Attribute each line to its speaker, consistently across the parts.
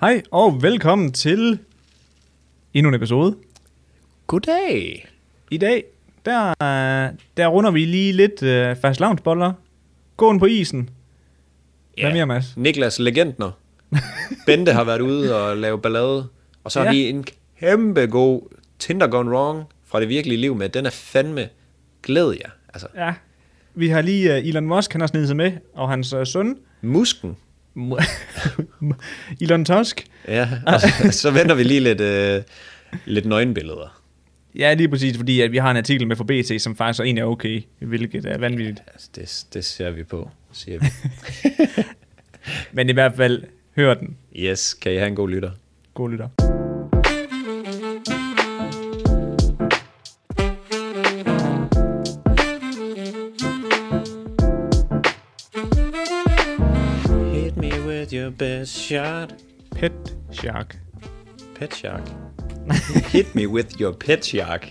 Speaker 1: Hej og velkommen til endnu en episode.
Speaker 2: Goddag.
Speaker 1: I dag, der, øh, der runder vi lige lidt øh, fast loungeboller. Gåen på isen. Hvad mere, Mads?
Speaker 2: Niklas Legendner. Bente har været ude og lave ballade. Og så har
Speaker 1: Ja.
Speaker 2: ja. vi en kæmpe god Tinder Gone Wrong fra det virkelige liv med. Den er fandme glæd jer. Altså,
Speaker 1: Ja. Vi har lige øh, Elon Musk, han har snedet sig med, og hans øh, søn,
Speaker 2: musken.
Speaker 1: Mu- Elon Tusk.
Speaker 2: Ja,
Speaker 1: Ah.
Speaker 2: og så, så vender vi lige lidt, øh, lidt nøgenbilleder.
Speaker 1: Ja, lige præcis, fordi at vi har en artikel med fra BT, som faktisk egentlig er okay, hvilket er vanvittigt.
Speaker 2: Altså, det, det ser vi på, siger vi.
Speaker 1: Men i hvert fald, hør den,
Speaker 2: Yes, kan I have en god lytter.
Speaker 1: gode lytter.
Speaker 2: Hit me with your best shot,
Speaker 1: Pet Shark.
Speaker 2: pet shark. Hit me with your pet shark.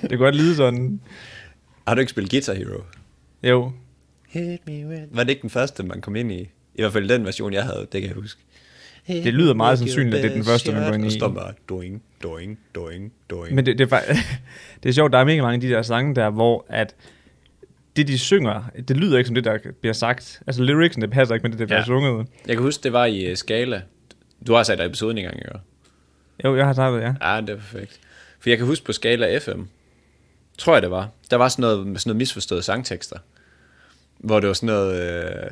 Speaker 1: Det kan godt lyde sådan.
Speaker 2: Har du ikke spillet Guitar Hero?
Speaker 1: Jo,
Speaker 2: Hit me with... Var det ikke den første, man kom ind i? I hvert fald den version, jeg havde, det kan jeg huske.
Speaker 1: Det lyder meget sandsynligt, at det er den første, man går ind i.
Speaker 2: Og så står bare, doing, doing, doing, doing.
Speaker 1: Men det, det, er, fak- det er sjovt, der er mega mange af de der sange der, hvor at det, de synger, det lyder ikke som det, der bliver sagt. Altså lyricsen, det passer ikke med det, der bliver
Speaker 2: Ja.
Speaker 1: sunget.
Speaker 2: Jeg kan huske, det var i øh, Skala. Du har sat dig episoden engang, ikke?
Speaker 1: Jo, jeg har sagt det, ja.
Speaker 2: Ja, det er perfekt. For jeg kan huske på Skala FM, tror jeg det var, der var sådan noget, sådan noget misforståede sangtekster. Hvor det var sådan noget... Øh...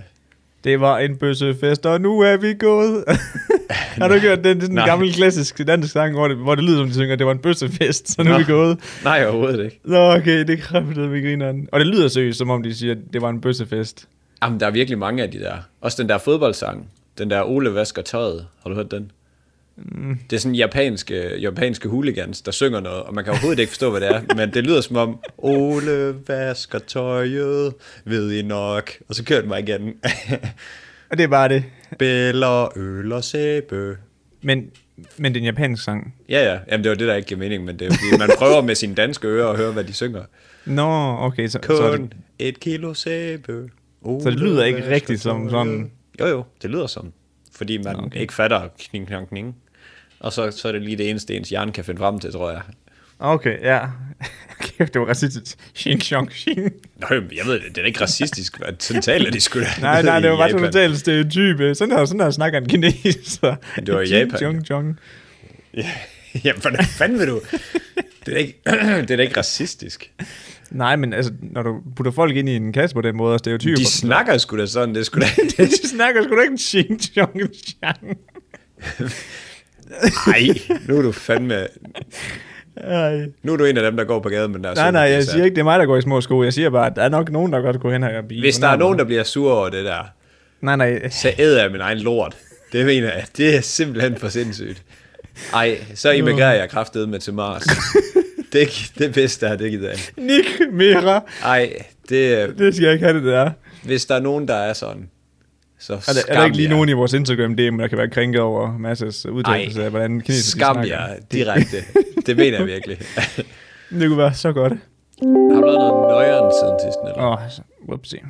Speaker 1: Det var en bøssefest, og nu er vi gået. har du ikke hørt den, det er sådan en
Speaker 2: Nej.
Speaker 1: gammel klassisk dansk sang, hvor det, hvor det lyder som de synger, det var en bøssefest, så nu er vi
Speaker 2: Nå.
Speaker 1: gået.
Speaker 2: Nej, overhovedet ikke.
Speaker 1: Nå, okay, det kræftede vi grineren. Og det lyder seriøst, som om de siger, det var en bøssefest.
Speaker 2: Jamen, der er virkelig mange af de der. Også den der fodboldsang. Den der Ole vasker tøjet. Har du hørt den? Mm. Det er sådan japanske, japanske hooligans, der synger noget, og man kan overhovedet ikke forstå, hvad det er, men det lyder som om, Ole vasker tøjet, ved I nok, og så kører den mig igen.
Speaker 1: Og det er bare det.
Speaker 2: Bæller, øl og sæbe.
Speaker 1: Men, men den japanske sang.
Speaker 2: Ja, ja, Jamen, det var det, der ikke giver mening, men det er jo fordi, man prøver med sine danske ører at høre, hvad de synger.
Speaker 1: Nå, okay, så, så er det,
Speaker 2: Kun et kilo sæbe.
Speaker 1: Så det lyder ikke
Speaker 2: Ole,
Speaker 1: rigtigt som
Speaker 2: vasker
Speaker 1: sådan-
Speaker 2: tøjet. Jo jo, det lyder sådan. Fordi man okay. ikke fatter kning, kning, kning. Og så, så er det lige det eneste, ens hjerne kan finde frem til, tror jeg.
Speaker 1: Okay, ja. Kæft, det var racistisk. Xing, xing, xing.
Speaker 2: Nå, jamen, jeg ved det, det er da ikke racistisk. hvad- Sådan taler de sgu da.
Speaker 1: Nej, nej,
Speaker 2: i
Speaker 1: det var bare
Speaker 2: Japan.
Speaker 1: totalt stereotype. Sådan her, sådan her snakker en kineser.
Speaker 2: Det var i
Speaker 1: Xing,
Speaker 2: Japan,
Speaker 1: Xing, xing.
Speaker 2: Jamen, hvordan fanden vil du? Det er da ikke, det er da ikke racistisk.
Speaker 1: Nej, men altså, når du putter folk ind i en kasse på den måde og stereotyper...
Speaker 2: De
Speaker 1: De,
Speaker 2: snakker sgu da sådan, det er sgu da...
Speaker 1: de snakker sgu da ikke xing, xing, xing.
Speaker 2: Nej, nu er du fandme...
Speaker 1: Ej.
Speaker 2: Nu er du en af dem, der går på gaden med den der
Speaker 1: Nej, nej, jeg
Speaker 2: sølvpizza.
Speaker 1: siger ikke, det er mig, der går i små sko. Jeg siger bare, at der er nok nogen, der godt kunne hen her og blive.
Speaker 2: Hvis der er nogen, der bliver sur over det der,
Speaker 1: Nej, nej,
Speaker 2: så æder jeg min egen lort. Det mener jeg. Det er simpelthen for sindssygt. Ej, så immigrerer jeg kraftedet med til Mars. Det, det bedste er det gider jeg. ikke.
Speaker 1: Nick Mera.
Speaker 2: Ej, det,
Speaker 1: Det skal jeg ikke have, det der.
Speaker 2: hvis der er nogen, der er sådan, så
Speaker 1: Er
Speaker 2: skam
Speaker 1: der, er der ikke lige
Speaker 2: jer.
Speaker 1: nogen i vores Instagram-DM, der kan være krænket over Masses udtalelse
Speaker 2: Ej,
Speaker 1: af, hvordan kinesisk
Speaker 2: Skam jer direkte. Det mener jeg virkelig.
Speaker 1: Det kunne være så godt.
Speaker 2: Har du lavet noget nøjeren siden sidst? Eller?
Speaker 1: Åh, oh, whoopsie.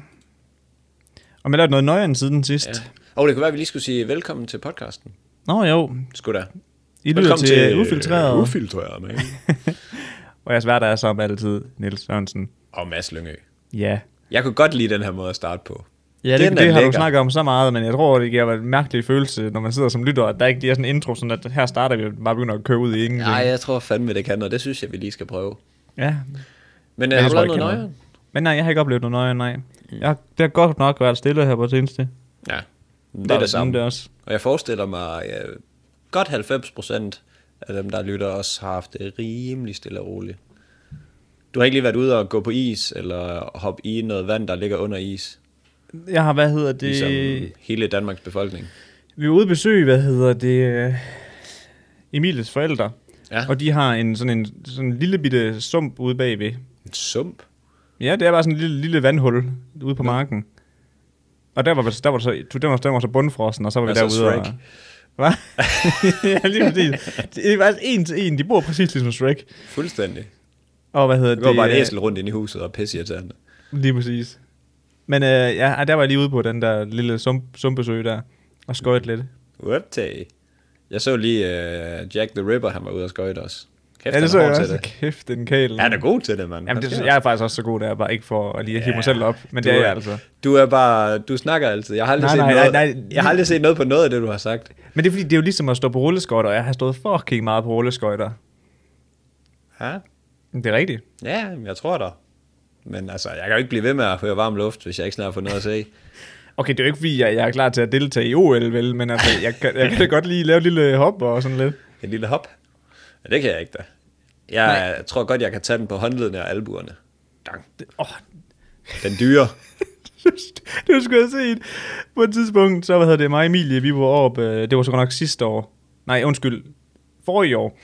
Speaker 1: Og man lavede noget nøje end siden sidst.
Speaker 2: Ja.
Speaker 1: Ja.
Speaker 2: Og det kunne være, at vi lige skulle sige velkommen til podcasten.
Speaker 1: Nå jo,
Speaker 2: Skulle da.
Speaker 1: I lytter til,
Speaker 2: øh,
Speaker 1: til Ufiltreret, uh,
Speaker 2: Ufiltreret, man.
Speaker 1: og jeg svært er som altid, Niels Sørensen.
Speaker 2: Og Mads Lyngø.
Speaker 1: Ja.
Speaker 2: Jeg kunne godt lide den her måde at starte på.
Speaker 1: Ja, det,
Speaker 2: Den
Speaker 1: det
Speaker 2: er
Speaker 1: har du
Speaker 2: lækker.
Speaker 1: snakket om så meget, men jeg tror, det giver en mærkelig følelse, når man sidder som lytter, at der ikke er sådan en intro, sådan at her starter vi og bare begynder at køre ud i ingenting.
Speaker 2: Nej, jeg tror fandme, det kan, og det synes jeg, vi lige skal prøve.
Speaker 1: Ja.
Speaker 2: Men
Speaker 1: Men
Speaker 2: øh, har
Speaker 1: jeg tror
Speaker 2: du lavet
Speaker 1: ikke,
Speaker 2: noget
Speaker 1: jeg
Speaker 2: nøjere?
Speaker 1: Men nej, jeg har ikke oplevet noget nøje,
Speaker 2: Mm.
Speaker 1: nej. Jeg, det har godt nok været stille her på det seneste.
Speaker 2: Ja, det
Speaker 1: Der
Speaker 2: er
Speaker 1: sådan
Speaker 2: det samme.
Speaker 1: der
Speaker 2: Der
Speaker 1: også.
Speaker 2: Og jeg forestiller mig, at godt 90 procent af dem, der lytter, også har haft det rimelig stille og roligt. Du har ikke lige været ude og gå på is, eller hoppe i noget vand, der ligger under is,
Speaker 1: Jeg har, hvad hedder det...
Speaker 2: ligesom
Speaker 1: Øh.
Speaker 2: hele Danmarks befolkning.
Speaker 1: Vi var ude at besøge, hvad hedder det, øh, Emilies forældre.
Speaker 2: Ja.
Speaker 1: Og de har en sådan en sådan en lille bitte sump ude bagved.
Speaker 2: En sump?
Speaker 1: Ja, det er bare sådan en lille, lille vandhul ude på marken. Og der var, der var, så, den var, den var så bundfrossen, og så var vi
Speaker 2: Altså
Speaker 1: derude.
Speaker 2: Shrek.
Speaker 1: Og, hvad? ja, lige præcis. Det er faktisk en til en. De bor præcis ligesom Shrek.
Speaker 2: Fuldstændig.
Speaker 1: Og hvad hedder
Speaker 2: Der
Speaker 1: det?
Speaker 2: går bare
Speaker 1: øh,
Speaker 2: et æsel rundt ind i huset og pisse irriterende.
Speaker 1: Lige præcis. Men øh, ja, ej, der var jeg lige ude på den der lille sump, sumpbesøg der, og skøjt lidt.
Speaker 2: Whoopty. Jeg så lige uh, Jack the Ripper, han var ude og skøjte også. Kæft,
Speaker 1: Ja,
Speaker 2: han
Speaker 1: det så
Speaker 2: er
Speaker 1: jeg
Speaker 2: hård
Speaker 1: også.
Speaker 2: til det.
Speaker 1: Kæft, den kæl.
Speaker 2: Han Mm. er god til det, mand.
Speaker 1: Jamen,
Speaker 2: Han
Speaker 1: det,
Speaker 2: skal
Speaker 1: jeg er faktisk også så god, der er bare ikke for at lige at hive mig selv op. Men Altså,
Speaker 2: Du
Speaker 1: det er
Speaker 2: er-
Speaker 1: jeg altså.
Speaker 2: Du er bare, du snakker altid. Jeg har
Speaker 1: Nej,
Speaker 2: aldrig, set,
Speaker 1: nej,
Speaker 2: noget,
Speaker 1: nej, nej.
Speaker 2: Jeg har aldrig set noget på noget af det, du har sagt.
Speaker 1: Men det er fordi, det er jo ligesom at stå på rulleskøjter, og jeg har stået fucking meget på rulleskøjter.
Speaker 2: Ja,
Speaker 1: Men Det er rigtigt.
Speaker 2: ja men jeg tror dig. Men altså, jeg kan jo ikke blive ved med at høre varm luft, hvis jeg ikke snart får noget at se.
Speaker 1: Okay, det er jo ikke fordi, jeg, jeg er klar til at deltage i OL, vel, men altså, jeg, kan, jeg kan da godt lige lave et lille hop og sådan lidt.
Speaker 2: En lille hop. Ja, det kan jeg ikke da. Jeg nej. tror godt, jeg kan tage den på håndledene og albuerne. Dang.
Speaker 1: Åh,
Speaker 2: Den dyre.
Speaker 1: det skulle jeg have set. På et tidspunkt, så havde det mig og Emilie, vi var oppe, øh, det var så godt nok sidste år, nej undskyld, forrige år,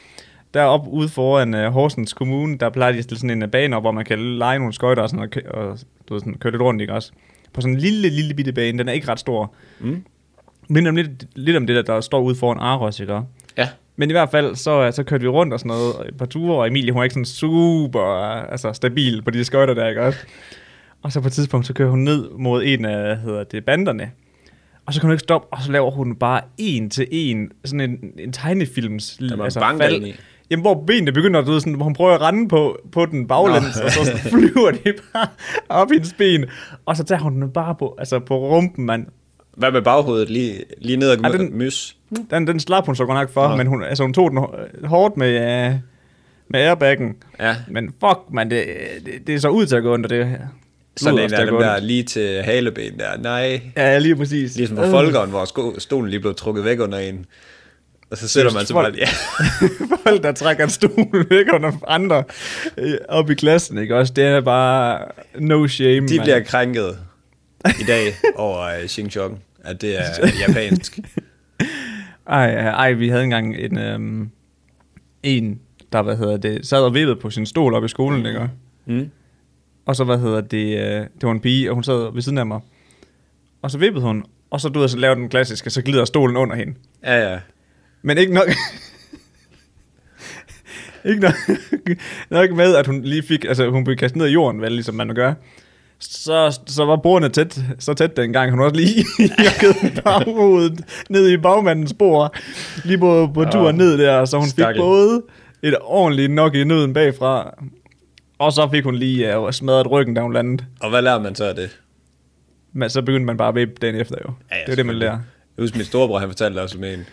Speaker 1: deroppe ude foran uh, Horsens Kommune, der plejer de at stille sådan en øh, bane op, hvor man kan lege nogle skøjter og, sådan, og, kø- og du ved, sådan, køre lidt rundt, ikke også? På sådan en lille, lille bitte bane, den er ikke ret stor.
Speaker 2: Mm.
Speaker 1: Men om lidt, lidt om det der, der står ude foran Aros, ikke også?
Speaker 2: ja.
Speaker 1: Men i hvert fald, så, øh, så kørte vi rundt og sådan noget et par ture, og Emilie, hun er ikke sådan super øh, altså, stabil på de skøjter der, ikke også? Og så på et tidspunkt, så kører hun ned mod en af, hedder det, banderne. Og så kan hun ikke stoppe, og så laver hun bare en til en, sådan en, en tegnefilms altså,
Speaker 2: Der var en banker ind i.
Speaker 1: Jamen, hvor benene begynder, du ved, sådan, hvor hun prøver at rende på, på den baglæns, og så sådan flyver det bare op i hendes ben. Og så tager hun den bare på, altså på rumpen, mand.
Speaker 2: Hvad med baghovedet? Lige, lige ned og
Speaker 1: Ja,
Speaker 2: ja,
Speaker 1: den-
Speaker 2: den... mys.
Speaker 1: Mm. Den, den slap hun så godt nok for,
Speaker 2: Nå.
Speaker 1: men hun, altså, hun tog den hår- hårdt med, øh, med airbaggen.
Speaker 2: Ja.
Speaker 1: Men fuck, man, det, det, det er så ud til at gå under det her.
Speaker 2: Sådan
Speaker 1: Lyder
Speaker 2: en
Speaker 1: også til
Speaker 2: af
Speaker 1: at
Speaker 2: dem
Speaker 1: gå
Speaker 2: der
Speaker 1: ondt.
Speaker 2: lige til haleben der. Nej.
Speaker 1: Ja, lige præcis.
Speaker 2: Ligesom på
Speaker 1: Øh.
Speaker 2: folkeren, hvor sko- stolen lige blev trukket væk under en. Og så sidder
Speaker 1: Seriøst,
Speaker 2: man så
Speaker 1: folk-
Speaker 2: bare... Ja.
Speaker 1: Øh, Folk, der trækker en stol væk under andre øh, op i klassen, ikke også? Det er bare no shame,
Speaker 2: De
Speaker 1: mand.
Speaker 2: bliver krænket i dag over uh, Xing Chong, at det er japansk.
Speaker 1: Ej, ej, ej, vi havde engang en, øhm, en der, hvad hedder det, sad og vippede på sin stol op i skolen, ikke også?
Speaker 2: Mm.
Speaker 1: Og så, hvad hedder det, øh, det var en pige, og hun sad ved siden af mig. Og så vippede hun, og så, du ved, så lavede den klassiske, så glider stolen under hende.
Speaker 2: Ja, ja.
Speaker 1: Men ikke nok... ikke nok, nok med, at hun lige fik... Altså, hun blev kastet ned i jorden, vel, ligesom man gør. Så, så var bordene tæt, så tæt dengang. Hun var også lige jokket baghovedet ned i bagmandens bord. Lige på, på
Speaker 2: Åh,
Speaker 1: turen ned der, så hun
Speaker 2: stakkel.
Speaker 1: fik både et ordentligt nok i nøden bagfra, og så fik hun lige uh, smadret ryggen, da hun landede.
Speaker 2: Og hvad lærer man så af det?
Speaker 1: Men så begyndte man bare at vippe dagen efter, jo. Ja, det er jo det, man
Speaker 2: selvfølgelig.
Speaker 1: lærer.
Speaker 2: Jeg husker, min storebror, han fortalte også om en,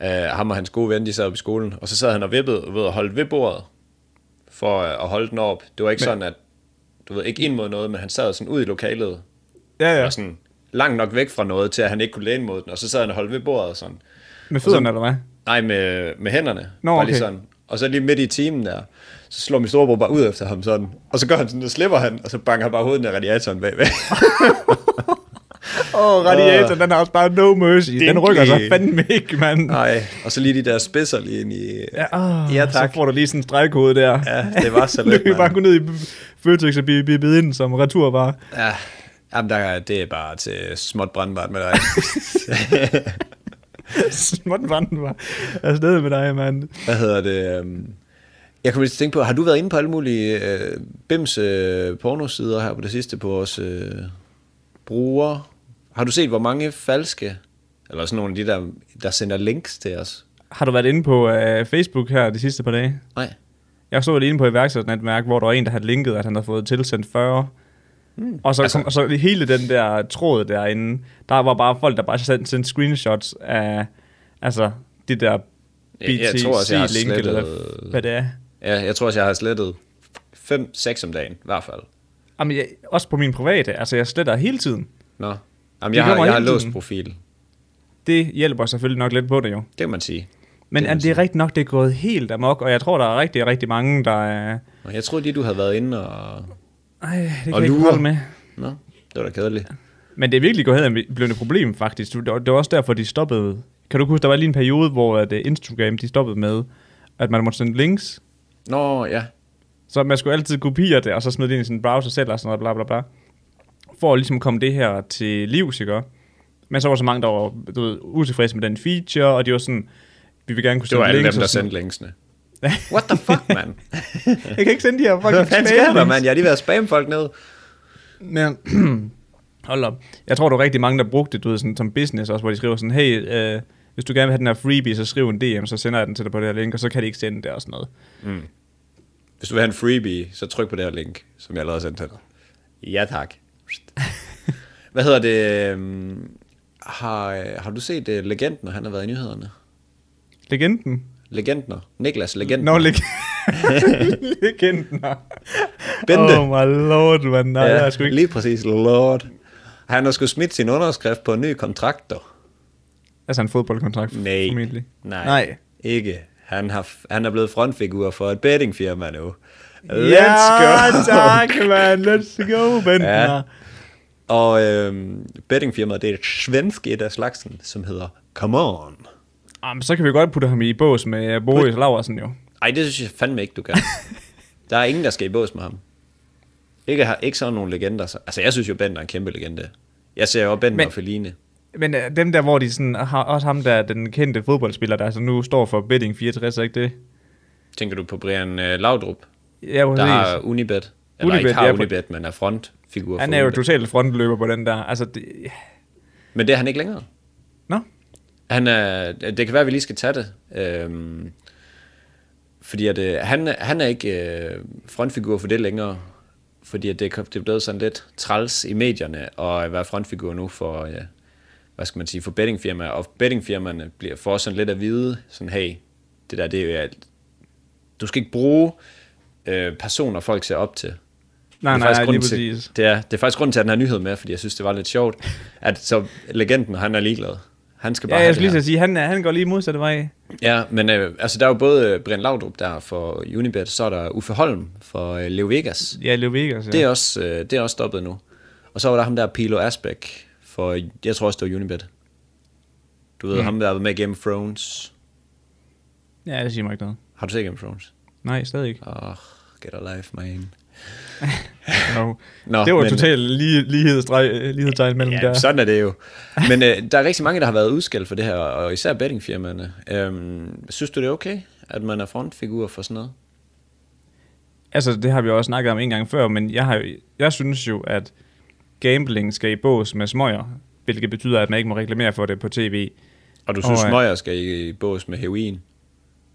Speaker 2: uh, ham og hans gode ven, de sad oppe i skolen, og så sad han og vippede, ved at holde ved bordet, for øh, at holde den op. Det var ikke men. sådan, at, du ved, ikke ind mod noget, men han sad sådan ud i lokalet,
Speaker 1: Ja,
Speaker 2: ja.
Speaker 1: ja.
Speaker 2: og sådan langt nok væk fra noget, til at han ikke kunne læne mod den, og så sad han og holdt ved bordet og sådan.
Speaker 1: Med fødderne, eller hvad?
Speaker 2: Nej, med, med hænderne.
Speaker 1: Nå,
Speaker 2: Bare
Speaker 1: okay.
Speaker 2: lige sådan. Og så lige midt i timen der, så slår min storebror bare ud efter ham sådan. Og så gør han sådan, der slipper han, og så banker han bare hovedet ned af radiatoren bagved.
Speaker 1: Åh, oh, radiatoren, den har også bare no mercy. Den
Speaker 2: Dinky.
Speaker 1: rykker så fandme ikke, mand.
Speaker 2: Nej, og så lige de der spidser lige ind i...
Speaker 1: Ja, oh,
Speaker 2: Ja, tak.
Speaker 1: Så får du lige sådan en stregkode der.
Speaker 2: Ja, det var så
Speaker 1: Du
Speaker 2: lidt,
Speaker 1: kan bare
Speaker 2: mand.
Speaker 1: gå ned i Føtex og blive bippet ind som returvare.
Speaker 2: Ja, jamen der, er- det er bare til småt brandbart med dig.
Speaker 1: Småtten vanden var afsted med dig, mand.
Speaker 2: Hvad hedder det? øhm, Jeg kommer lige til at tænke på, har du været inde på alle mulige øh, bims øh, pornosider her på det sidste på vores øh, brugere? Har du set, hvor mange falske, eller sådan nogle af de der, der sender links til os?
Speaker 1: Har du været inde på øh, Facebook her de sidste par dage?
Speaker 2: Nej.
Speaker 1: Jeg så det inde på et værksætnetværk, hvor der var en, der havde linket, at han havde fået tilsendt 40. Mm. Og, så, altså. og så hele den der tråd derinde, der var bare folk, der bare sendte, sendte screenshots af altså, det der
Speaker 2: Jeg- jeg tror også, jeg har
Speaker 1: BTC-link, eller
Speaker 2: slettet-
Speaker 1: hvad- hvad det er.
Speaker 2: Ja, jeg tror også, jeg har slettet 5-6 om dagen, i hvert fald.
Speaker 1: Jamen, jeg, også på min private, altså jeg sletter hele tiden.
Speaker 2: Nå. Jamen, jeg har,
Speaker 1: kommer
Speaker 2: jeg har
Speaker 1: hele
Speaker 2: låst
Speaker 1: tiden.
Speaker 2: profil,
Speaker 1: Det hjælper selvfølgelig nok lidt på det jo.
Speaker 2: det kan man sige.
Speaker 1: Men
Speaker 2: Det
Speaker 1: det
Speaker 2: må
Speaker 1: er, det er rigtigt nok, det er gået helt amok, og jeg tror, der er rigtig, rigtig mange, der er...
Speaker 2: Nå, Jeg troede lige, du havde været inde og...
Speaker 1: Ej, det kan
Speaker 2: Og
Speaker 1: jeg ikke
Speaker 2: lurer.
Speaker 1: holde med.
Speaker 2: Nå, det var da kedeligt.
Speaker 1: Men det er virkelig gået hen og blevet et problem, faktisk. Det var, det var også derfor, de stoppede... Kan du huske, der var lige en periode, hvor at øh, Instagram de stoppede med, at man måtte sende links,
Speaker 2: Nå, ja.
Speaker 1: så man skulle altid kopiere det, og så smide det ind i sin browser selv, og sådan noget, bla bla bla. For at ligesom komme det her til livs, ikke? Men så var der så mange, der var du ved, utilfredse med den feature, og de var sådan, vi vil gerne kunne
Speaker 2: Det
Speaker 1: sende
Speaker 2: var alle
Speaker 1: links.
Speaker 2: dem,
Speaker 1: og
Speaker 2: der
Speaker 1: sådan-
Speaker 2: sendte linksene. What the fuck, mand?
Speaker 1: Jeg kan ikke sende de her
Speaker 2: Hvad
Speaker 1: fucking
Speaker 2: fanden sker der,
Speaker 1: spam-links.
Speaker 2: mand? Jeg har lige ved at spamme folk ned.
Speaker 1: Men hold op. Jeg tror, der var rigtig mange, der brugte det, du ved, sådan, som business også, hvor de skriver sådan, hey, øh, hvis du gerne vil have den her freebie, så skriv en DM, så sender jeg den til dig på det her link, og så kan de ikke sende det og sådan noget.
Speaker 2: Hvis du vil have en freebie, så tryk på det her link, som jeg allerede har sendt til dig. Ja tak. Hvad hedder det? øhm, Har, har du set uh, Legenden, han har været i nyhederne?
Speaker 1: Legenden?
Speaker 2: Legendner. Niklas Legenden.
Speaker 1: Nå, leg legenden.
Speaker 2: Bente.
Speaker 1: Oh my lord, man. Nej, ja. jeg er sgu ikke...
Speaker 2: Lige præcis, lord. Han har skulle smidt sin underskrift på en ny kontrakt, dog.
Speaker 1: Altså en fodboldkontrakt,
Speaker 2: Nej.
Speaker 1: formentlig.
Speaker 2: Nej.
Speaker 1: Nej.
Speaker 2: Ikke. Han, har, f- han er blevet frontfigur for et bettingfirma nu.
Speaker 1: ja, tak, man. Let's go, Benten.
Speaker 2: Ja.
Speaker 1: Ja.
Speaker 2: Og øhm, bettingfirmaet, det er et svensk et af slagsen, som hedder Come On.
Speaker 1: Jamen, Ah, så kan vi godt putte ham i bås med øh, Boris Laversen, jo.
Speaker 2: Ej, det synes jeg fandme ikke, du kan. der er ingen, der skal i bås med ham. Ikke, har- ikke sådan nogle legender. så- Altså, jeg synes jo, Bent er en kæmpe legende. Jeg ser jo også Bent
Speaker 1: Men-
Speaker 2: og Feline.
Speaker 1: Men øh, dem der, hvor de sådan, har, også ham der, den kendte fodboldspiller, der altså nu står for betting 64, er ikke det?
Speaker 2: Tænker du på Brian øh, Laudrup,
Speaker 1: Ja, præcis.
Speaker 2: der har Unibet? Eller Unibet,
Speaker 1: Unibet,
Speaker 2: ikke har
Speaker 1: ja, på-
Speaker 2: Unibet, men er frontfigur for
Speaker 1: Han er jo
Speaker 2: Unibet.
Speaker 1: totalt frontløber på den der. Altså, det...
Speaker 2: Men det er han ikke længere.
Speaker 1: Nå?
Speaker 2: Han er, det kan være, at vi lige skal tage det. Øhm, fordi at, øh, han, han er ikke øh, frontfigur for det længere. Fordi at det, kom- det er blevet sådan lidt træls i medierne at være frontfigur nu for, øh, hvad skal man sige, for bettingfirmaer. Og bettingfirmaerne bliver, får sådan lidt at vide, sådan, hey, det der, det er jo alt. Du skal ikke bruge øh, personer, folk ser op til.
Speaker 1: Nej,
Speaker 2: Det er
Speaker 1: nej,
Speaker 2: faktisk
Speaker 1: nej, lige
Speaker 2: grunden
Speaker 1: præcis.
Speaker 2: Til, det, er, det er faktisk grunden til, at den her nyhed med, fordi jeg synes, det var lidt sjovt, at så legenden, han er ligeglad. Han skal bare
Speaker 1: Ja,
Speaker 2: have
Speaker 1: jeg skulle lige
Speaker 2: det her.
Speaker 1: til at sige, han, er- han går lige modsatte vej.
Speaker 2: Ja, men øh, altså, der er jo både øh, Brian Laudrup der for Unibet, så er der Uffe Holm for øh, Leo Vegas.
Speaker 1: Ja, Leo Vegas, ja.
Speaker 2: Det er, også, øh, det er også stoppet nu. Og så var der ham der Pilo Asbæk for, øh, jeg tror også, det var Unibet. Du ved, mm. ham der har været med i Game of Thrones.
Speaker 1: Ja, det siger mig ikke noget.
Speaker 2: Har du set Game of Thrones?
Speaker 1: Nej, stadig ikke.
Speaker 2: Åh, oh, get a life, man.
Speaker 1: No.
Speaker 2: Nå,
Speaker 1: Nå, det var
Speaker 2: men-
Speaker 1: men... totalt lige, lighedsdrej, lighedstegn mellem
Speaker 2: Ja,
Speaker 1: der.
Speaker 2: sådan er det jo. Men øh, der er rigtig mange, der har været udskældt for det her, og især bettingfirmaerne. Øhm, synes du, det er okay, at man er frontfigur for sådan noget?
Speaker 1: Altså, det har vi jo også snakket om en gang før, men jeg, har, jo- jeg synes jo, at gambling skal i bås med smøger, hvilket betyder, at man ikke må reklamere for det på tv.
Speaker 2: Og du synes, oh,
Speaker 1: Åh, ja.
Speaker 2: smøger skal i bås med heroin?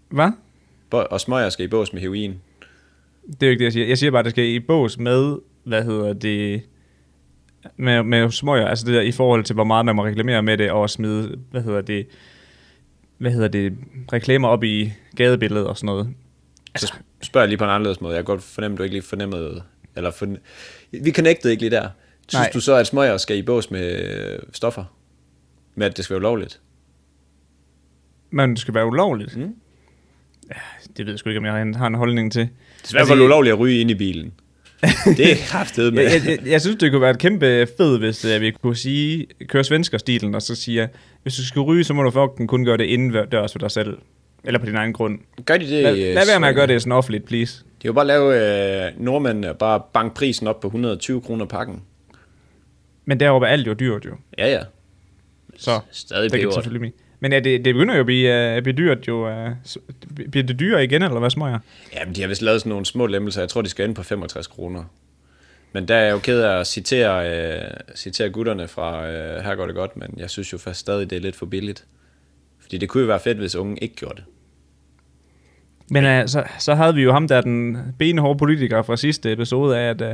Speaker 1: Hvad?
Speaker 2: Bo- Og smøger skal i bås med heroin.
Speaker 1: Det er jo ikke det, jeg siger. Jeg siger bare, at det skal i bås med, hvad hedder det, med, med smøger, altså det der i forhold til, hvor meget man må reklamere med det, og smide, hvad hedder det, hvad hedder det, reklamer op i gadebilledet og sådan noget. Altså-
Speaker 2: Så spørger jeg lige på en anderledes måde. Jeg kan godt fornemme, du ikke lige fornemmede... Eller forne... Vi connectede ikke lige der. Synes Nej.
Speaker 1: Nej.
Speaker 2: du så, at smøger skal i bås med øh, stoffer? Med at det skal være ulovligt?
Speaker 1: Men det skal være ulovligt.
Speaker 2: Mm.
Speaker 1: Mm. Ja, det ved jeg sgu ikke, om jeg har en- har en holdning til. Altså,
Speaker 2: Det skal i hvert fald ulovligt at ryge ind i bilen. Det er kraftedet med.
Speaker 1: jeg, jeg, jeg, jeg synes, det kunne være et kæmpe fed, hvis uh, vi kunne sige, køre svenskerstilen, og så siger, hvis du skal ryge, så må du fucking kun gøre det indendørs for dig selv. Eller på din egen grund.
Speaker 2: Gør de det?
Speaker 1: Lad,
Speaker 2: i,
Speaker 1: lad være
Speaker 2: øh,
Speaker 1: med
Speaker 2: Sverige?
Speaker 1: at gøre det sådan offentligt, please.
Speaker 2: De kan jo bare lave øh, nordmændene og bare banke prisen op på 120 kroner pakken.
Speaker 1: Men deroppe er alt jo dyrt jo.
Speaker 2: Ja, ja.
Speaker 1: Så
Speaker 2: Stadig
Speaker 1: det kan
Speaker 2: peberet.
Speaker 1: selvfølgelig min. Men ja, det, det begynder jo at blive, uh, blive dyrt jo. Uh, s- bliver det dyrere igen, eller hvad smøger?
Speaker 2: Jamen, de har vist lavet sådan nogle små lemmelser. Jeg tror, de skal ind på 65 kroner. Men der er jeg jo ked af at citere, øh, citere gutterne fra øh, Her går det godt, men jeg synes jo faktisk stadig, det er lidt for billigt. Fordi det kunne jo være fedt, hvis unge ikke gjorde det.
Speaker 1: Men uh, så, så havde vi jo ham der, den benhårde politiker fra sidste episode af, at uh,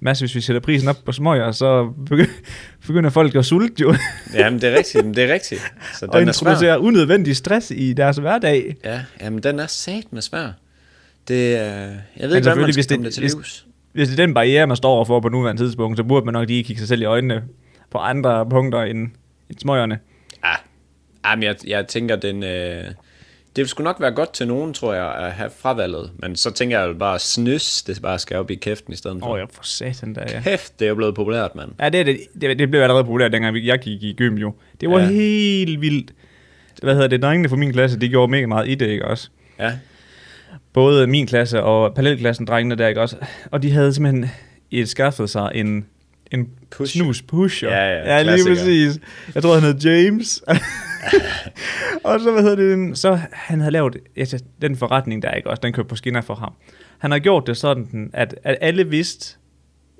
Speaker 1: Mads, hvis vi sætter prisen op på smøger, så begy- begynder folk at sulte jo.
Speaker 2: Jamen, det er rigtigt. men Det er rigtigt. Så
Speaker 1: og
Speaker 2: den er svær.
Speaker 1: introducerer unødvendig stress i deres hverdag.
Speaker 2: Ja, jamen, den er sat med svær. Det, øh, jeg ved ikke, hvordan man
Speaker 1: selvfølgelig,
Speaker 2: skal
Speaker 1: hvis det-
Speaker 2: komme det til
Speaker 1: hvis-
Speaker 2: livs.
Speaker 1: Hvis det er den barriere, man står overfor på nuværende tidspunkt, så burde man nok lige kigge sig selv i øjnene på andre punkter end, end smøgerne.
Speaker 2: Ja, Jamen, jeg, jeg tænker, den, øh, det ville sgu nok være godt til nogen, tror jeg, at have fravalget. Men så tænker jeg jo bare, snys, det bare skal op i kæften i stedet for.
Speaker 1: Åh, oh, ja, for satan der, ja.
Speaker 2: Kæft, det er jo blevet populært, mand.
Speaker 1: Ja, det, er det, det, det blev allerede populært, dengang vi- jeg gik i gym jo. Det var
Speaker 2: Ja.
Speaker 1: ja. helt vildt. Hvad hedder det? Drengene fra min klasse, de gjorde mega meget i det, ikke også?
Speaker 2: Ja.
Speaker 1: Både min klasse og parallelklassen, drengene der, ikke også? Og de havde simpelthen et skaffet sig en, en
Speaker 2: Push.
Speaker 1: push. snus pusher.
Speaker 2: Ja, ja,
Speaker 1: ja lige
Speaker 2: klassiker.
Speaker 1: præcis. Jeg tror, han hed James. og så, hvad hedder det, så han havde lavet altså, den forretning der, ikke også? Den kørte på skinner for ham. Han har gjort det sådan, at, at alle vidste,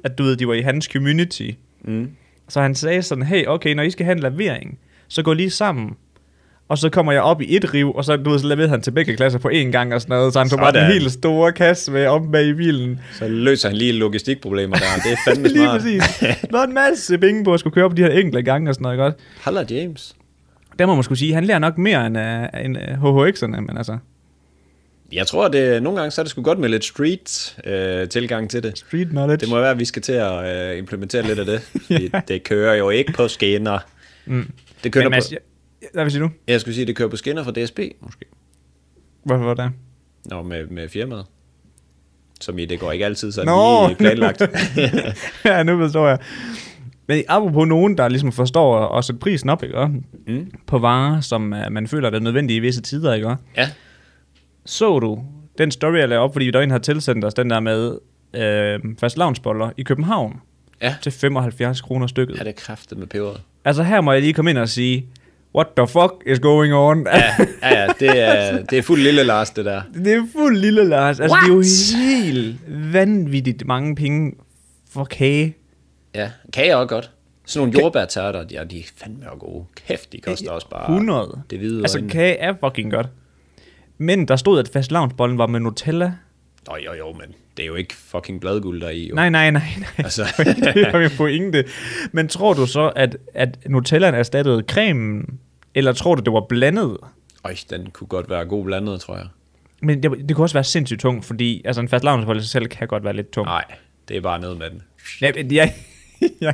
Speaker 1: at du ved, de var i hans community.
Speaker 2: Mm.
Speaker 1: Så han sagde sådan, hey, okay, når I skal have en lavering, så gå lige sammen Og så kommer jeg op i et riv, og så, du ved, så lavede han til begge klasser på én gang og sådan noget. Så han tog bare
Speaker 2: Sådan.
Speaker 1: den helt store kasse med op med i bilen.
Speaker 2: Så løser han lige logistikproblemer der. Det er fandme
Speaker 1: Lige
Speaker 2: smart.
Speaker 1: præcis. Der var en masse penge på at skulle køre på de her enkelte gange og sådan noget, ikke også?
Speaker 2: Haller James.
Speaker 1: Der må man skulle sige, han lærer nok mere end, uh, end uh, HHX'erne, men altså,
Speaker 2: Jeg tror, det nogle gange så er det sgu godt med lidt street øh, tilgang til det.
Speaker 1: street knowledge.
Speaker 2: Det må være, at vi skal til at øh, implementere lidt af det. Fordi det kører jo ikke på skinner.
Speaker 1: Mm.
Speaker 2: Det kører
Speaker 1: men
Speaker 2: på,
Speaker 1: Mads, jeg, hvad vil sige nu?
Speaker 2: jeg skulle sige, det kører på skinner fra DSB, måske.
Speaker 1: Hvorfor der?
Speaker 2: Nå, med, med firmaet. Som i, det går ikke altid sådan
Speaker 1: Nå,
Speaker 2: lige planlagt.
Speaker 1: ja, nu forstår jeg. Men apropos nogen, der ligesom forstår at sætte prisen op, ikke? også?
Speaker 2: Mm.
Speaker 1: På varer, som uh, man føler er nødvendige i visse tider, ikke? også?
Speaker 2: ja,
Speaker 1: Så du den story, jeg lavede op, fordi der en har tilsendt os den der med øh, fast i København
Speaker 2: ja.
Speaker 1: til 75 kroner stykket.
Speaker 2: Ja, det er kraftet med peberet.
Speaker 1: Altså her må jeg lige komme ind og sige, what the fuck is going on?
Speaker 2: Ja, ja, ja det, er, det er fuld lille Lars, det der.
Speaker 1: det er fuld lille Lars. Altså det er jo
Speaker 2: What?
Speaker 1: helt vanvittigt mange penge for kage.
Speaker 2: Ja, kager også godt. Sådan nogle jordbærtærter, ja, de er fandme også gode. Kæft, de koster også bare
Speaker 1: 100.
Speaker 2: Ah, det hvide
Speaker 1: Altså
Speaker 2: øjne.
Speaker 1: kage er fucking godt. Men der stod, at fast var med Nutella.
Speaker 2: Nå, jo, jo, men det er jo ikke fucking bladguld, der er i, jo.
Speaker 1: Jo. Nej, nej, nej, nej.
Speaker 2: Altså.
Speaker 1: det var min pointe. Men tror du så, at, at Nutellaen erstattede cremen? Eller tror du, det var blandet?
Speaker 2: Øj, den kunne godt være god blandet, tror jeg.
Speaker 1: Men det, det kunne også være sindssygt tung, fordi altså, en fast i sig selv kan godt være lidt tung.
Speaker 2: Nej, det er bare ned med den.
Speaker 1: Ja, men jeg, ja.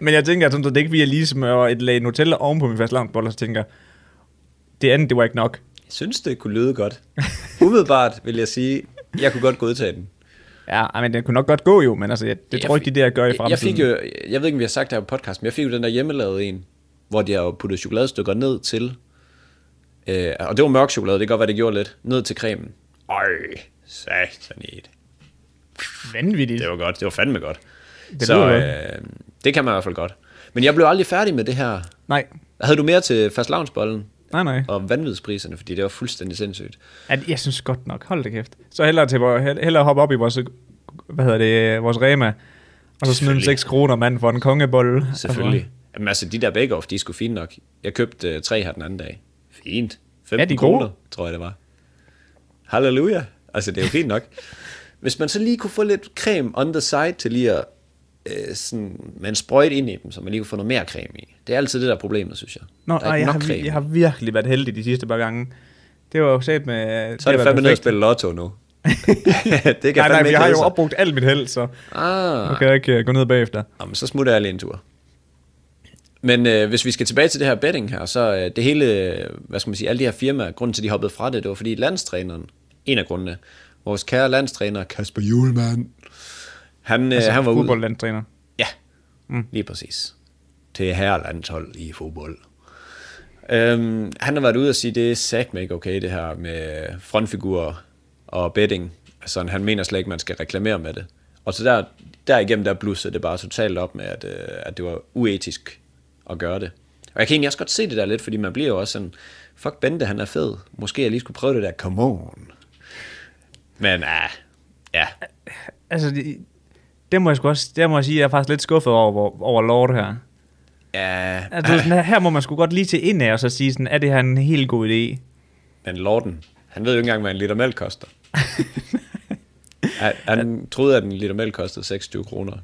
Speaker 1: Men jeg tænker sådan, så det er ikke, fordi jeg lige smører et lag Nutella oven på min fastlavnsbolle, og så tænker, det andet, det var ikke nok.
Speaker 2: Jeg synes, det kunne lyde godt. Umiddelbart vil jeg sige, jeg kunne godt godtage den.
Speaker 1: Ja, ej, men den kunne nok godt gå jo, men altså, jeg, det jeg tror jeg ikke,
Speaker 2: fik-
Speaker 1: de der gør i
Speaker 2: jeg,
Speaker 1: fremtiden.
Speaker 2: jeg fik jo, jeg ved ikke, om vi har sagt det her på podcasten, men jeg fik jo den der hjemmelavede en, hvor de har jo puttet chokoladestykker ned til, øh, og det var mørk chokolade, det kan godt være, det gjorde lidt, ned til cremen. Øj, satanet.
Speaker 1: vanvittigt.
Speaker 2: Det var godt, det var fandme godt.
Speaker 1: Det
Speaker 2: Så
Speaker 1: lyder
Speaker 2: øh, det kan man i hvert fald godt. Men jeg blev aldrig færdig med det her.
Speaker 1: Nej,
Speaker 2: Havde du mere til fastlavnsbollen
Speaker 1: nej, nej.
Speaker 2: og vanvidspriserne, fordi det var fuldstændig sindssygt.
Speaker 1: At, jeg synes godt nok, hold da kæft. Så hellere, til, vor- hell- hellere hoppe op i vores, hvad hedder det, vores Rema, og så smide en
Speaker 2: Selvfølgelig.
Speaker 1: 6 kroner mand for en kongebolle.
Speaker 2: Selvfølgelig. Jamen altså, de der bake-off, de er sgu fine nok. Jeg købte øh, tre her den anden dag. Fint. 15
Speaker 1: Ja,
Speaker 2: ja,
Speaker 1: de er
Speaker 2: de
Speaker 1: gode.
Speaker 2: kroner, tror jeg det var. Halleluja. Altså, det er jo fint nok. Hvis man så lige kunne få lidt creme on the side til lige at øh, sådan, med en sprøjt ind i dem, så man lige kunne få noget mere creme i. Det er altid det der er problemet, synes jeg.
Speaker 1: Nå,
Speaker 2: der er
Speaker 1: nej, jeg,
Speaker 2: nok
Speaker 1: har, vir-
Speaker 2: creme.
Speaker 1: jeg har virkelig været heldig de sidste par gange. Det var jo set med...
Speaker 2: så er det fandme nødt at spille lotto nu. det kan
Speaker 1: Nej, nej,
Speaker 2: fandme
Speaker 1: for
Speaker 2: ikke
Speaker 1: jeg har
Speaker 2: hedde
Speaker 1: jo
Speaker 2: sig.
Speaker 1: opbrugt alt mit held, så
Speaker 2: Ah,
Speaker 1: nu kan jeg ikke øh, gå ned bagefter.
Speaker 2: Jamen, så smutter jeg lige en tur. Men øh, hvis vi skal tilbage til det her betting her, så øh, det hele, øh, hvad skal man sige, alle de her firmaer, grunden til, at de hoppede fra det, det var fordi landstræneren, en af grundene, vores kære landstræner, Kasper Julemand, han,
Speaker 1: Altså,
Speaker 2: øh, han var ude.
Speaker 1: Fodboldlandtræner.
Speaker 2: Ja, mm. lige præcis. Til herrelandshold i fodbold. Øhm, han har været ude og sige, det er satme ikke okay, det her med frontfigurer og betting. Altså, han mener slet ikke, man skal reklamere med det. Og så der, derigennem, der blussede det bare totalt op med, at, øh, at det var uetisk at gøre det. Og jeg kan egentlig også godt se det der lidt, fordi man bliver jo også sådan, fuck Bente, han er fed. Måske jeg lige skulle prøve det der, come on. Men ah, ja,
Speaker 1: Altså, det, det må jeg sgu også, det må jeg sige, jeg er faktisk lidt skuffet over, hvor- over Lord her.
Speaker 2: ja,
Speaker 1: Altså, sådan, her- her må man sgu godt lige til ind af og så sige sådan, er det her en helt god idé?
Speaker 2: Men Lorden, han ved jo ikke engang, hvad en liter mælk koster.
Speaker 1: Altså,
Speaker 2: han, han troede, at en liter mælk kostede 26 kroner.
Speaker 1: Altså,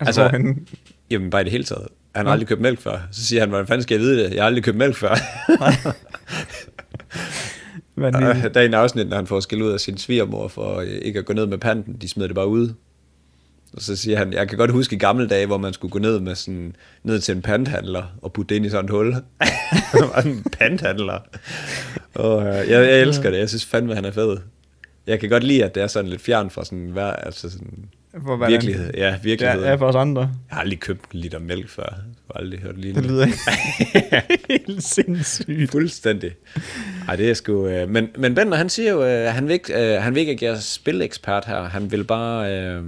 Speaker 2: Altså-
Speaker 1: altså han,
Speaker 2: Jamen bare i det hele taget. Han har aldrig købt mælk før. Så siger han, hvordan fanden skal jeg vide det? Jeg har aldrig købt mælk før.
Speaker 1: hvad er det?
Speaker 2: Og Øh, der er en afsnit, når han får skæld ud af sin svigermor for øh, ikke at gå ned med panten. De smider det bare ud. Og så siger han, jeg kan godt huske i gamle dage, hvor man skulle gå ned, med sådan, ned til en panthandler og putte det ind i sådan et hul. en panthandler. Og, øh, jeg, jeg, elsker det. Jeg synes fandme, han er fed. Jeg kan godt lide, at det er sådan lidt fjern fra sådan, hver, altså sådan
Speaker 1: For hvordan-
Speaker 2: virkelighed. Ja, virkeligheden.
Speaker 1: Ja, ja, for os andre.
Speaker 2: Jeg har aldrig købt en liter mælk før. Jeg har aldrig hørt lige
Speaker 1: Det lyder helt sindssygt.
Speaker 2: Fuldstændig. Ej, det er sgu... Øh, men, men Bender, han siger jo, øh, han, vil ikke, øh, han vil ikke agere spilekspert her. Han vil bare øh,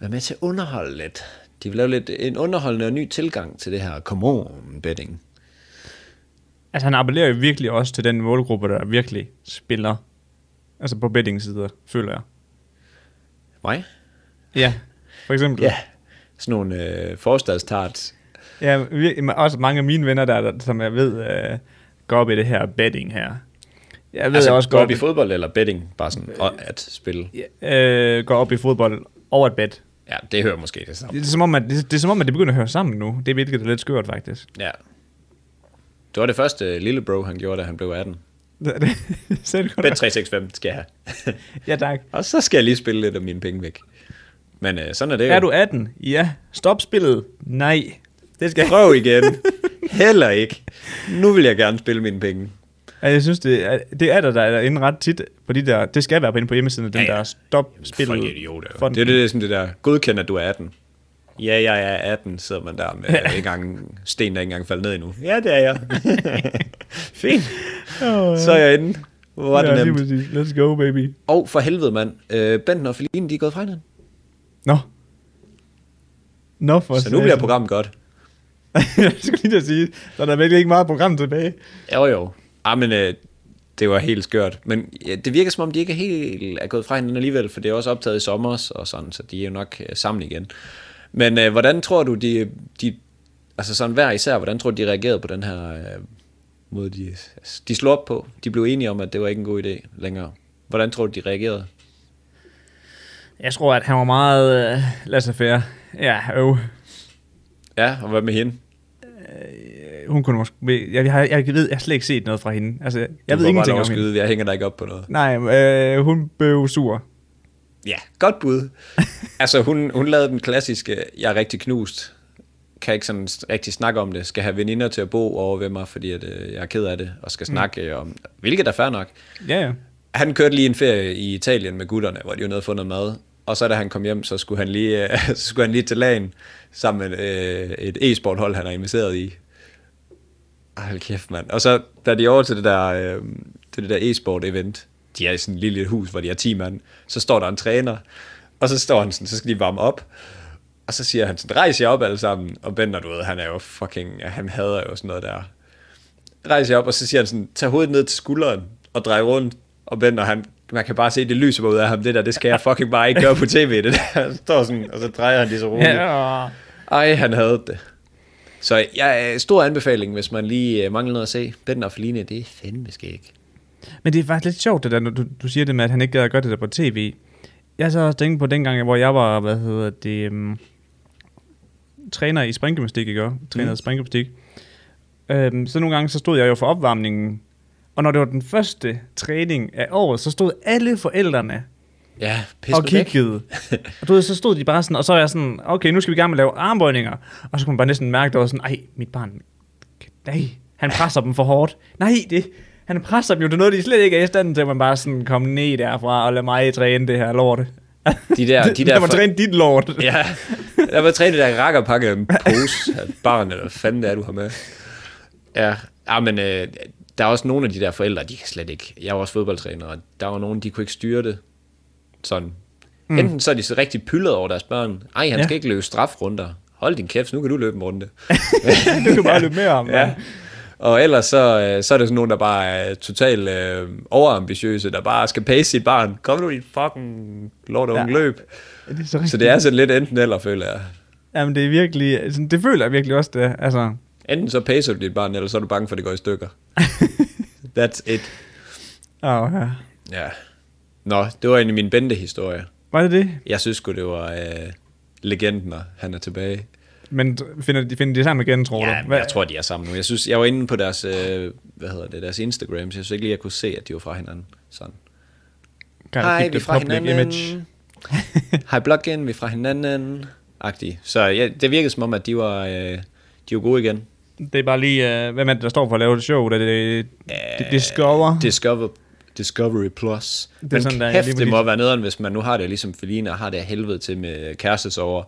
Speaker 2: være med til at underholde lidt. De vil lave lidt en underholdende og ny tilgang til det her come on betting.
Speaker 1: Altså, han appellerer jo virkelig også til den målgruppe, der virkelig spiller. Altså på betting-sider, føler jeg.
Speaker 2: Mig?
Speaker 1: Ja. For eksempel.
Speaker 2: Ja. Sådan nogle øh, forstadstart
Speaker 1: Ja, virkelig, men også mange af mine venner, der, der som jeg ved, øh, går op i det her betting her. Jeg ved
Speaker 2: Altså,
Speaker 1: også
Speaker 2: går
Speaker 1: godt,
Speaker 2: op i fodbold eller betting, bare sådan, og at spille.
Speaker 1: øh, går op i fodbold over et bet.
Speaker 2: Ja, det hører måske det samme.
Speaker 1: Det er, som om, at, det, det er som om, at det begynder at høre sammen nu. Det er virkelig lidt skørt, faktisk.
Speaker 2: Ja. Det var det første øh, lille bro, han gjorde, da han blev 18.
Speaker 1: Selv godt.
Speaker 2: Bet 365 skal jeg have.
Speaker 1: Ja, tak.
Speaker 2: og så skal jeg lige spille lidt af mine penge væk. Men øh, sådan er det jo.
Speaker 1: Er du 18? Ja. Stop spillet? Nej. Det skal jeg.
Speaker 2: Prøv igen. Heller ikke. Nu vil jeg gerne spille mine penge.
Speaker 1: Ja, Jeg synes, det er, det er der, der er inde ret tit på de der... Det skal være på inde på hjemmesiden, den
Speaker 2: Ja,
Speaker 1: ja,
Speaker 2: ja.
Speaker 1: ja. der stop spillet.
Speaker 2: Folk er idioter. jo.
Speaker 1: Fonden.
Speaker 2: Det er det, det, er sådan det der, godkend at du er 18. Ja, jeg er 18, sidder man der med ikke engang, sten, der ikke engang faldt ned endnu. Ja, det er jeg. Fint.
Speaker 1: Åh,
Speaker 2: Så er jeg inde. Hvor var
Speaker 1: ja,
Speaker 2: det
Speaker 1: lige
Speaker 2: nemt.
Speaker 1: præcis. Let's go, baby.
Speaker 2: Og for helvede, mand. Øh, Benten og Feline, de er gået fra hinanden.
Speaker 1: Nå. Nå, for
Speaker 2: Så nu bliver programmet godt.
Speaker 1: jeg skulle lige til at sige, så er der virkelig ikke meget program tilbage.
Speaker 2: Jo, jo. Ah, men øh, det var helt skørt. Men ja, det virker som om, de ikke er helt er gået fra hinanden alligevel, for det er også optaget i sommer og sådan, så de er jo nok øh, sammen igen. Men øh, hvordan tror du, de, de, altså sådan hver især, hvordan tror du, de reagerede på den her øh, måde, de, altså, de slog op på? De blev enige om, at det var ikke en god idé længere. Hvordan tror du, de reagerede?
Speaker 1: Jeg tror, at han var meget... Øh, lad os affære. Ja, øv.
Speaker 2: Ja, og hvad med hende?
Speaker 1: Øh, Hun kunne måske... Jeg, jeg, har- jeg, ved, jeg har slet ikke set noget fra hende. Altså, jeg
Speaker 2: du
Speaker 1: ved
Speaker 2: får bare
Speaker 1: ingenting
Speaker 2: lov
Speaker 1: om
Speaker 2: at
Speaker 1: hende.
Speaker 2: skyde, Jeg hænger dig ikke op på noget.
Speaker 1: Nej, øh, hun blev sur.
Speaker 2: Ja, godt bud. altså, hun, hun lavede den klassiske, jeg er rigtig knust, kan ikke sådan rigtig snakke om det, skal have veninder til at bo over ved mig, fordi at, øh, jeg er ked af det, og skal snakke øh, om, hvilket er fair nok.
Speaker 1: Ja, ja.
Speaker 2: Han kørte lige en ferie i Italien med gutterne, hvor de var nede og få noget mad, og så da han kom hjem, så skulle han lige, øh, så skulle han lige til lagen sammen med øh, et e-sport hold, han er investeret i. Ej, Hold kæft, mand. Og så, da de er over til det der, øh, til det der e-sport event, de er i sådan et lille hus, hvor de er 10 mand, så står der en træner, og så står han sådan, så skal de varme op, og så siger han sådan, rejs jer op alle sammen, og Bender, du ved, han er jo fucking, han hader jo sådan noget der. Rejs jer op, og så siger han sådan, tag hovedet ned til skulderen, og drej rundt, og Bender, han, man kan bare se, det lyser bare ud af ham, det der, det skal jeg fucking bare ikke gøre på tv, det der. Så står sådan, og så drejer han lige så roligt.
Speaker 1: ja.
Speaker 2: Ej, han havde det. Så ja, stor anbefaling, hvis man lige øh, mangler noget at se. Ben og Feline, det er fandme skæg.
Speaker 1: Men det er faktisk lidt sjovt, det der, når du, du siger det med, at han ikke gad at gøre det der på tv. Jeg har så også tænkt på dengang, hvor jeg var, hvad hedder det, um, træner i springgymnastik, ikke? også? Træner
Speaker 2: Mm.
Speaker 1: i springgymnastik. Um, så nogle gange, så stod jeg jo for opvarmningen. Og når det var den første træning af året, så stod alle forældrene
Speaker 2: Ja, pis
Speaker 1: og
Speaker 2: mig væk.
Speaker 1: kiggede. og du ved, så stod de bare sådan, og så var jeg sådan, okay, nu skal vi i gang med at lave armbøjninger. Og så kunne man bare næsten mærke, at der var sådan, ej, mit barn, nej, han presser dem for hårdt. Nej, det, han presser dem jo, det er noget, de slet ikke er i stand til, man bare sådan, kom ned derfra og lad mig træne det her lort.
Speaker 2: De der- de der
Speaker 1: lad mig
Speaker 2: for-
Speaker 1: træne dit lort. Ja.
Speaker 2: Ja, der var træne der rakkerpakke en pose af et barn, eller hvad fanden det er, du har med. Ja, ja men øh, der er også nogle af de der forældre, de kan slet ikke. Jeg var også fodboldtræner, og der var nogen, de kunne ikke styre det. Sådan. Mm. Enten så er de så rigtig pyllet over deres børn. Ej, han ja.
Speaker 1: Ja.
Speaker 2: skal ikke løbe strafrunder. Hold din kæft, nu kan du løbe en runde.
Speaker 1: Du kan bare løbe med om,
Speaker 2: Ja.
Speaker 1: ja.
Speaker 2: Og ellers så, øh, så er det sådan nogen, der bare er totalt øh, overambitiøse, der bare skal pace sit barn. Kom nu i fucking lort og ja.
Speaker 1: Ja.
Speaker 2: løb.
Speaker 1: Det er så,
Speaker 2: Så det er sådan lidt enten eller, føler jeg.
Speaker 1: Jamen, det er virkelig, sådan, det føler jeg virkelig også, det er, altså.
Speaker 2: Enten så pacer du dit barn, eller så er du bange for, at det går i stykker. That's it.
Speaker 1: Åh, ja.
Speaker 2: Ja. Nå, det var egentlig min Bente-historie.
Speaker 1: Var det det?
Speaker 2: Jeg synes sgu, det var øh, legenden, og han er tilbage.
Speaker 1: Men finder de, finder de sammen igen, tror
Speaker 2: Ja,
Speaker 1: du?
Speaker 2: men jeg tror, de er sammen nu. Jeg synes, jeg var inde på deres, øh, hvad hedder det, deres Instagram, så jeg synes ikke lige, jeg kunne se, at de var fra hinanden. Sådan.
Speaker 1: Kan jeg
Speaker 2: Hej,
Speaker 1: keep
Speaker 2: vi er
Speaker 1: the
Speaker 2: fra
Speaker 1: public
Speaker 2: hinanden. Hej, blokken, vi er fra hinanden. Agtig. Så ja, det virkede som om, at de var, øh, de var gode igen.
Speaker 1: Det er bare lige, øh, hvem er det, der står for at lave det show? Det, det, det, det skover.
Speaker 2: Discover, Discovery Plus. Det
Speaker 1: er
Speaker 2: Men sådan,
Speaker 1: sådan, der
Speaker 2: der
Speaker 1: er
Speaker 2: kæft,
Speaker 1: lige
Speaker 2: det må
Speaker 1: præcis.
Speaker 2: være nederen, hvis man nu har det ligesom Feline, og har det af helvede til med kærestes over,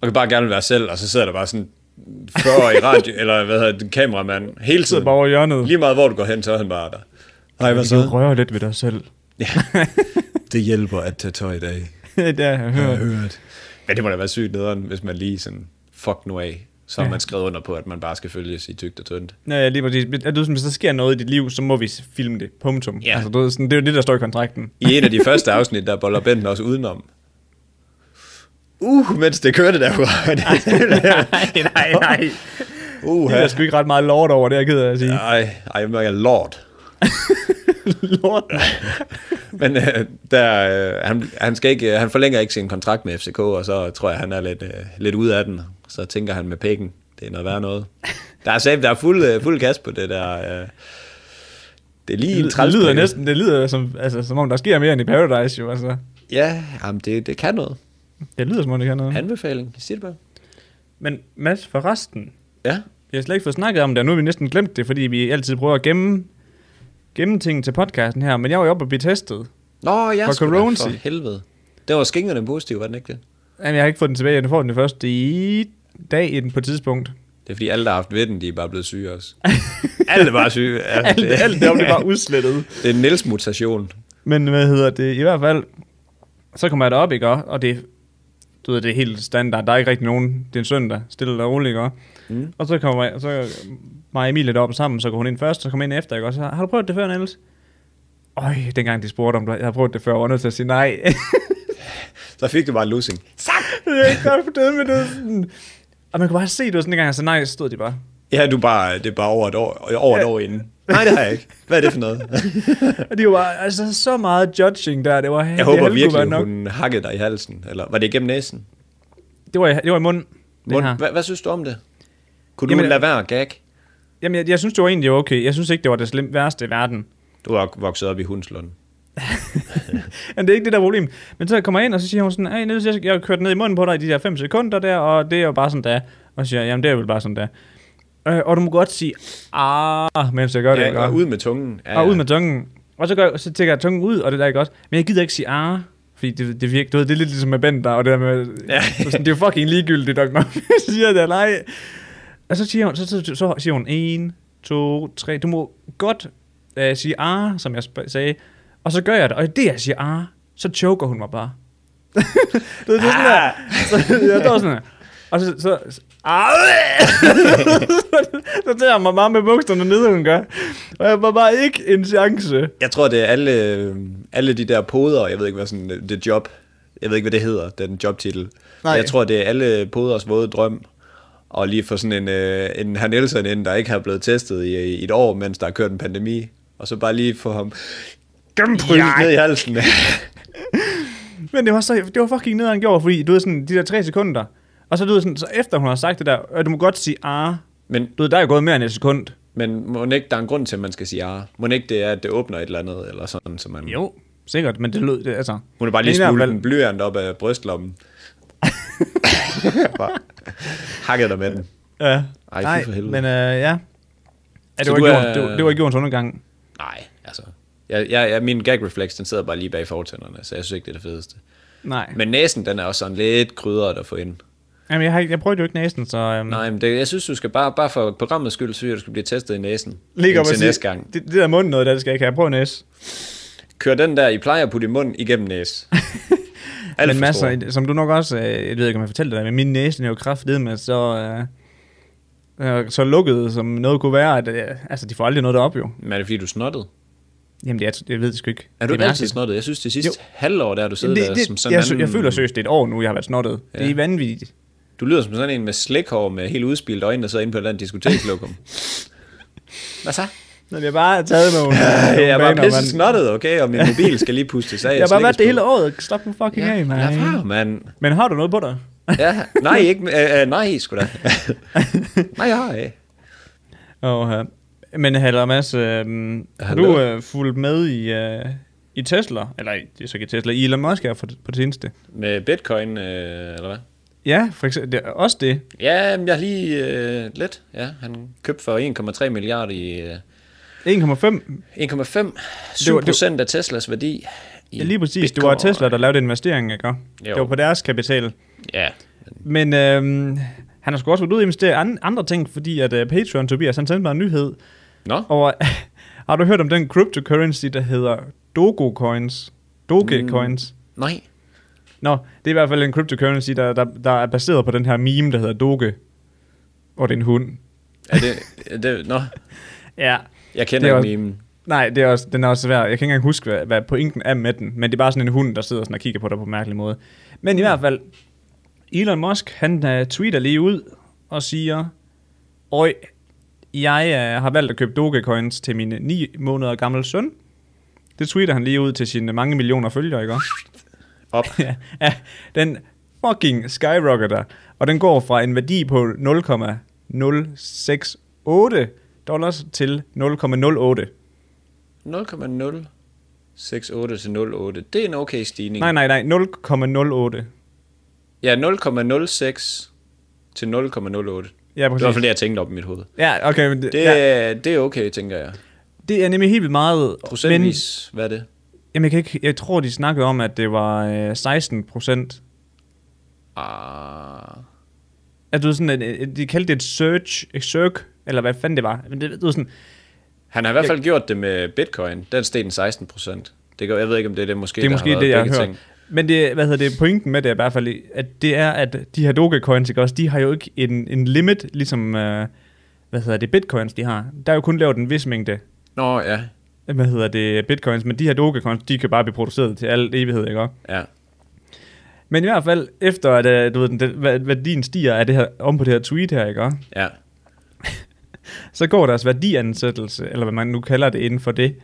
Speaker 2: og kan bare gerne være selv, og så sidder der bare sådan 40 i radio, eller hvad hedder det, kameramand, hele
Speaker 1: sidder
Speaker 2: tiden.
Speaker 1: bare over i hjørnet.
Speaker 2: Lige meget hvor du går hen, så er han bare der. Hej, hvad
Speaker 1: Du
Speaker 2: så?
Speaker 1: rører lidt ved dig selv.
Speaker 2: Det hjælper at tage tøj i dag.
Speaker 1: det har jeg hørt.
Speaker 2: hørt. Men det må da være sygt nederen, hvis man lige sådan, fuck nu af, så har
Speaker 1: Ja.
Speaker 2: man skrevet under på, at man bare skal følges i tygt og tyndt.
Speaker 1: Ja, ja, lige præcis. Men Er du sådan, hvis der sker noget i dit liv, så må vi filme det. Punktum.
Speaker 2: Ja.
Speaker 1: Altså, du ved, sådan, det er jo det, der står i kontrakten.
Speaker 2: I en af de første afsnit, der boller Benten også udenom. uh, mens det kørte derfra.
Speaker 1: nej, nej, nej.
Speaker 2: uh,
Speaker 1: Det er der sgu ikke ret meget lort over, det er jeg ked af at sige.
Speaker 2: Ej, ej, jeg er lord.
Speaker 1: lort?
Speaker 2: Men øh, der, øh, han, han, skal ikke, øh, han forlænger ikke sin kontrakt med FCK, og så tror jeg, han er lidt, øh, lidt ude af den. Så tænker han med pækken, det er noget værre noget. Der er, sat, der er fuld, øh, fuld gas på det der. Øh, det er lige en
Speaker 1: Det
Speaker 2: træls
Speaker 1: lyder
Speaker 2: periode.
Speaker 1: næsten, det lyder som, altså, som om der sker mere end i Paradise jo, altså.
Speaker 2: Ja, jamen det, det kan noget.
Speaker 1: Det lyder som om det kan noget.
Speaker 2: Anbefaling, sig det bare.
Speaker 1: Men Mads, for resten,
Speaker 2: Ja,
Speaker 1: vi har slet ikke fået snakket om det, og nu har vi næsten glemt det, fordi vi altid prøver at gemme, gemme ting til podcasten her, men jeg var jo oppe og blive testet.
Speaker 2: Nå, jeg
Speaker 1: For
Speaker 2: for corona.
Speaker 1: Coronzi.
Speaker 2: For helvede. Det var skingerne positiv, var den ikke det?
Speaker 1: Jamen, jeg har ikke fået den tilbage, jeg får den først i dag i den på et tidspunkt.
Speaker 2: Det er fordi alle, der har haft ved den, de er bare blevet syge også. alle er bare syge. Altså, Ja,
Speaker 1: Alt, alt det, om det er bare udslettet.
Speaker 2: det er en Niels mutation.
Speaker 1: Men hvad hedder det? I hvert fald, så kommer jeg derop, ikke? også? Og det, du ved, det er helt standard. Der er ikke rigtig nogen. Det er en søndag. Stille og roligt, ikke? også?
Speaker 2: Mm.
Speaker 1: Og så kommer jeg, så mig og Emilie derop sammen, så går hun ind først, så kommer jeg ind efter, ikke? Og så har du prøvet det før, Niels? Øj, dengang de spurgte om det, jeg har prøvet det før, og var nødt til at sige nej.
Speaker 2: Så fik du bare en losing.
Speaker 1: jeg er ikke godt for det, men det var sådan... Og man kunne bare se, det var sådan en gang, jeg sagde nej, så stod de bare.
Speaker 2: Ja, du er bare, det er bare over et år, over et år inden. Nej, det har jeg ikke. Hvad er det for noget?
Speaker 1: Og det var altså så meget judging der, det var
Speaker 2: Jeg håber
Speaker 1: det
Speaker 2: virkelig, nok. hun hakkede dig i halsen. Eller var det igennem næsen?
Speaker 1: Det var, i- det var i munden. det her.
Speaker 2: Mund, hvad, hvad synes du om det? Kunne du
Speaker 1: Jamen,
Speaker 2: Jamen, øh- lade være at gag?
Speaker 1: Jamen, jeg, jeg synes, det var egentlig okay. Jeg synes ikke, det var det slemt værste i verden.
Speaker 2: Du har vokset op i Hundslund.
Speaker 1: Men det er ikke det der er problem. Men så kommer jeg ind, og så siger hun sådan, hey, Niels, jeg, jeg har kørt ned i munden på dig i de der 5 sekunder der, og det er jo bare sådan der. Og så siger jeg, jamen det er vel bare sådan der. Øh, og du må godt sige, ah, mens jeg gør det.
Speaker 2: Ja,
Speaker 1: ikke?
Speaker 2: og ud med tungen. Ja,
Speaker 1: og ud med tungen. Og så, gør, så tækker jeg tungen ud, og det der ikke også. Men jeg gider ikke sige, ah, fordi det, det virker, du ved, det er lidt ligesom med Bender, og det der med, ja.
Speaker 2: Ja.
Speaker 1: Øh, så sådan, det er jo fucking ligegyldigt, nok, når jeg siger det, eller ej. Og så siger hun, så, så, så siger hun, en, to, tre, du må godt øh, sige ah, som jeg sp- sagde, og så gør jeg det, og i det, jeg siger ah, så choker hun mig bare. du ved, det er sådan der, så, jeg står sådan her, og så, så, så ah, så tager hun mig bare med bukserne nede, hun gør, og jeg var bare ikke en chance.
Speaker 2: Jeg tror, det er alle, alle de der poder, jeg ved ikke, hvad sådan, det job, jeg ved ikke, hvad det hedder, den jobtitel.
Speaker 1: Nej.
Speaker 2: Nej. Jeg tror, det er alle poders våde drøm, og lige få sådan en, øh, en herr Nielsen ind, der ikke har blevet testet i, i et år, mens der har kørt en pandemi, og så bare lige få ham gennempryllet
Speaker 1: Ja.
Speaker 2: ned i halsen.
Speaker 1: Men det var, så, det var fucking nederen gjort, fordi du ved sådan, de der tre sekunder, og så du ved sådan, så efter hun har sagt det der, øh, du må godt sige, ah,
Speaker 2: men,
Speaker 1: du ved, der er jo gået mere end et sekund.
Speaker 2: men må ikke, der er en grund til, at man skal sige, ah, må ikke det er, at det åbner et eller andet, eller sådan, så man...
Speaker 1: Jo, sikkert, men det lød, det, altså.
Speaker 2: Hun er bare lige
Speaker 1: Men i hvert
Speaker 2: smule
Speaker 1: fald-
Speaker 2: en blyant op af brystlommen. bare hakket dig med den.
Speaker 1: Ja.
Speaker 2: Ej, fy
Speaker 1: Nej,
Speaker 2: for helvede.
Speaker 1: men øh, ja. Ja,
Speaker 2: Så
Speaker 1: det var,
Speaker 2: du
Speaker 1: ikke
Speaker 2: er-
Speaker 1: jorden, det, var, det var ikke jordens undergang.
Speaker 2: Nej, altså. Jeg, jeg, jeg, min gag reflex, den sidder bare lige bag fortænderne, så jeg synes ikke, det er det fedeste.
Speaker 1: Nej. Men,
Speaker 2: Men næsen, den er også sådan lidt krydret at få ind.
Speaker 1: Jamen, jeg, har, ikke- jeg prøvede jo ikke næsten, så... Øhm,
Speaker 2: Nej, men det, jeg synes, du skal bare, bare for programmets skyld, synes jeg, du skal blive testet i næsen.
Speaker 1: Ligger op og
Speaker 2: til
Speaker 1: siger,
Speaker 2: næste gang.
Speaker 1: Det, det der mund noget, der det skal jeg ikke have. Prøv næs.
Speaker 2: Kør den der, I plejer at putte i munden igennem næse. Alt
Speaker 1: Men
Speaker 2: for stor.
Speaker 1: masser, som du nok også... Øh, jeg ved ikke, om jeg fortalte dig, men min næse er jo kraftedet med så... Øh, øh, så lukket, som noget kunne være. At, øh, altså, de får aldrig noget derop, jo.
Speaker 2: Men er det fordi, du er snottet?
Speaker 1: Jamen, det er, jeg ved det sgu ikke.
Speaker 2: Er du
Speaker 1: det
Speaker 2: ikke altid snottet? Jeg synes, det sidste
Speaker 1: Jo.
Speaker 2: jo. halvår, der har du
Speaker 1: Jamen,
Speaker 2: siddet
Speaker 1: det,
Speaker 2: det, der
Speaker 1: det,
Speaker 2: som sådan
Speaker 1: jeg,
Speaker 2: anden,
Speaker 1: sy- jeg føler seriøst, det er et år nu, jeg har været snottet. Ja. Det er
Speaker 2: Ja.
Speaker 1: vanvittigt.
Speaker 2: Du lyder som sådan en med slikhår med helt udspildt øjne, der sidder inde på et eller andet diskoteklokum. Hvad så?
Speaker 1: Men jeg har bare taget nogle... nogle
Speaker 2: Jeg er
Speaker 1: baner,
Speaker 2: bare pisse
Speaker 1: mand.
Speaker 2: snottet, okay? Og min mobil skal lige pustes af.
Speaker 1: Jeg har bare været det
Speaker 2: Slikkes
Speaker 1: hele året. Slap nu fucking af,
Speaker 2: Ja, lad
Speaker 1: mand.
Speaker 2: være, mand.
Speaker 1: Men har du noget på dig?
Speaker 2: Ja, nej, ikke, øh, øh, nej, sgu da. nej, jeg har øh. ikke.
Speaker 1: Åh, ja. Men Haller Mads, øh, har
Speaker 2: Hallo.
Speaker 1: du øh, fulgt med i, øh, i Tesla? Eller i- det er så ikke i Tesla, i Elon Musk her på, på det seneste.
Speaker 2: Med bitcoin, øh, eller hvad?
Speaker 1: Ja, for eksempel, det er også det.
Speaker 2: Ja, men jeg har lige øh, lidt. Ja, han købte for 1,3 milliarder i øh,
Speaker 1: 1,5.
Speaker 2: 1,5.
Speaker 1: Det var-
Speaker 2: 7
Speaker 1: det-
Speaker 2: procent af Teslas værdi. i
Speaker 1: Ja, lige præcis. Det
Speaker 2: bitcoin.
Speaker 1: var Tesla, der lavede investeringen, ikke? Jo. Det
Speaker 2: Jo.
Speaker 1: var på deres kapital.
Speaker 2: Ja,
Speaker 1: Men øh, han har sgu også været ude og investere i an- andre ting, fordi at øh, Patreon Tobias, han sendte mig en nyhed
Speaker 2: Nå,
Speaker 1: over... har du hørt om den cryptocurrency, der hedder Dogecoins? Dogecoins?
Speaker 2: nej.
Speaker 1: Nå, det er i hvert fald en cryptocurrency, der, der, der er baseret på den her meme, der hedder Doge. Og det er en hund.
Speaker 2: Er det, er det, nå,
Speaker 1: Ja.
Speaker 2: jeg
Speaker 1: Det er
Speaker 2: kender
Speaker 1: også-
Speaker 2: ikke memen.
Speaker 1: Nej, det er også, den er også svær. Jeg kan ikke engang huske, hvad, hvad pointen er med den. Men det er bare sådan en hund, der sidder sådan og kigger på dig på en mærkelig måde. Men i hvert fald, Elon Musk, han uh, tweeter lige ud og siger, Øj, jeg uh, har valgt at købe Dogecoins til min 9 måneder gamle søn. Det tweeter han lige ud til sine mange millioner følgere, ikke også?
Speaker 2: Op.
Speaker 1: ja, ja, den fucking skyrocketer, og den går fra en værdi på 0,068 dollars til 0,08.
Speaker 2: 0,068 til 08. Det er en okay stigning.
Speaker 1: Nej, nej, nej, 0,08.
Speaker 2: Ja, 0,06 til 0,08. Det
Speaker 1: Ja,
Speaker 2: var i
Speaker 1: præcis.
Speaker 2: hvert fald det, jeg tænkte op i mit hoved.
Speaker 1: Ja, okay, men det,
Speaker 2: Det,
Speaker 1: ja,
Speaker 2: ja. det er okay, tænker jeg.
Speaker 1: det er nemlig helt vildt meget. Men,
Speaker 2: Procentvis, men... hvad er det?
Speaker 1: jamen, jeg, kan ikke, jeg tror, de snakkede om, at det var øh, 16 procent.
Speaker 2: Ah,
Speaker 1: At du ved, sådan, at, øh, de kaldte det et search, et search, eller hvad fanden det var. Men det, du ved, sådan,
Speaker 2: han har i hvert fald gjort det med bitcoin. Den steg den 16 procent. Det gør, jeg ved ikke, om det er det måske,
Speaker 1: det er
Speaker 2: der
Speaker 1: måske
Speaker 2: har
Speaker 1: det, jeg har
Speaker 2: været begge
Speaker 1: hørt.
Speaker 2: ting.
Speaker 1: Men det, hvad hedder det, pointen med det er i hvert fald, at det er, at de her Dogecoins, ikke også, de har jo ikke en, en limit, ligesom, øh, hvad hedder det, bitcoins, de har. Der er jo kun lavet en vis mængde,
Speaker 2: Nå, ja.
Speaker 1: hvad hedder det, bitcoins, men de her Dogecoins, de kan bare blive produceret til al evighed, ikke også?
Speaker 2: ja.
Speaker 1: Men i hvert fald, efter at øh, du ved, den, den, hvad- værdien stiger af det her, om på det her tweet her, ikke også?
Speaker 2: Ja,
Speaker 1: så går deres værdiansættelse, eller hvad man nu kalder det inden for det,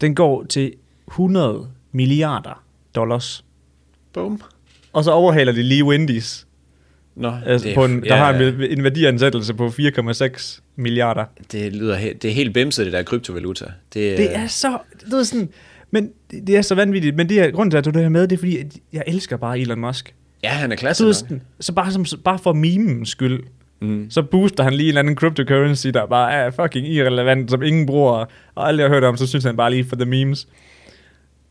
Speaker 1: den går til 100 milliarder dollars.
Speaker 2: Boom.
Speaker 1: Og så overhaler de lige Wendy's,
Speaker 2: Nå,
Speaker 1: altså
Speaker 2: det,
Speaker 1: på en, der
Speaker 2: ja,
Speaker 1: har en, en værdiansættelse på 4,6 milliarder.
Speaker 2: det lyder he- det er helt bimset, det der kryptovaluta. Det,
Speaker 1: Det er så, du ved sådan, men det, det er så vanvittigt. Men det her, grunden til, at du det her med, det er fordi, at jeg elsker bare Elon Musk.
Speaker 2: Ja, han er
Speaker 1: Så,
Speaker 2: klasse
Speaker 1: Altså, du ved
Speaker 2: nok.
Speaker 1: sådan, så bare, som, bare for memens skyld, mm. så booster han lige en eller anden cryptocurrency, der bare er fucking irrelevant, som ingen bruger, og alle jeg har hørt om, så synes han bare lige for the memes.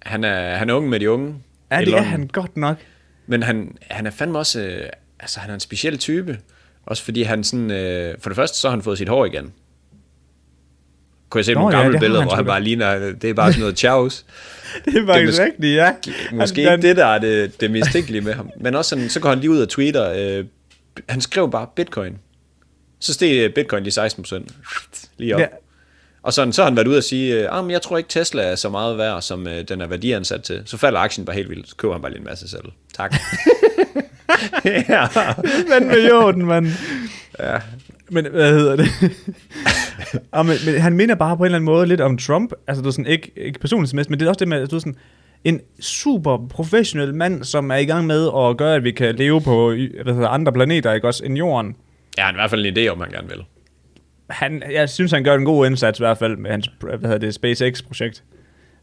Speaker 2: Han er, han er ung med de unge.
Speaker 1: Ja, det
Speaker 2: Elon.
Speaker 1: er han godt nok.
Speaker 2: Men han, han er fandme også... Øh, altså, han er en speciel type. Også fordi han sådan... Øh, for det første, så har han fået sit hår igen. Kunne jeg se
Speaker 1: Nå,
Speaker 2: nogle
Speaker 1: ja,
Speaker 2: gamle
Speaker 1: det har
Speaker 2: billeder,
Speaker 1: han
Speaker 2: hvor han
Speaker 1: sgu da.
Speaker 2: bare ligner... øh, Det er bare sådan noget chows.
Speaker 1: Det er faktisk
Speaker 2: måske-
Speaker 1: rigtigt, ja.
Speaker 2: Måske
Speaker 1: Han-
Speaker 2: ikke det, der er det, det mistænkelige med ham. Men også sådan, så går han lige ud og tweeter... Øh, han skrev bare bitcoin. Så steg øh, bitcoin lige 16 procent. Lige op.
Speaker 1: Ja.
Speaker 2: Ja. Og sådan, så har han været ude og sige, øh, ah, men jeg tror ikke Tesla er så meget værd, som øh, den er værdiansat til. Så falder aktien bare helt vildt. Så køber han bare lige en masse selv. Tak. ja.
Speaker 1: Mand med jorden, mand. Ja. Men hvad hedder det? og men, men, han minder bare på en eller anden måde lidt om Trump. Altså, du er sådan, ikke, ikke personligt mest, men det er også det med, at du er sådan, en super professionel mand, som er i gang med at gøre, at vi kan leve på øh, hvad hedder, andre planeter, ikke også, end jorden.
Speaker 2: Ja, han har i hvert fald en idé om, han gerne vil.
Speaker 1: Han, jeg synes, han gør en god indsats i hvert fald med hans hvad hedder det, SpaceX-projekt.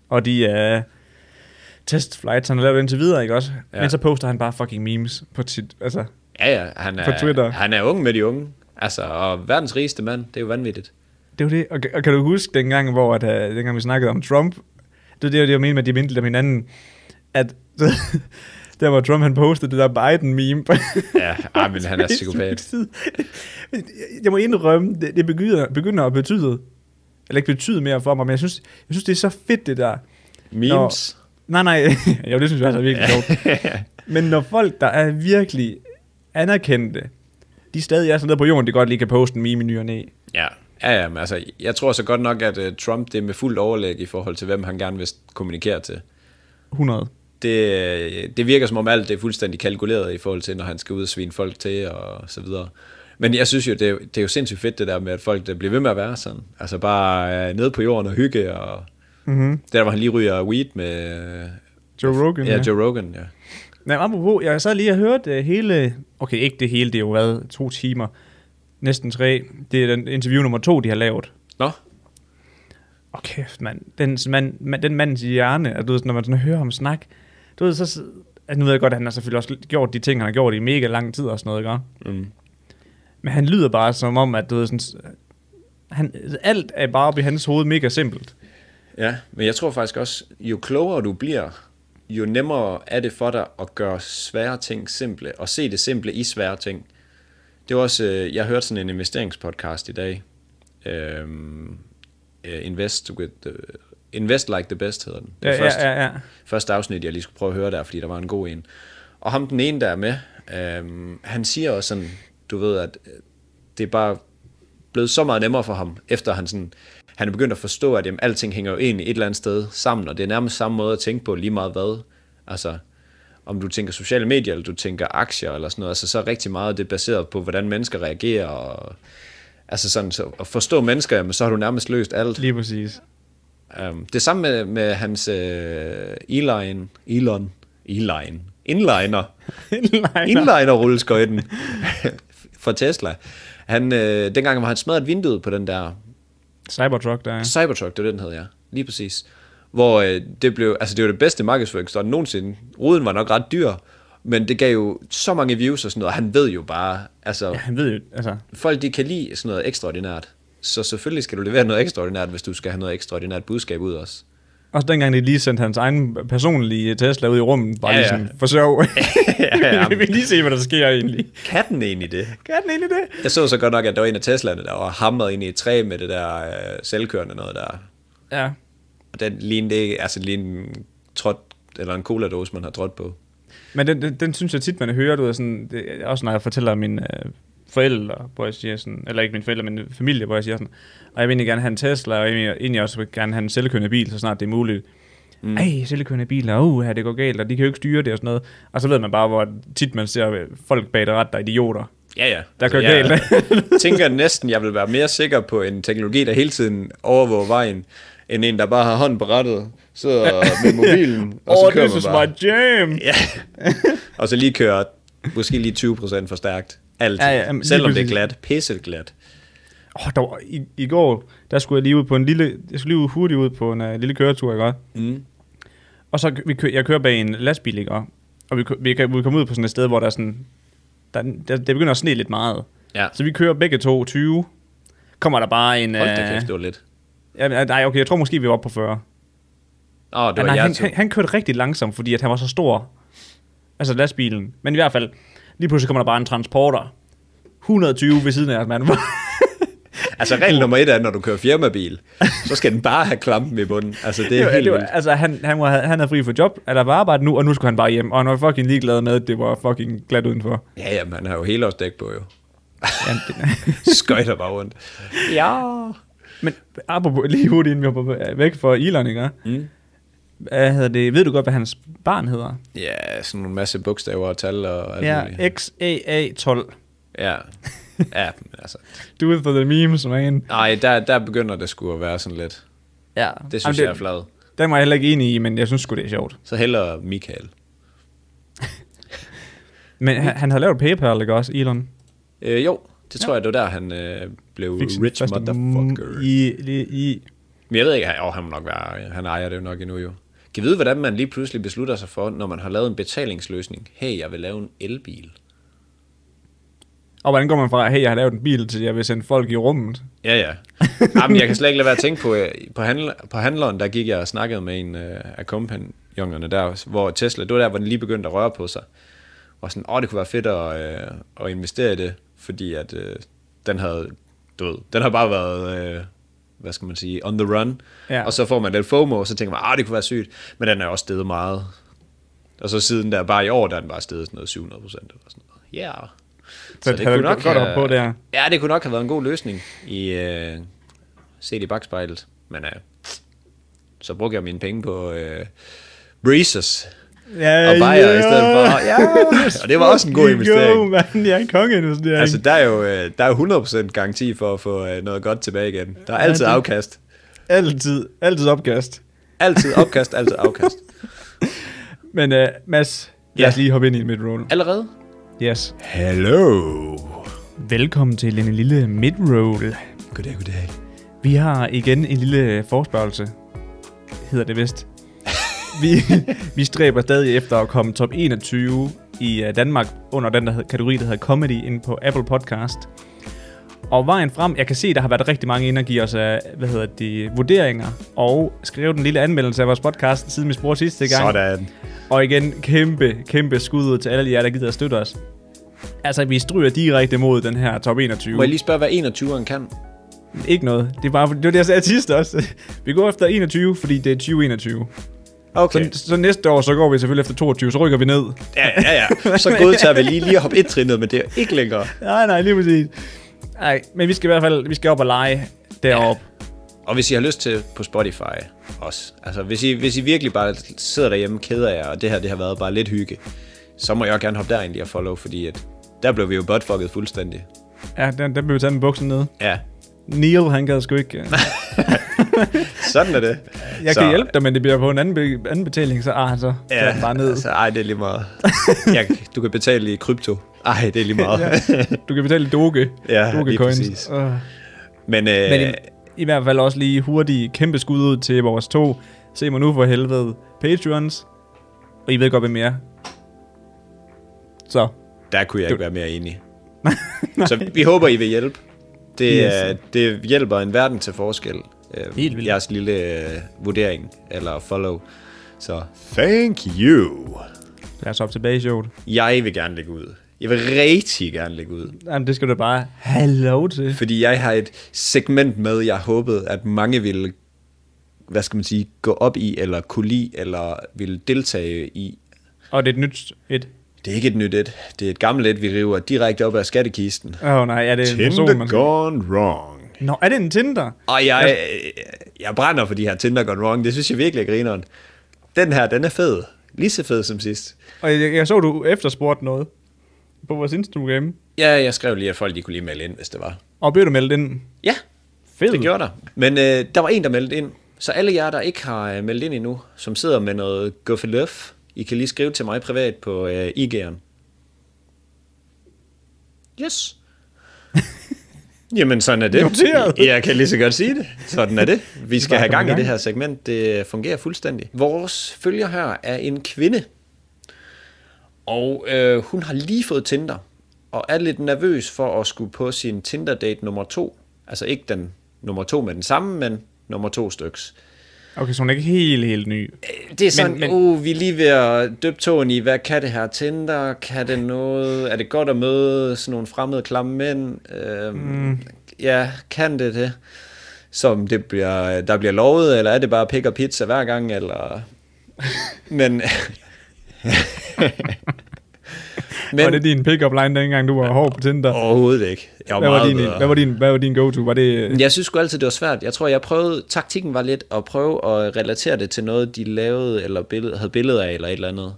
Speaker 1: Og de uh, testflights, han har lavet indtil videre, ikke også? Ja.
Speaker 2: Ja.
Speaker 1: Men så poster han bare fucking memes på sit... Altså,
Speaker 2: Ja, ja, han er,
Speaker 1: På Twitter.
Speaker 2: han er ung med de unge. Altså, og verdens rigeste mand, det er jo vanvittigt.
Speaker 1: Det var det. Og, og kan du huske dengang, hvor at, uh, dengang vi snakkede om Trump? Det var det, jeg- det, jeg mente med, at de mindte om hinanden. At der, hvor Trump han postede det der Biden-meme. på-
Speaker 2: Ja, ej, men han er psykopat.
Speaker 1: Facebook-side. Men Jeg må indrømme, det, det begynder, begynder at betyde, eller ikke betyde mere for mig, men jeg synes, jeg synes det er så fedt, det der.
Speaker 2: Memes.
Speaker 1: Nej, nej, jo, det synes jeg også er virkelig sjovt. Men når folk, der er virkelig anerkendte, de stadig er sådan nede på jorden, de godt lige kan poste en meme i ny og næ.
Speaker 2: Ja. Ja, ja, men altså, jeg tror så godt nok, at uh, Trump det er med fuldt overlæg i forhold til, hvem han gerne vil kommunikere til.
Speaker 1: 100.
Speaker 2: Det, øh, det virker som om alt det er fuldstændig kalkuleret i forhold til, når han skal ud og svine folk til og så videre. Men jeg synes jo, det er, jo- det er jo sindssygt fedt det der med, at folk der bliver ved med at være sådan. Altså bare øh, nede på jorden og hygge, og
Speaker 1: Mm-hmm.
Speaker 2: der hvor han lige ryger weed med, øh,
Speaker 1: Joe Rogan.
Speaker 2: ja, Joe Rogan, ja.
Speaker 1: Men apropos, jeg sad lige og hørte øh, hele... Okay, ikke det hele, det er jo været to timer. Næsten tre. Det er den interview nummer to, de har lavet.
Speaker 2: Nå,
Speaker 1: Åh oh, kæft, mand. Den, mand, man, den mandens hjerne, at du ved, når man sådan hører ham snakke, du ved, så... s- At nu ved jeg godt, at han har selvfølgelig også gjort de ting, han har gjort i mega lang tid og sådan noget, ikke? også?
Speaker 2: mm.
Speaker 1: Men han lyder bare som om, at du ved, sådan, s- han, alt er bare oppe i hans hoved mega simpelt.
Speaker 2: Ja, men jeg tror faktisk også, jo klogere du bliver, jo nemmere er det for dig at gøre svære ting simple, og se det simple i svære ting. Det var også, øh, jeg hørte sådan en investeringspodcast i dag. Øhm, øh, invest, with the, invest Like the Best hedder den. Det er
Speaker 1: Ja,
Speaker 2: første-
Speaker 1: ja, ja, ja.
Speaker 2: første afsnit, jeg lige skulle prøve at høre der, fordi der var en god en. Og ham, den ene, der er med, øhm, han siger også sådan, du ved, at øh, det er bare blevet så meget nemmere for ham, efter han sådan, han er begyndt at forstå, at jamen, alting hænger jo egentlig et eller andet sted sammen, og det er nærmest samme måde at tænke på lige meget hvad. Altså, om du tænker sociale medier, eller du tænker aktier, eller sådan noget. Altså, så er rigtig meget af det baseret på, hvordan mennesker reagerer, og altså sådan, så at forstå mennesker, jamen, så har du nærmest løst alt.
Speaker 1: Lige præcis.
Speaker 2: Um, det samme med, med hans uh, Elon, Elon, Elon, inliner,
Speaker 1: Inliner.
Speaker 2: inliner rulleskøjten fra Tesla. Han, øh, dengang var han smadret vinduet på den der
Speaker 1: Cybertruck, der er.
Speaker 2: Cybertruck, det var det, den hed, ja. Lige præcis. Hvor øh, det blev, altså det var det bedste markedsføringsstånd nogensinde. Ruden var nok ret dyr, men det gav jo så mange views og sådan noget, og han ved jo bare, altså
Speaker 1: Ja, han ved jo, altså,
Speaker 2: folk de kan lide sådan noget ekstraordinært. Så selvfølgelig skal du levere noget ekstraordinært, hvis du skal have noget ekstraordinært budskab ud også.
Speaker 1: også dengang de lige sendte hans egen personlige Tesla ud i rummet, bare
Speaker 2: Ja,
Speaker 1: ja,
Speaker 2: ja.
Speaker 1: ja. lige sådan, for sjov.
Speaker 2: ja,
Speaker 1: Vi vil lige se, hvad der sker egentlig.
Speaker 2: Kan den egentlig det?
Speaker 1: Kan den egentlig det?
Speaker 2: Jeg så så godt nok, at der var en af Teslaerne, der var hamret ind i et træ med det der øh, selvkørende noget der.
Speaker 1: Ja.
Speaker 2: Og den lignede ikke, altså lignede en trådt, eller en cola-dåse, man har trådt på.
Speaker 1: Men den, den, den synes jeg tit, man hører, du ved, sådan, det, også når jeg fortæller mine øh, forældre, hvor jeg siger sådan, eller ikke mine forældre, men familie, hvor jeg siger sådan, og jeg vil egentlig gerne have en Tesla, og jeg vil egentlig også gerne have en selvkørende bil, så snart det er muligt. Mm. Ej, selvkørende biler, uh, her det går galt, og de kan jo ikke styre det og sådan noget. Og så ved man bare, hvor tit man ser øh, folk bag det ret, der er idioter.
Speaker 2: Ja, ja.
Speaker 1: Der kører
Speaker 2: jeg
Speaker 1: galt.
Speaker 2: tænker næsten, jeg vil være mere sikker på en teknologi, der hele tiden overvåger vejen, end en, der bare har hånden på rettet, sidder med mobilen, og så
Speaker 1: Oh,
Speaker 2: kører
Speaker 1: this
Speaker 2: man
Speaker 1: is
Speaker 2: bare.
Speaker 1: my jam!
Speaker 2: Ja. og så lige kører måske lige 20% for stærkt. Altid.
Speaker 1: Ja,
Speaker 2: Ja,
Speaker 1: ja,
Speaker 2: ja,
Speaker 1: men lige
Speaker 2: Selvom det er
Speaker 1: præcis.
Speaker 2: glat. Pisset glat.
Speaker 1: Oh, der var, i, I går, der skulle jeg lige ud på en lille, jeg skulle lige ud hurtigt ud på en uh, lille køretur, ikke også?
Speaker 2: Mm.
Speaker 1: Og så kø- vi kø, jeg kører bag en lastbil, ikke også? Og vi, kø- vi, kan- vi kommer ud på sådan et sted, hvor der er sådan, der, der, det begynder at sne lidt meget.
Speaker 2: Ja.
Speaker 1: Så vi kører begge to 20. Kommer der bare en...
Speaker 2: Hold da
Speaker 1: øh,
Speaker 2: kæft, det var lidt.
Speaker 1: ja, men, nej, okay, jeg tror måske, vi var oppe på 40.
Speaker 2: Åh, oh, det
Speaker 1: Ja, nej,
Speaker 2: var
Speaker 1: han,
Speaker 2: jeres tur.
Speaker 1: han, han kørte rigtig langsomt, fordi at han var så stor. Altså lastbilen. Men i hvert fald, lige pludselig kommer der bare en transporter. 120 ved siden af os, mand.
Speaker 2: Altså regel nummer et er, når du kører firmabil, så skal den bare have klampen i bunden. Altså det er
Speaker 1: det var,
Speaker 2: helt
Speaker 1: det var,
Speaker 2: vildt.
Speaker 1: altså, han, han, var, han havde fri for job, eller var arbejde nu, og nu skulle han bare hjem. Og han var fucking ligeglad med, at det var fucking glat udenfor.
Speaker 2: Ja, ja, man har jo hele dæk på jo.
Speaker 1: Ja, det,
Speaker 2: Skøjter bare rundt. Ja.
Speaker 1: men apropos, lige hurtigt, inden vi hopper væk fra Elon, ikke?
Speaker 2: Mm.
Speaker 1: Hvad hedder det? Ved du godt, hvad hans barn hedder?
Speaker 2: Ja, sådan en masse bogstaver og tal og alt muligt.
Speaker 1: Ja, XAA12.
Speaker 2: Ja. Ja, altså.
Speaker 1: Do it for the memes, man.
Speaker 2: Ej, der, der begynder det sgu at være sådan lidt.
Speaker 1: Ja,
Speaker 2: Det synes Jamen, jeg er flad.
Speaker 1: Den var jeg heller ikke enig i, men jeg synes sgu, det er sjovt.
Speaker 2: Så hellere Michael.
Speaker 1: Men han, han havde lavet PayPal, ikke også, Elon?
Speaker 2: Øh, jo, det tror jeg, det var der, han øh, blev
Speaker 1: Fik sin
Speaker 2: rich
Speaker 1: første
Speaker 2: motherfucker.
Speaker 1: m- I, i, i,
Speaker 2: Men jeg ved ikke, han, oh, han, må nok være, han ejer det jo nok endnu jo. Kan I vide, hvordan man lige pludselig beslutter sig for, når man har lavet en betalingsløsning? Hey, jeg vil lave en elbil.
Speaker 1: og hvordan går man fra, hey, jeg har lavet en bil, til jeg vil sende folk i rummet?
Speaker 2: Ja, ja. Jamen, jeg kan slet ikke lade være at tænke på, øh, på, handler, på handleren, der gik jeg og snakkede med en øh, af kompagnonerne der, hvor Tesla, det var der, hvor den lige begyndte at røre på sig. Og sådan, åh, det kunne være fedt at, øh, at investere i det, fordi at øh, den havde, du ved, den har bare været, øh, hvad skal man sige, on the run. Ja.
Speaker 1: Ja.
Speaker 2: Og så får man lidt FOMO, og så tænker man, ah, det kunne være sygt, men den er også steget meget. Og så siden der, bare i år, der er den bare steget sådan noget 700 procent eller sådan noget. Ja. Yeah.
Speaker 1: Så det havde godt op på der.
Speaker 2: Ja, det kunne nok have været en god løsning i øh, set i bagspejlet. Men øh, så brugte jeg mine penge på øh, Breezes
Speaker 1: Ja,
Speaker 2: og Bayer i stedet for. Ja, og det var også en god
Speaker 1: Jo,
Speaker 2: investering.
Speaker 1: mand, jeg er kongeinvestering.
Speaker 2: Altså, der er jo øh, der er 100% garanti for at få øh, noget godt tilbage igen. Der er altid
Speaker 1: Ja, det-
Speaker 2: afkast.
Speaker 1: altid, altid opkast.
Speaker 2: Altid opkast, altid afkast.
Speaker 1: Men uh, Mads, lad
Speaker 2: Ja.
Speaker 1: os lige hoppe ind i midroll.
Speaker 2: Allerede?
Speaker 1: Yes.
Speaker 2: Hello.
Speaker 1: Velkommen til en lille midroll.
Speaker 2: Goddag, goddag.
Speaker 1: Vi har igen en lille forspørgelse, hedder det vist. vi, vi stræber stadig efter at komme top 21 i øh, Danmark under den der hed- kategori, der hedder Comedy, inde på Apple Podcast. Og vejen frem, jeg kan se, der har været rigtig mange inde og give os øh, hvad hedder de, vurderinger, og skrive den lille anmeldelse af vores podcast, siden vi spurgte sidste gang.
Speaker 2: Sådan.
Speaker 1: Og igen, kæmpe, kæmpe skud ud til alle jer, der gider at støtte os. Altså, vi stryger direkte mod den her top 21.
Speaker 2: Må jeg lige spørge, hvad 21'eren kan?
Speaker 1: Ikke noget. Det er bare, det var det, jeg sagde sidst også. Vi går efter 21, fordi det er 2021.
Speaker 2: Okay.
Speaker 1: Okay. Så, så næste år, så går vi selvfølgelig efter 22, så rykker vi ned.
Speaker 2: Ja, ja, ja. Så godtager vi lige, lige at hoppe et trin ned, men det er jo ikke længere.
Speaker 1: Nej, nej, lige præcis. Nej, men vi skal i hvert fald vi skal op og lege deroppe.
Speaker 2: Og hvis I har lyst til på Spotify også. Altså, hvis I, hvis I virkelig bare sidder derhjemme, keder jer, og det her det har været bare lidt hygge, så må jeg også gerne hoppe derind lige og follow, fordi at der blev vi jo buttfucket fuldstændig.
Speaker 1: Ja, den, den blev taget med buksen ned.
Speaker 2: Ja,
Speaker 1: Neil, han gad sgu ikke. øh,
Speaker 2: sådan er det.
Speaker 1: Jeg kan hjælpe dig, men det bliver på en anden, be- anden betaling, så ah, han så ja, tager den bare ned.
Speaker 2: Altså, ej, det er lige meget. jeg, du kan betale i krypto. Ej, det er lige meget.
Speaker 1: Ja. Du kan betale i doge.
Speaker 2: Ja, lige
Speaker 1: Dogecoins.
Speaker 2: præcis.
Speaker 1: Øh.
Speaker 2: Men, øh,
Speaker 1: Men i, i hvert fald også lige hurtigt kæmpe skud ud til vores to. Se mig nu for helvede. Patreons. Og I ved godt, hvem mere. Så.
Speaker 2: Der kunne jeg ikke være mere enig. så vi håber, I vil hjælpe. Det,
Speaker 1: Yes.
Speaker 2: yes. det hjælper en verden til forskel. øh,
Speaker 1: Helt vildt.
Speaker 2: Jeres lille øh, vurdering eller follow. Så thank you.
Speaker 1: Lad os op tilbage i showet.
Speaker 2: Jeg vil gerne lægge ud. Jeg vil rigtig gerne lægge ud.
Speaker 1: Jamen, det skal du bare have lov til.
Speaker 2: Fordi jeg har et segment med, jeg håbede, at mange ville, hvad skal man sige, gå op i, eller kunne lide, eller ville deltage i.
Speaker 1: Og det er et nyt et.
Speaker 2: Det er ikke et nyt et. Det er et gammelt et, vi river direkte op af skattekisten.
Speaker 1: Åh oh, nej, er det en person, man skal...
Speaker 2: gone wrong.
Speaker 1: Nå, er det en Tinder?
Speaker 2: Og jeg, øh, jeg brænder for de her Tinder Gone Wrong. Det synes jeg virkelig er grineren. Den her, den er fed. Lige så fed som sidst.
Speaker 1: Og jeg, jeg så, du efterspurgte noget på vores Instagram.
Speaker 2: Ja, jeg skrev lige, at folk de kunne lige melde ind, hvis det var.
Speaker 1: Og blev du meldt ind?
Speaker 2: Ja,
Speaker 1: Fedt.
Speaker 2: det gjorde der. Men øh, der var en, der meldte ind. Så alle jer, der ikke har øh, meldt ind endnu, som sidder med noget guffeløf, I kan lige skrive til mig privat på øh, IG'eren. Yes. Jamen, sådan er det.
Speaker 1: Noteret.
Speaker 2: Jeg kan lige så godt sige det. Sådan er det. Vi skal
Speaker 1: Bare
Speaker 2: have
Speaker 1: kom i
Speaker 2: gang i
Speaker 1: gang.
Speaker 2: det her segment. Det fungerer fuldstændig. Vores følger her er en kvinde, og øh, hun har lige fået Tinder, og er lidt nervøs for at skulle på sin Tinder-date nummer to. Altså ikke den nummer to med den samme, men nummer to styks.
Speaker 1: Okay, så hun er ikke helt, helt ny.
Speaker 2: Øh, Det er sådan, men,
Speaker 1: men-
Speaker 2: men... Uh, vi er lige ved at døbe tåen i, hvad kan det her Tinder? Kan det noget? Er det godt at møde sådan nogle fremmede klamme mænd? Øhm, mm. Ja, kan det det? Som det bliver, der bliver lovet, eller er det bare pick og pizza hver gang? Eller... men...
Speaker 1: Men... Var det din pick-up line, dengang du var hård på Tinder?
Speaker 2: Overhovedet ikke. Jeg var
Speaker 1: Hvad var,
Speaker 2: meget
Speaker 1: din,
Speaker 2: bedre.
Speaker 1: hvad var din, hvad var din go-to? Var det...
Speaker 2: Jeg synes sgu altid, det var svært. Jeg tror, jeg prøvede, taktikken var lidt at prøve at relatere det til noget, de lavede, eller billed, havde billeder af, eller et eller andet.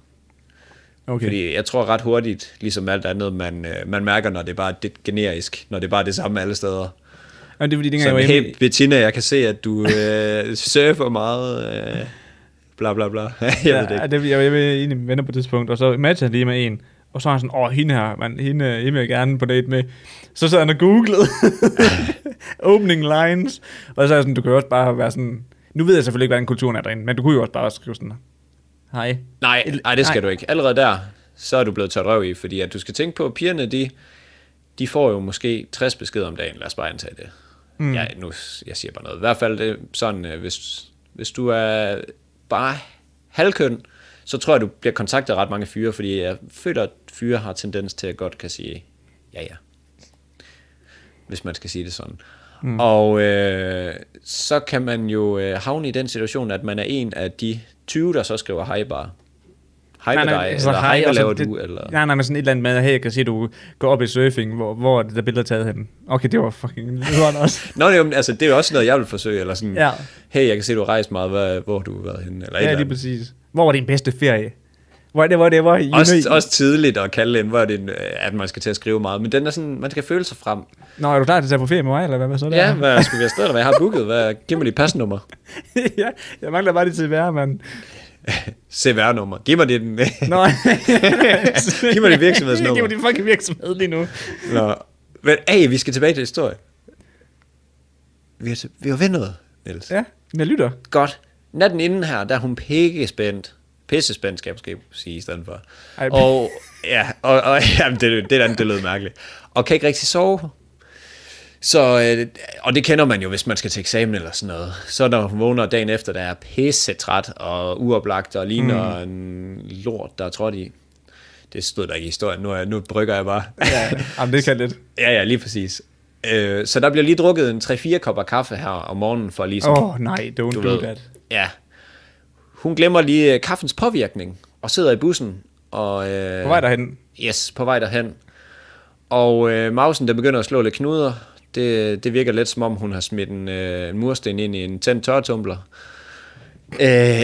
Speaker 1: Okay.
Speaker 2: Fordi jeg tror ret hurtigt, ligesom alt andet, man, øh, man mærker, når det bare er det generisk, når det bare er det samme alle steder.
Speaker 1: Jamen, det er fordi, dengang jeg
Speaker 2: Sådan,
Speaker 1: var hjemme...
Speaker 2: hey Bettina, jeg kan se, at du øh, surfer meget, øh, bla bla bla. jeg ja, ved det
Speaker 1: Ja,
Speaker 2: ikke.
Speaker 1: det, jeg var hjemme i en venner på et tidspunkt, og så matchede han lige med en. Og så er han sådan, åh, hende her, man, hende, øh, hende vil jeg gerne på date med. Så sad han og googlede opening lines. Og så er jeg sådan, du kan jo også bare være sådan... Nu ved jeg selvfølgelig ikke, hvordan kulturen er derinde, men du kunne jo også bare skrive sådan... Hej.
Speaker 2: Nej, nej, det skal
Speaker 1: nej.
Speaker 2: nej. du ikke. Allerede der, så er du blevet tørt røv i, fordi at du skal tænke på, at pigerne, de, de får jo måske 60 beskeder om dagen. Lad os bare antage det. Mm. Ja, nu, jeg siger bare noget. I hvert fald det, er sådan, øh, hvis, hvis du er bare halvkøn, så tror jeg, du bliver kontaktet af ret mange fyre, fordi jeg føler, at fyre har tendens til at godt kan sige, ja ja, hvis man skal sige det sådan. Mm. Og øh, så kan man jo øh, havne i den situation, at man er en af de 20, der så skriver hej bare. Hej med dig,
Speaker 1: så
Speaker 2: eller altså, hej, hvad
Speaker 1: og så
Speaker 2: laver
Speaker 1: altså, det-
Speaker 2: du, eller...
Speaker 1: Nej, nej, men sådan et eller andet med, hey, jeg kan se, du går op i surfing, hvor, hvor er det der billeder taget hen? Okay, det var fucking nederen også.
Speaker 2: Nå, det er, jo, altså, det er jo også noget, jeg vil forsøge, eller sådan,
Speaker 1: Ja.
Speaker 2: ja. hey, jeg kan se, du har rejst meget, hvad, hvor har du været henne, eller et
Speaker 1: ja,
Speaker 2: eller
Speaker 1: lige
Speaker 2: andet.
Speaker 1: præcis. Hvor var din bedste ferie? Hvor det, hvor det, var you
Speaker 2: Også,
Speaker 1: know-
Speaker 2: også tidligt at kalde den, hvor det, en, øh, at man skal til at skrive meget, men den er sådan, man skal føle sig frem.
Speaker 1: Nå, er du klar til at tage på ferie med mig, eller hvad, hvad så der?
Speaker 2: Ja, hvad skulle vi have stedet, hvad jeg har booket, hvad, giv mig dit pasnummer,
Speaker 1: ja, jeg mangler bare det til at være, mand.
Speaker 2: CVR-nummer, giv mig dit,
Speaker 1: Nå.
Speaker 2: Giv mig dit virksomhedsnummer.
Speaker 1: Giv mig din fucking virksomhed lige nu.
Speaker 2: Nå. Men hey, vi skal tilbage til historien. Vi har, vi har vendt noget, Niels. Ja.
Speaker 1: Ja, jeg lytter.
Speaker 2: Godt. Natten inden her, der er hun pikke spændt. Pisse spændt, skal jeg måske sige i stedet for.
Speaker 1: Ej,
Speaker 2: Ej, og ja, og, og jamen, det, det, der, det lød mærkeligt. Og kan ikke rigtig sove. Så, øh, og det kender man jo, hvis man skal til eksamen eller sådan noget. Så når hun vågner dagen efter, der er pisse træt og uoplagt og ligner mm. en lort, der er trådt i. Det stod der ikke i historien. Nu, er jeg- nu brygger jeg bare.
Speaker 1: Ja, jamen, det kan lidt.
Speaker 2: Ja, ja, lige præcis. Øh, så der bliver lige drukket en 3-4 kopper kaffe her om morgenen for ligesom...
Speaker 1: Åh, oh, nej, don't
Speaker 2: du
Speaker 1: do
Speaker 2: ved.
Speaker 1: that.
Speaker 2: Ja. Hun glemmer lige øh, kaffens påvirkning og sidder i bussen og... Øh,
Speaker 1: På vej derhen.
Speaker 2: Yes, på vej derhen. Og øh, mausen, der begynder at slå lidt knuder. Det, det virker lidt som om, hun har smidt en, øh, en mursten ind i en tændt tørretumbler. Øh,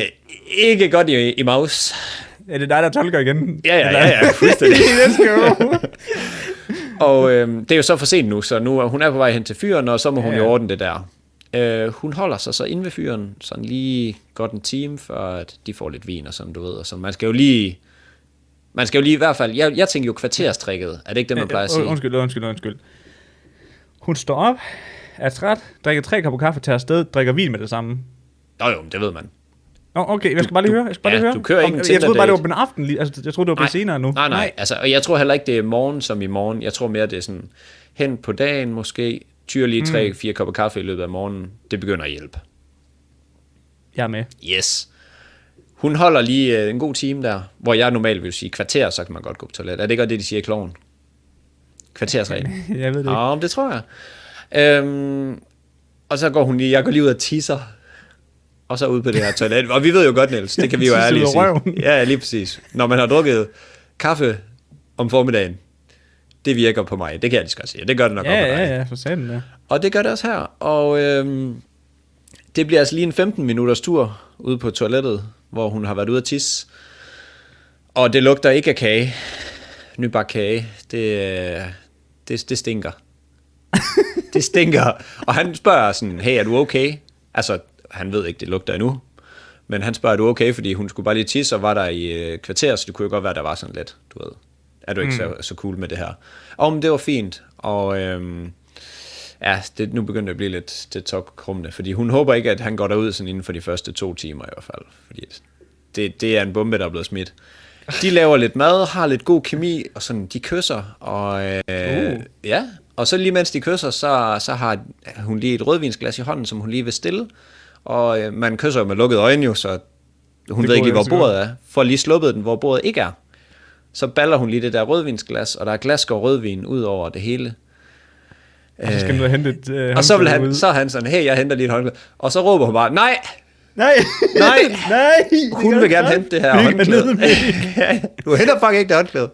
Speaker 2: ikke godt i, i mouse.
Speaker 1: Er det dig, der tolker igen?
Speaker 2: Ja, ja, ja, ja, fuldstændig.
Speaker 1: Let's go.
Speaker 2: Og øh, det er jo så for sent nu, så nu er hun er på vej hen til fyren, og så må hun
Speaker 1: Ja.
Speaker 2: jo ordne det der. Øh, hun holder sig så inde ved fyren, sådan lige godt en time, før at de får lidt vin og sådan, du ved. Og så man skal jo lige... Man skal jo lige i hvert fald... Jeg, jeg tænker jo kvarterstrikket. Er det ikke det, man plejer at sige?
Speaker 1: Øh, Undskyld, undskyld, undskyld. Hun står op, er træt, drikker tre kopper kaffe, tager afsted, drikker vin med det samme.
Speaker 2: Nå jo, men det ved man.
Speaker 1: Nå, okay, jeg skal bare lige høre. Jeg skal bare
Speaker 2: ja,
Speaker 1: lige høre.
Speaker 2: du kører
Speaker 1: Om-
Speaker 2: ikke en
Speaker 1: Jeg troede bare, det var
Speaker 2: Tinder-date.
Speaker 1: på en aften. lige- Altså, jeg troede, det var blevet senere nu.
Speaker 2: Nej, nej. Altså, og jeg tror heller ikke, det er morgen som i morgen. Jeg tror mere, det er sådan hen på dagen måske. Tyr lige
Speaker 1: Mm.
Speaker 2: tre, fire kopper kaffe i løbet af morgenen. Det begynder at hjælpe.
Speaker 1: Jeg er med.
Speaker 2: Yes. Hun holder lige øh, en god time der, hvor jeg normalt vil sige kvarter, så kan man godt gå på toilet. Er det ikke også det, de siger i kloven? Kvartersreglen.
Speaker 1: Jeg ved det ikke.
Speaker 2: Ja, men det tror jeg. Øhm, og så går hun lige, jeg går lige ud og tisser, og så ud på det her toilet. Og vi ved jo godt, Niels, det kan vi jo
Speaker 1: Tisser ud
Speaker 2: ærligt
Speaker 1: af
Speaker 2: sige.
Speaker 1: røven.
Speaker 2: Ja, lige præcis. Når man har drukket kaffe om formiddagen, det virker på mig. Det kan jeg lige så godt sige. Det gør det nok
Speaker 1: Ja,
Speaker 2: op på dig.
Speaker 1: ja, ja, for satan da.
Speaker 2: Og det gør det også her. Og øhm, det bliver altså lige en 15 minutters tur ude på toilettet, hvor hun har været ude at tisse. Og det lugter ikke af kage. Nybagt kage. Det, øh, det, det stinker. det stinker. Og han spørger sådan, hey, er du okay? Altså, han ved ikke, det lugter endnu. Men han spørger, er du okay? Fordi hun skulle bare lige tisse, og var der i øh, kvarter, så det kunne jo godt være, der var sådan lidt, du ved. Er du ikke mm. så, så cool med det her? Og men det var fint. Og øhm, Ja, det, nu begynder det at blive lidt til tokkrummende, fordi hun håber ikke, at han går derud sådan inden for de første to timer i hvert fald. Fordi det, det er en bombe, der er blevet smidt. De laver lidt mad, har lidt god kemi, og sådan, de kysser. Og, øh,
Speaker 1: Uh.
Speaker 2: ja. og så lige mens de kysser, så, så har hun lige et rødvinsglas i hånden, som hun lige vil stille. Og øh, man kysser jo med lukkede øjne jo, så hun
Speaker 1: Det
Speaker 2: ved ikke lige,
Speaker 1: går jo
Speaker 2: hvor
Speaker 1: så
Speaker 2: bordet er. Får lige sluppet den, hvor bordet ikke er. Så baller hun lige det der rødvinsglas, og der er glasker rødvin ud over det hele.
Speaker 1: Og så skal man ud og hente et øh,
Speaker 2: Og så, vil
Speaker 1: håndklæde
Speaker 2: han,
Speaker 1: ud.
Speaker 2: så er han sådan, hey, jeg henter lige et håndklæde. Og så råber hun bare, nej,
Speaker 1: Nej!
Speaker 2: Nej!
Speaker 1: Nej!
Speaker 2: hun vil gerne hente det her
Speaker 1: Vi kan ned
Speaker 2: håndklæde.
Speaker 1: med det.
Speaker 2: Ja, du henter fucking ikke det håndklæde.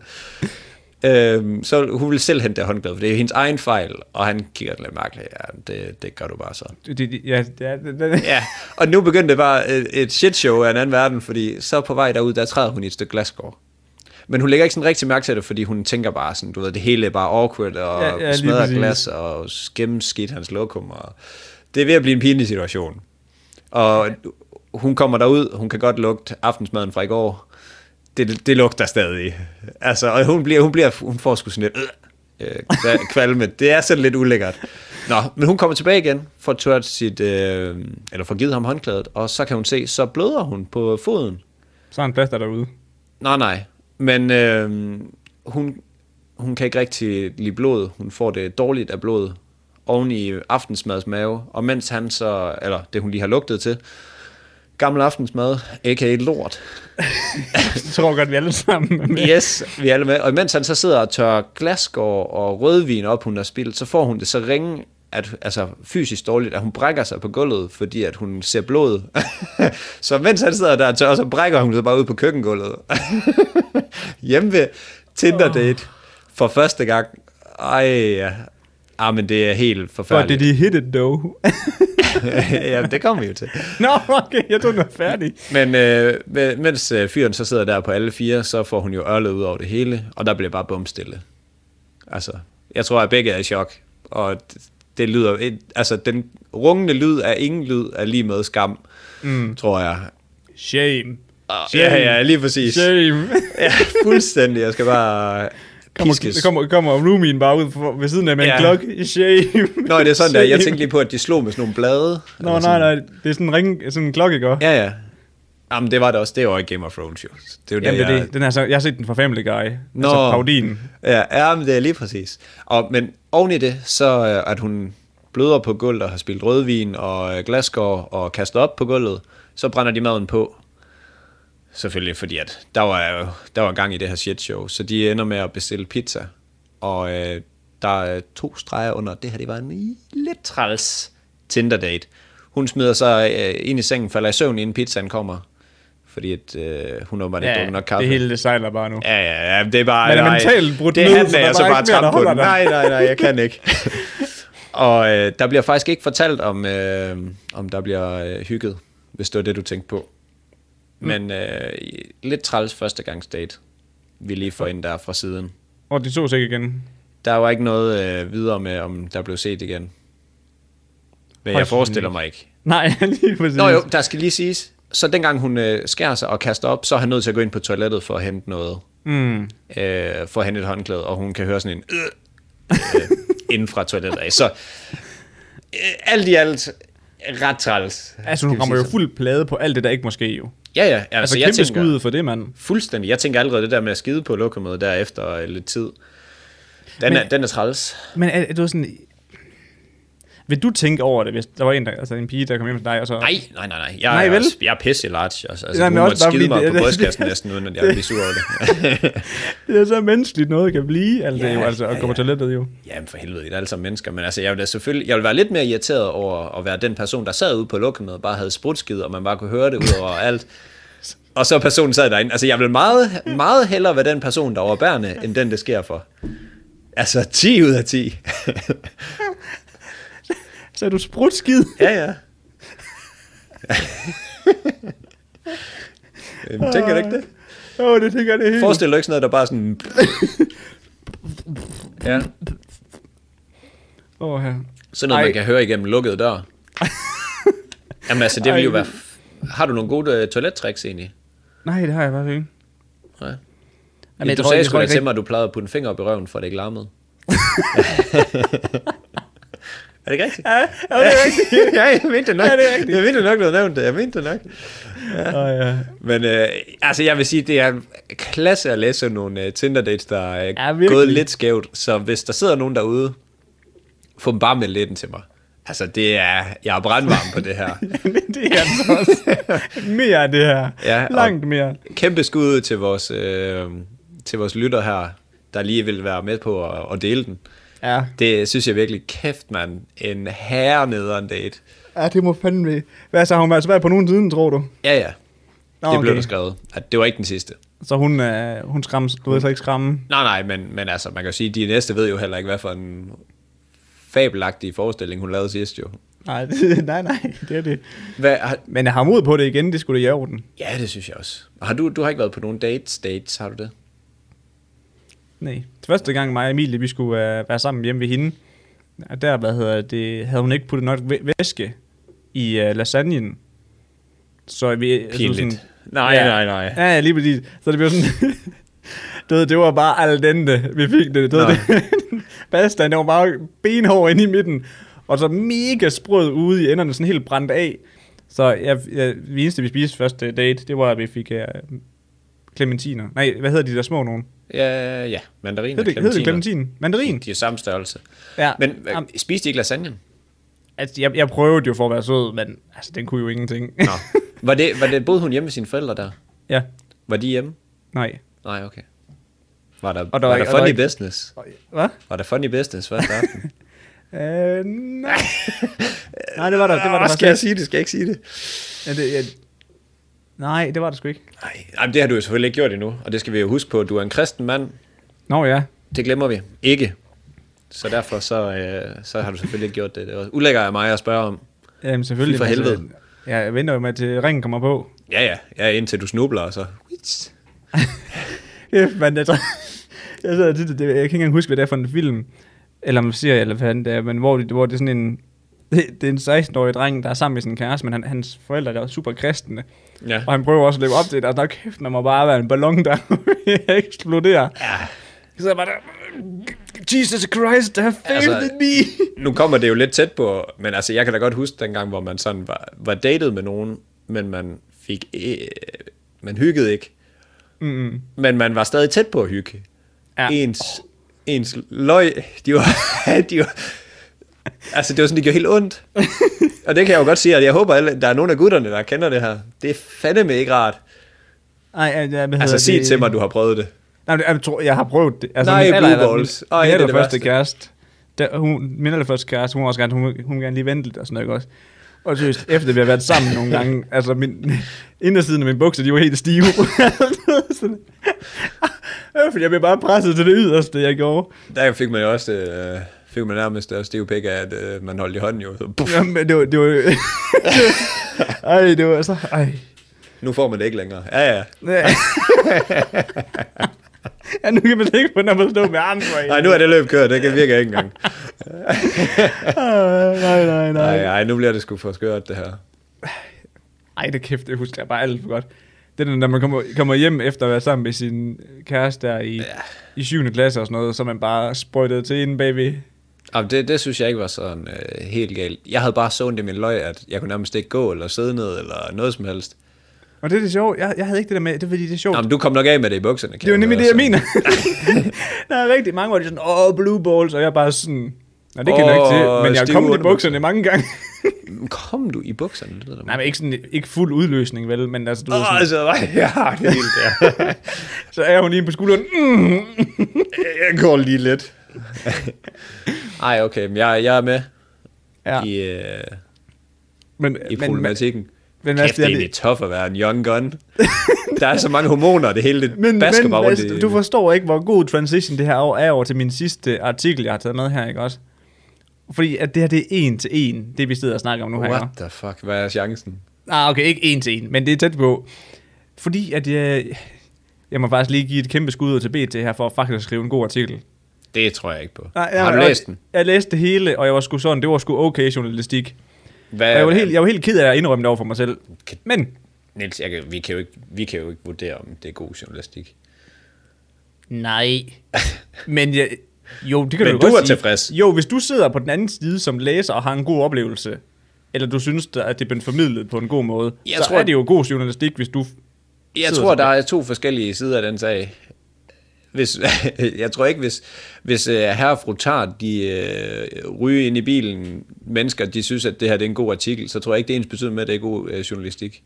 Speaker 2: Øhm, så hun vil selv hente det håndklæde, for det er hendes egen fejl. Og han kigger lidt mærkeligt, ja, det, det gør du bare så.
Speaker 1: Det- det- Ja, det er- det- det-
Speaker 2: Ja, og nu begyndte det bare et, et shitshow af en anden verden, fordi så på vej derud, der træder hun i et stykke glasgård. Men hun lægger ikke sådan rigtig mærke til det, fordi hun tænker bare sådan, du ved, det hele er bare awkward, og
Speaker 1: Ja,
Speaker 2: ja,
Speaker 1: ja, lige
Speaker 2: ja, smadrer
Speaker 1: præcis.
Speaker 2: glas, og gennemskidt hans lokum, og det er ved at blive en pinlig situation. Og hun kommer derud, hun kan godt lugte aftensmaden fra i går, det, det lugter stadig. Altså, og hun, bliver, hun, bliver, hun får sgu sådan lidt øh, øh, kva- kvalme. Det er sådan lidt ulækkert. Nå, men hun kommer tilbage igen, får tørt sit, øh, eller får givet ham håndklædet, og så kan hun se, så bløder hun på foden.
Speaker 1: Så er han plaster derude.
Speaker 2: Nej, nej. Men øh, hun, hun kan ikke rigtig lide blod. Hun får det dårligt af blod oven i aftensmads mave. Og mens han så, eller det hun lige har lugtet til, gammel aftensmad, a.k.a. lort,
Speaker 1: Jeg tror godt, vi alle sammen er med.
Speaker 2: Yes, vi er alle med. Og imens han så sidder og tør glasgård og rødvin op, hun har spildt, så får hun det så ringe, at, altså fysisk dårligt, at hun brækker sig på gulvet, fordi at hun ser blod. så mens han sidder der og tør, så brækker hun sig bare ud på køkkengulvet. Hjemme ved Tinder date for første gang. Ej, ja. Ah, men det er helt
Speaker 1: For det,
Speaker 2: forfærdeligt.
Speaker 1: de hit it, though.
Speaker 2: ja, det kommer vi jo til.
Speaker 1: Nå, okay, jeg troede, den var færdig.
Speaker 2: Men øh, men- mens øh, fyren så sidder der på alle fire, så får hun jo ørlet ud over det hele, og der bliver bare bumstille. Altså, jeg tror, at begge er i chok, og det, det lyder... et- Altså, den rungende lyd af ingen lyd er lige med skam, mm. tror jeg.
Speaker 1: Shame.
Speaker 2: Og, Ah, ja, ja, lige præcis.
Speaker 1: Shame.
Speaker 2: Ja, fuldstændig. Jeg skal bare
Speaker 1: Kommer,
Speaker 2: piskes.
Speaker 1: kommer, kommer roomien bare ud for, ved siden af med en
Speaker 2: Ja.
Speaker 1: klokke. Shame.
Speaker 2: Nå, det er sådan der. Jeg
Speaker 1: Shame.
Speaker 2: tænkte lige på, at de slog med sådan nogle blade.
Speaker 1: Nå, nej, nej. Det er sådan en, ring, sådan en klokke, ikke? også?
Speaker 2: Ja, ja. Jamen, det var det også. Det var i Game of Thrones, jo. Det er jo
Speaker 1: Jamen,
Speaker 2: der,
Speaker 1: det, er
Speaker 2: jeg,
Speaker 1: det, den er så, jeg har set den fra Family Guy. Nå.
Speaker 2: Nå.
Speaker 1: Altså parodien.
Speaker 2: Ja, ja men det er lige præcis. Og, men oven i det, så øh, at hun bløder på gulvet og har spillet rødvin og øh, glasgård og kaster op på gulvet, så brænder de maden på. Selvfølgelig, fordi at der var jo der var gang i det her shit show, så de ender med at bestille pizza. Og øh, der er to streger under, det her det var en lidt træls Tinder date. Hun smider sig øh, ind i sengen, falder i søvn, inden pizzaen kommer. Fordi at, øh, hun åbenbart ikke ja, drukket nok kaffe.
Speaker 1: det hele det sejler bare nu.
Speaker 2: Ja, ja, ja, det er bare...
Speaker 1: Man er
Speaker 2: nej.
Speaker 1: mentalt brudt
Speaker 2: Det
Speaker 1: ned,
Speaker 2: handler
Speaker 1: så der
Speaker 2: jeg
Speaker 1: er
Speaker 2: så
Speaker 1: bare
Speaker 2: bare
Speaker 1: ikke mere, der
Speaker 2: trampe på
Speaker 1: holder
Speaker 2: den.
Speaker 1: dig.
Speaker 2: Nej, nej, nej, jeg kan ikke. Og øh, der bliver faktisk ikke fortalt, om, øh, om der bliver øh, hygget, hvis det var det, du tænkte på.
Speaker 1: Mm.
Speaker 2: Men øh, lidt træls førstegangsdate, vi lige får ind der fra siden.
Speaker 1: Og de så sig ikke igen.
Speaker 2: Der var ikke noget øh, videre med, om der blev set igen. Men
Speaker 1: Højst
Speaker 2: jeg forestiller mig ikke.
Speaker 1: Nej, lige præcis.
Speaker 2: Nå jo, der skal lige siges, så dengang hun øh, skærer sig og kaster op, så er han nødt til at gå ind på toilettet for at hente noget.
Speaker 1: Mm.
Speaker 2: Øh, for at hente et håndklæde, og hun kan høre sådan en øh, øh, inden fra toilettet af. Så øh, alt i alt ret træls.
Speaker 1: Altså, hun
Speaker 2: Skal vi
Speaker 1: rammer
Speaker 2: sige
Speaker 1: jo
Speaker 2: sådan.
Speaker 1: fuld plade på alt det, der ikke måske jo.
Speaker 2: Ja, ja. Altså,
Speaker 1: Altså,
Speaker 2: altså jeg
Speaker 1: kæmpe
Speaker 2: tænker,
Speaker 1: skud for det, mand.
Speaker 2: Fuldstændig. Jeg tænker allerede det der med at skide på lokummet der efter øh, lidt tid. Den,
Speaker 1: Men-
Speaker 2: er, den er træls.
Speaker 1: Men er, er du sådan... Vil du tænke over det, hvis der var en, der, altså en pige, der kom hjem til dig, og så...
Speaker 2: Nej, nej, nej, nej. Jeg,
Speaker 1: Nej,
Speaker 2: er,
Speaker 1: vel?
Speaker 2: jeg er pisse large. Altså, altså,
Speaker 1: Nej,
Speaker 2: nej,
Speaker 1: men
Speaker 2: hun
Speaker 1: også bare
Speaker 2: måtte skide
Speaker 1: fordi
Speaker 2: mig
Speaker 1: det-
Speaker 2: på brystkassen næsten, uden at jeg bliver sur over det.
Speaker 1: Det er så menneskeligt noget kan blive, altså, ja,
Speaker 2: Ja,
Speaker 1: jo, altså at
Speaker 2: ja,
Speaker 1: gå på
Speaker 2: ja.
Speaker 1: toilettet jo.
Speaker 2: Jamen for helvede, det er alle sammen mennesker, men altså jeg vil da selvfølgelig, jeg vil være lidt mere irriteret over at være den person, der sad ude på lukket med og bare havde sprutskid, og man bare kunne høre det ud over alt. Og så personen sad derinde. Altså jeg vil meget, meget hellere være den person, der er overbærende, end den, det sker for. Altså 10 ud af 10.
Speaker 1: Så er du sprutskid.
Speaker 2: ja, ja. Jamen, tænker du ikke det?
Speaker 1: Åh, oh, det tænker jeg det hele.
Speaker 2: Forestil dig ikke sådan noget, der bare sådan... Ja.
Speaker 1: Åh, her.
Speaker 2: Sådan noget,
Speaker 1: Ej.
Speaker 2: Ej. man kan høre igennem lukkede dør. Jamen altså, det vil jo
Speaker 1: Ej.
Speaker 2: være... Har du nogle gode øh, toilettricks egentlig?
Speaker 1: Nej, det har jeg faktisk ikke.
Speaker 2: Ja.
Speaker 1: Jamen, jeg
Speaker 2: Jamen, du
Speaker 1: tror
Speaker 2: sagde
Speaker 1: ikke-
Speaker 2: sgu
Speaker 1: jeg
Speaker 2: da
Speaker 1: tror
Speaker 2: til mig, at du plejede at putte en finger op i røven, for det ikke larmede. er det ikke rigtigt?
Speaker 1: Ja, ja, det er rigtigt.
Speaker 2: ja, jeg mente det nok.
Speaker 1: Ja, det er rigtigt.
Speaker 2: Jeg mente det nok, du havde nævnt det. Jeg mente det nok.
Speaker 1: Åh, ja.
Speaker 2: Men øh, altså, jeg vil sige, det er klasse at læse sådan nogle øh, Tinder-dates, der er
Speaker 1: Ja,
Speaker 2: ja,
Speaker 1: virkelig.
Speaker 2: gået lidt skævt. Så hvis der sidder nogen derude, få dem bare med lidt ind til mig. Altså, det er, jeg er brandvarm på det her.
Speaker 1: Men det er altså også mere af det her.
Speaker 2: Ja, og-
Speaker 1: Langt mere.
Speaker 2: Kæmpe skud ud til vores, øh, til vores lytter her, der lige vil være med på at, at dele den.
Speaker 1: Ja.
Speaker 2: Det synes jeg virkelig, kæft mand, en herre nederen date.
Speaker 1: Ja, det må fandme... Hvad så, har hun altså været på nogen siden, tror du?
Speaker 2: Ja, ja,
Speaker 1: Nå,
Speaker 2: det blev der skrevet. At det var ikke den sidste.
Speaker 1: Så hun, øh, hun skræmmes, du ved så ikke skræmme.
Speaker 2: Nej, nej, men, men altså, man kan jo sige, at de næste ved jo heller ikke, hvad for en fabelagtig forestilling, hun lavede sidst jo.
Speaker 1: Nej, det, nej, nej, det er det.
Speaker 2: Hvad, har,
Speaker 1: Men at have mod på det igen, det skulle da i orden.
Speaker 2: ja, det synes jeg også. Har du, du har ikke været på nogen dates, dates, har du det?
Speaker 1: Nej. Første gang mig og Emilie, vi skulle øh, være sammen hjemme ved hende, og der hvad hedder det, havde hun ikke puttet nok væ- væske i øh, lasagnen. Så vi... altså
Speaker 2: Pinligt.
Speaker 1: sådan-
Speaker 2: Nej,
Speaker 1: Ja.
Speaker 2: nej, nej.
Speaker 1: Ja, ja, lige præcis. Så det blev sådan... du ved, det var bare al dente, vi fik det. Du ved,
Speaker 2: Nå.
Speaker 1: det. Pastaen, den var bare benhård inde i midten. Og så mega sprød ude i enderne, sådan helt brændt af. Så jeg, jeg, det eneste, vi spiste første date, det var, at vi fik uh, clementiner. Nej, hvad hedder de der små nogen?
Speaker 2: Ja, ja, mandarin
Speaker 1: Hedder
Speaker 2: og
Speaker 1: det, hedder det
Speaker 2: clementiner.
Speaker 1: clementin? Mandarin?
Speaker 2: De er samme størrelse.
Speaker 1: Ja.
Speaker 2: Men
Speaker 1: Jamen,
Speaker 2: hvad, spiste I ikke lasagnen?
Speaker 1: Altså, jeg, jeg prøvede jo for at være sød, men altså, den kunne jo ingenting.
Speaker 2: Nå. Var det, var det, boede hun hjemme med sine forældre der?
Speaker 1: ja,
Speaker 2: Var de hjemme?
Speaker 1: nej.
Speaker 2: Nej, okay. Var der,
Speaker 1: Og
Speaker 2: og
Speaker 1: der
Speaker 2: der,
Speaker 1: var
Speaker 2: var
Speaker 1: ikke- og der
Speaker 2: der
Speaker 1: var
Speaker 2: funny
Speaker 1: ikke-
Speaker 2: business?
Speaker 1: Hvad?
Speaker 2: Var der funny business første aften?
Speaker 1: Øh, nej. nej, det var der, det var der.
Speaker 2: Åh,
Speaker 1: faktisk
Speaker 2: skal jeg sige det? Skal jeg ikke sige det?
Speaker 1: Ja, det, ja. Nej, det var det sgu ikke.
Speaker 2: Nej, Ej, men det har du jo selvfølgelig ikke gjort endnu, og det skal vi jo huske på. Du er en kristen mand,
Speaker 1: Nå ja.
Speaker 2: det glemmer vi ikke. Så derfor så, øh, så har du selvfølgelig ikke gjort det. Det var ulækker af mig at spørge om.
Speaker 1: Jamen selvfølgelig.
Speaker 2: Fy for
Speaker 1: men altså,
Speaker 2: helvede.
Speaker 1: Ja, jeg venter jo med, til ringen kommer på.
Speaker 2: Ja, ja, ja indtil du snubler, og så...
Speaker 1: Ja, men jeg tror... Jeg, sad, det, det, jeg kan ikke engang huske, hvad det er for en film, eller man siger, eller hvad fanden det er, men hvor det, hvor det er sådan en... Det, det er en 16-årig dreng, der er sammen med sin kæreste, men han, hans forældre der er super kristne.
Speaker 2: Ja.
Speaker 1: Og han prøver også at leve op til det, og der kæft, man må bare være en ballon, der eksploderer.
Speaker 2: ja.
Speaker 1: Så er jeg bare der, Jesus Christ, have faith
Speaker 2: Altså-
Speaker 1: in me.
Speaker 2: Nu kommer det jo lidt tæt på, men altså, jeg kan da godt huske dengang, hvor man sådan var, var datet med nogen, men man fik... Øh, man hyggede ikke.
Speaker 1: Mm.
Speaker 2: Men man var stadig tæt på at hygge.
Speaker 1: Ja.
Speaker 2: Ja. Ens, ens løg, de var, de var... Altså, det var sådan, det gjorde helt ondt. Og det kan jeg jo godt sige, at jeg håber, at der er nogen af gutterne, der kender det her. Det er fandeme ikke rart.
Speaker 1: Ej, ja, hvad hedder
Speaker 2: Altså, sig
Speaker 1: det?
Speaker 2: det... til mig, du har prøvet det.
Speaker 1: Nej, men jeg, tror, jeg har prøvet det. Altså,
Speaker 2: Nej,
Speaker 1: min
Speaker 2: blue
Speaker 1: aller-
Speaker 2: balls.
Speaker 1: Min,
Speaker 2: Ej,
Speaker 1: min
Speaker 2: det er det
Speaker 1: allerførste
Speaker 2: værste.
Speaker 1: kæreste, der, hun, min allerførste kæreste, hun var også gerne, hun, hun ville gerne lige vente lidt og sådan noget, ikke også? Og seriøst, efter vi har været sammen nogle gange, altså min, indersiden af mine bukser, de var helt stive. Sådan. Øh, Fordi jeg blev bare presset til det yderste, jeg gjorde.
Speaker 2: Der fik man jo også, øh, fik man nærmest der stiv pik af, at øh, man holdt i hånden jo. Så, puff,
Speaker 1: Jamen, det var... Det var ej, det var så... Ej.
Speaker 2: nu får man det ikke længere. Ja, ja.
Speaker 1: Ja. ja, nu kan man ikke på, når man står med armen for en.
Speaker 2: Nej, nu er det løb kørt. Det kan virke ikke engang.
Speaker 1: Ah, nej, nej,
Speaker 2: Nej,
Speaker 1: nej.
Speaker 2: nej, nu bliver det sgu for skørt, det her.
Speaker 1: Ej, det kæft, det husker jeg bare alt for godt. Det er den, når man kommer, kommer hjem efter at være sammen med sin kæreste der i, ja. i 7. klasse og sådan noget, så er man bare sprøjtet til inden bagved.
Speaker 2: Jamen, det, det synes jeg ikke var sådan øh, helt galt. Jeg havde bare så ondt i min løg, at jeg kunne nærmest ikke gå eller sidde ned eller noget som helst.
Speaker 1: Og det er det sjovt. Jeg, jeg havde ikke det der med, det er fordi, det er sjovt.
Speaker 2: Jamen, du kom nok af med det i bukserne. kan
Speaker 1: Det er jo
Speaker 2: jeg
Speaker 1: nemlig det, jeg
Speaker 2: høre, så.
Speaker 1: mener. der er rigtig mange, hvor de er sådan, åh, blue balls, og jeg er bare sådan, nej, det kender jeg ikke til,
Speaker 2: Åh,
Speaker 1: men jeg er
Speaker 2: stive
Speaker 1: kommet i
Speaker 2: underbukser."
Speaker 1: bukserne mange gange.
Speaker 2: Kom du i bukserne? Det lyder da
Speaker 1: nej, men ikke, sådan, ikke fuld udløsning, vel, men altså, du ved,
Speaker 2: Åh,
Speaker 1: sådan,
Speaker 2: altså, nej, jeg har det helt der.
Speaker 1: så er hun lige på skulderen, mm.
Speaker 2: jeg går lige lidt. Ej, okay, men jeg, jeg er med
Speaker 1: Ja,
Speaker 2: ja. i, øh,
Speaker 1: men,
Speaker 2: i
Speaker 1: men, men,
Speaker 2: problematikken. Men,
Speaker 1: men,
Speaker 2: Kæft, det er egentlig tough at være en young gun. Der er så mange hormoner, det hele det
Speaker 1: men,
Speaker 2: basker
Speaker 1: men
Speaker 2: bare rundt
Speaker 1: altså,
Speaker 2: i-
Speaker 1: du forstår ikke, hvor god transition det her år er over til min sidste artikel, jeg har taget med her, ikke også? Fordi at det her, det er en til en, det vi sidder og snakker om nu her. ikke
Speaker 2: What the fuck, hvad er chancen?
Speaker 1: Ah, okay, ikke en til en, men det er tæt på. Fordi at jeg, jeg må faktisk lige give et kæmpe skud ud til BT her, for at faktisk at skrive en god artikel.
Speaker 2: Det tror jeg ikke på.
Speaker 1: Nej,
Speaker 2: har du
Speaker 1: jeg,
Speaker 2: læst den?
Speaker 1: Jeg læste det hele, og jeg var sgu sådan, det var sgu okay journalistik.
Speaker 2: Hvad,
Speaker 1: Og jeg var helt, jeg var helt ked af at indrømme det over for mig selv.
Speaker 2: Kan-
Speaker 1: Men,
Speaker 2: Niels, jeg, kan- vi, kan jo ikke, vi kan jo ikke vurdere, om det er god journalistik.
Speaker 1: nej. men jeg, jo, det kan
Speaker 2: Men
Speaker 1: du, jo
Speaker 2: du
Speaker 1: godt
Speaker 2: er
Speaker 1: sige.
Speaker 2: tilfreds.
Speaker 1: Jo, hvis du sidder på den anden side som læser og har en god oplevelse, eller du synes, at det er blevet formidlet på en god måde,
Speaker 2: Jeg
Speaker 1: så
Speaker 2: tror-
Speaker 1: er det jo god journalistik, hvis du...
Speaker 2: Jeg
Speaker 1: Sidder
Speaker 2: tror,
Speaker 1: tilbage.
Speaker 2: der er to forskellige sider af den sag. Hvis, jeg tror ikke, hvis, hvis uh, herre og fru Tart, de uh, ryger ind i bilen, mennesker, de synes, at det her det er en god artikel, så tror jeg ikke, det er ens betydning med, at det er god uh, journalistik.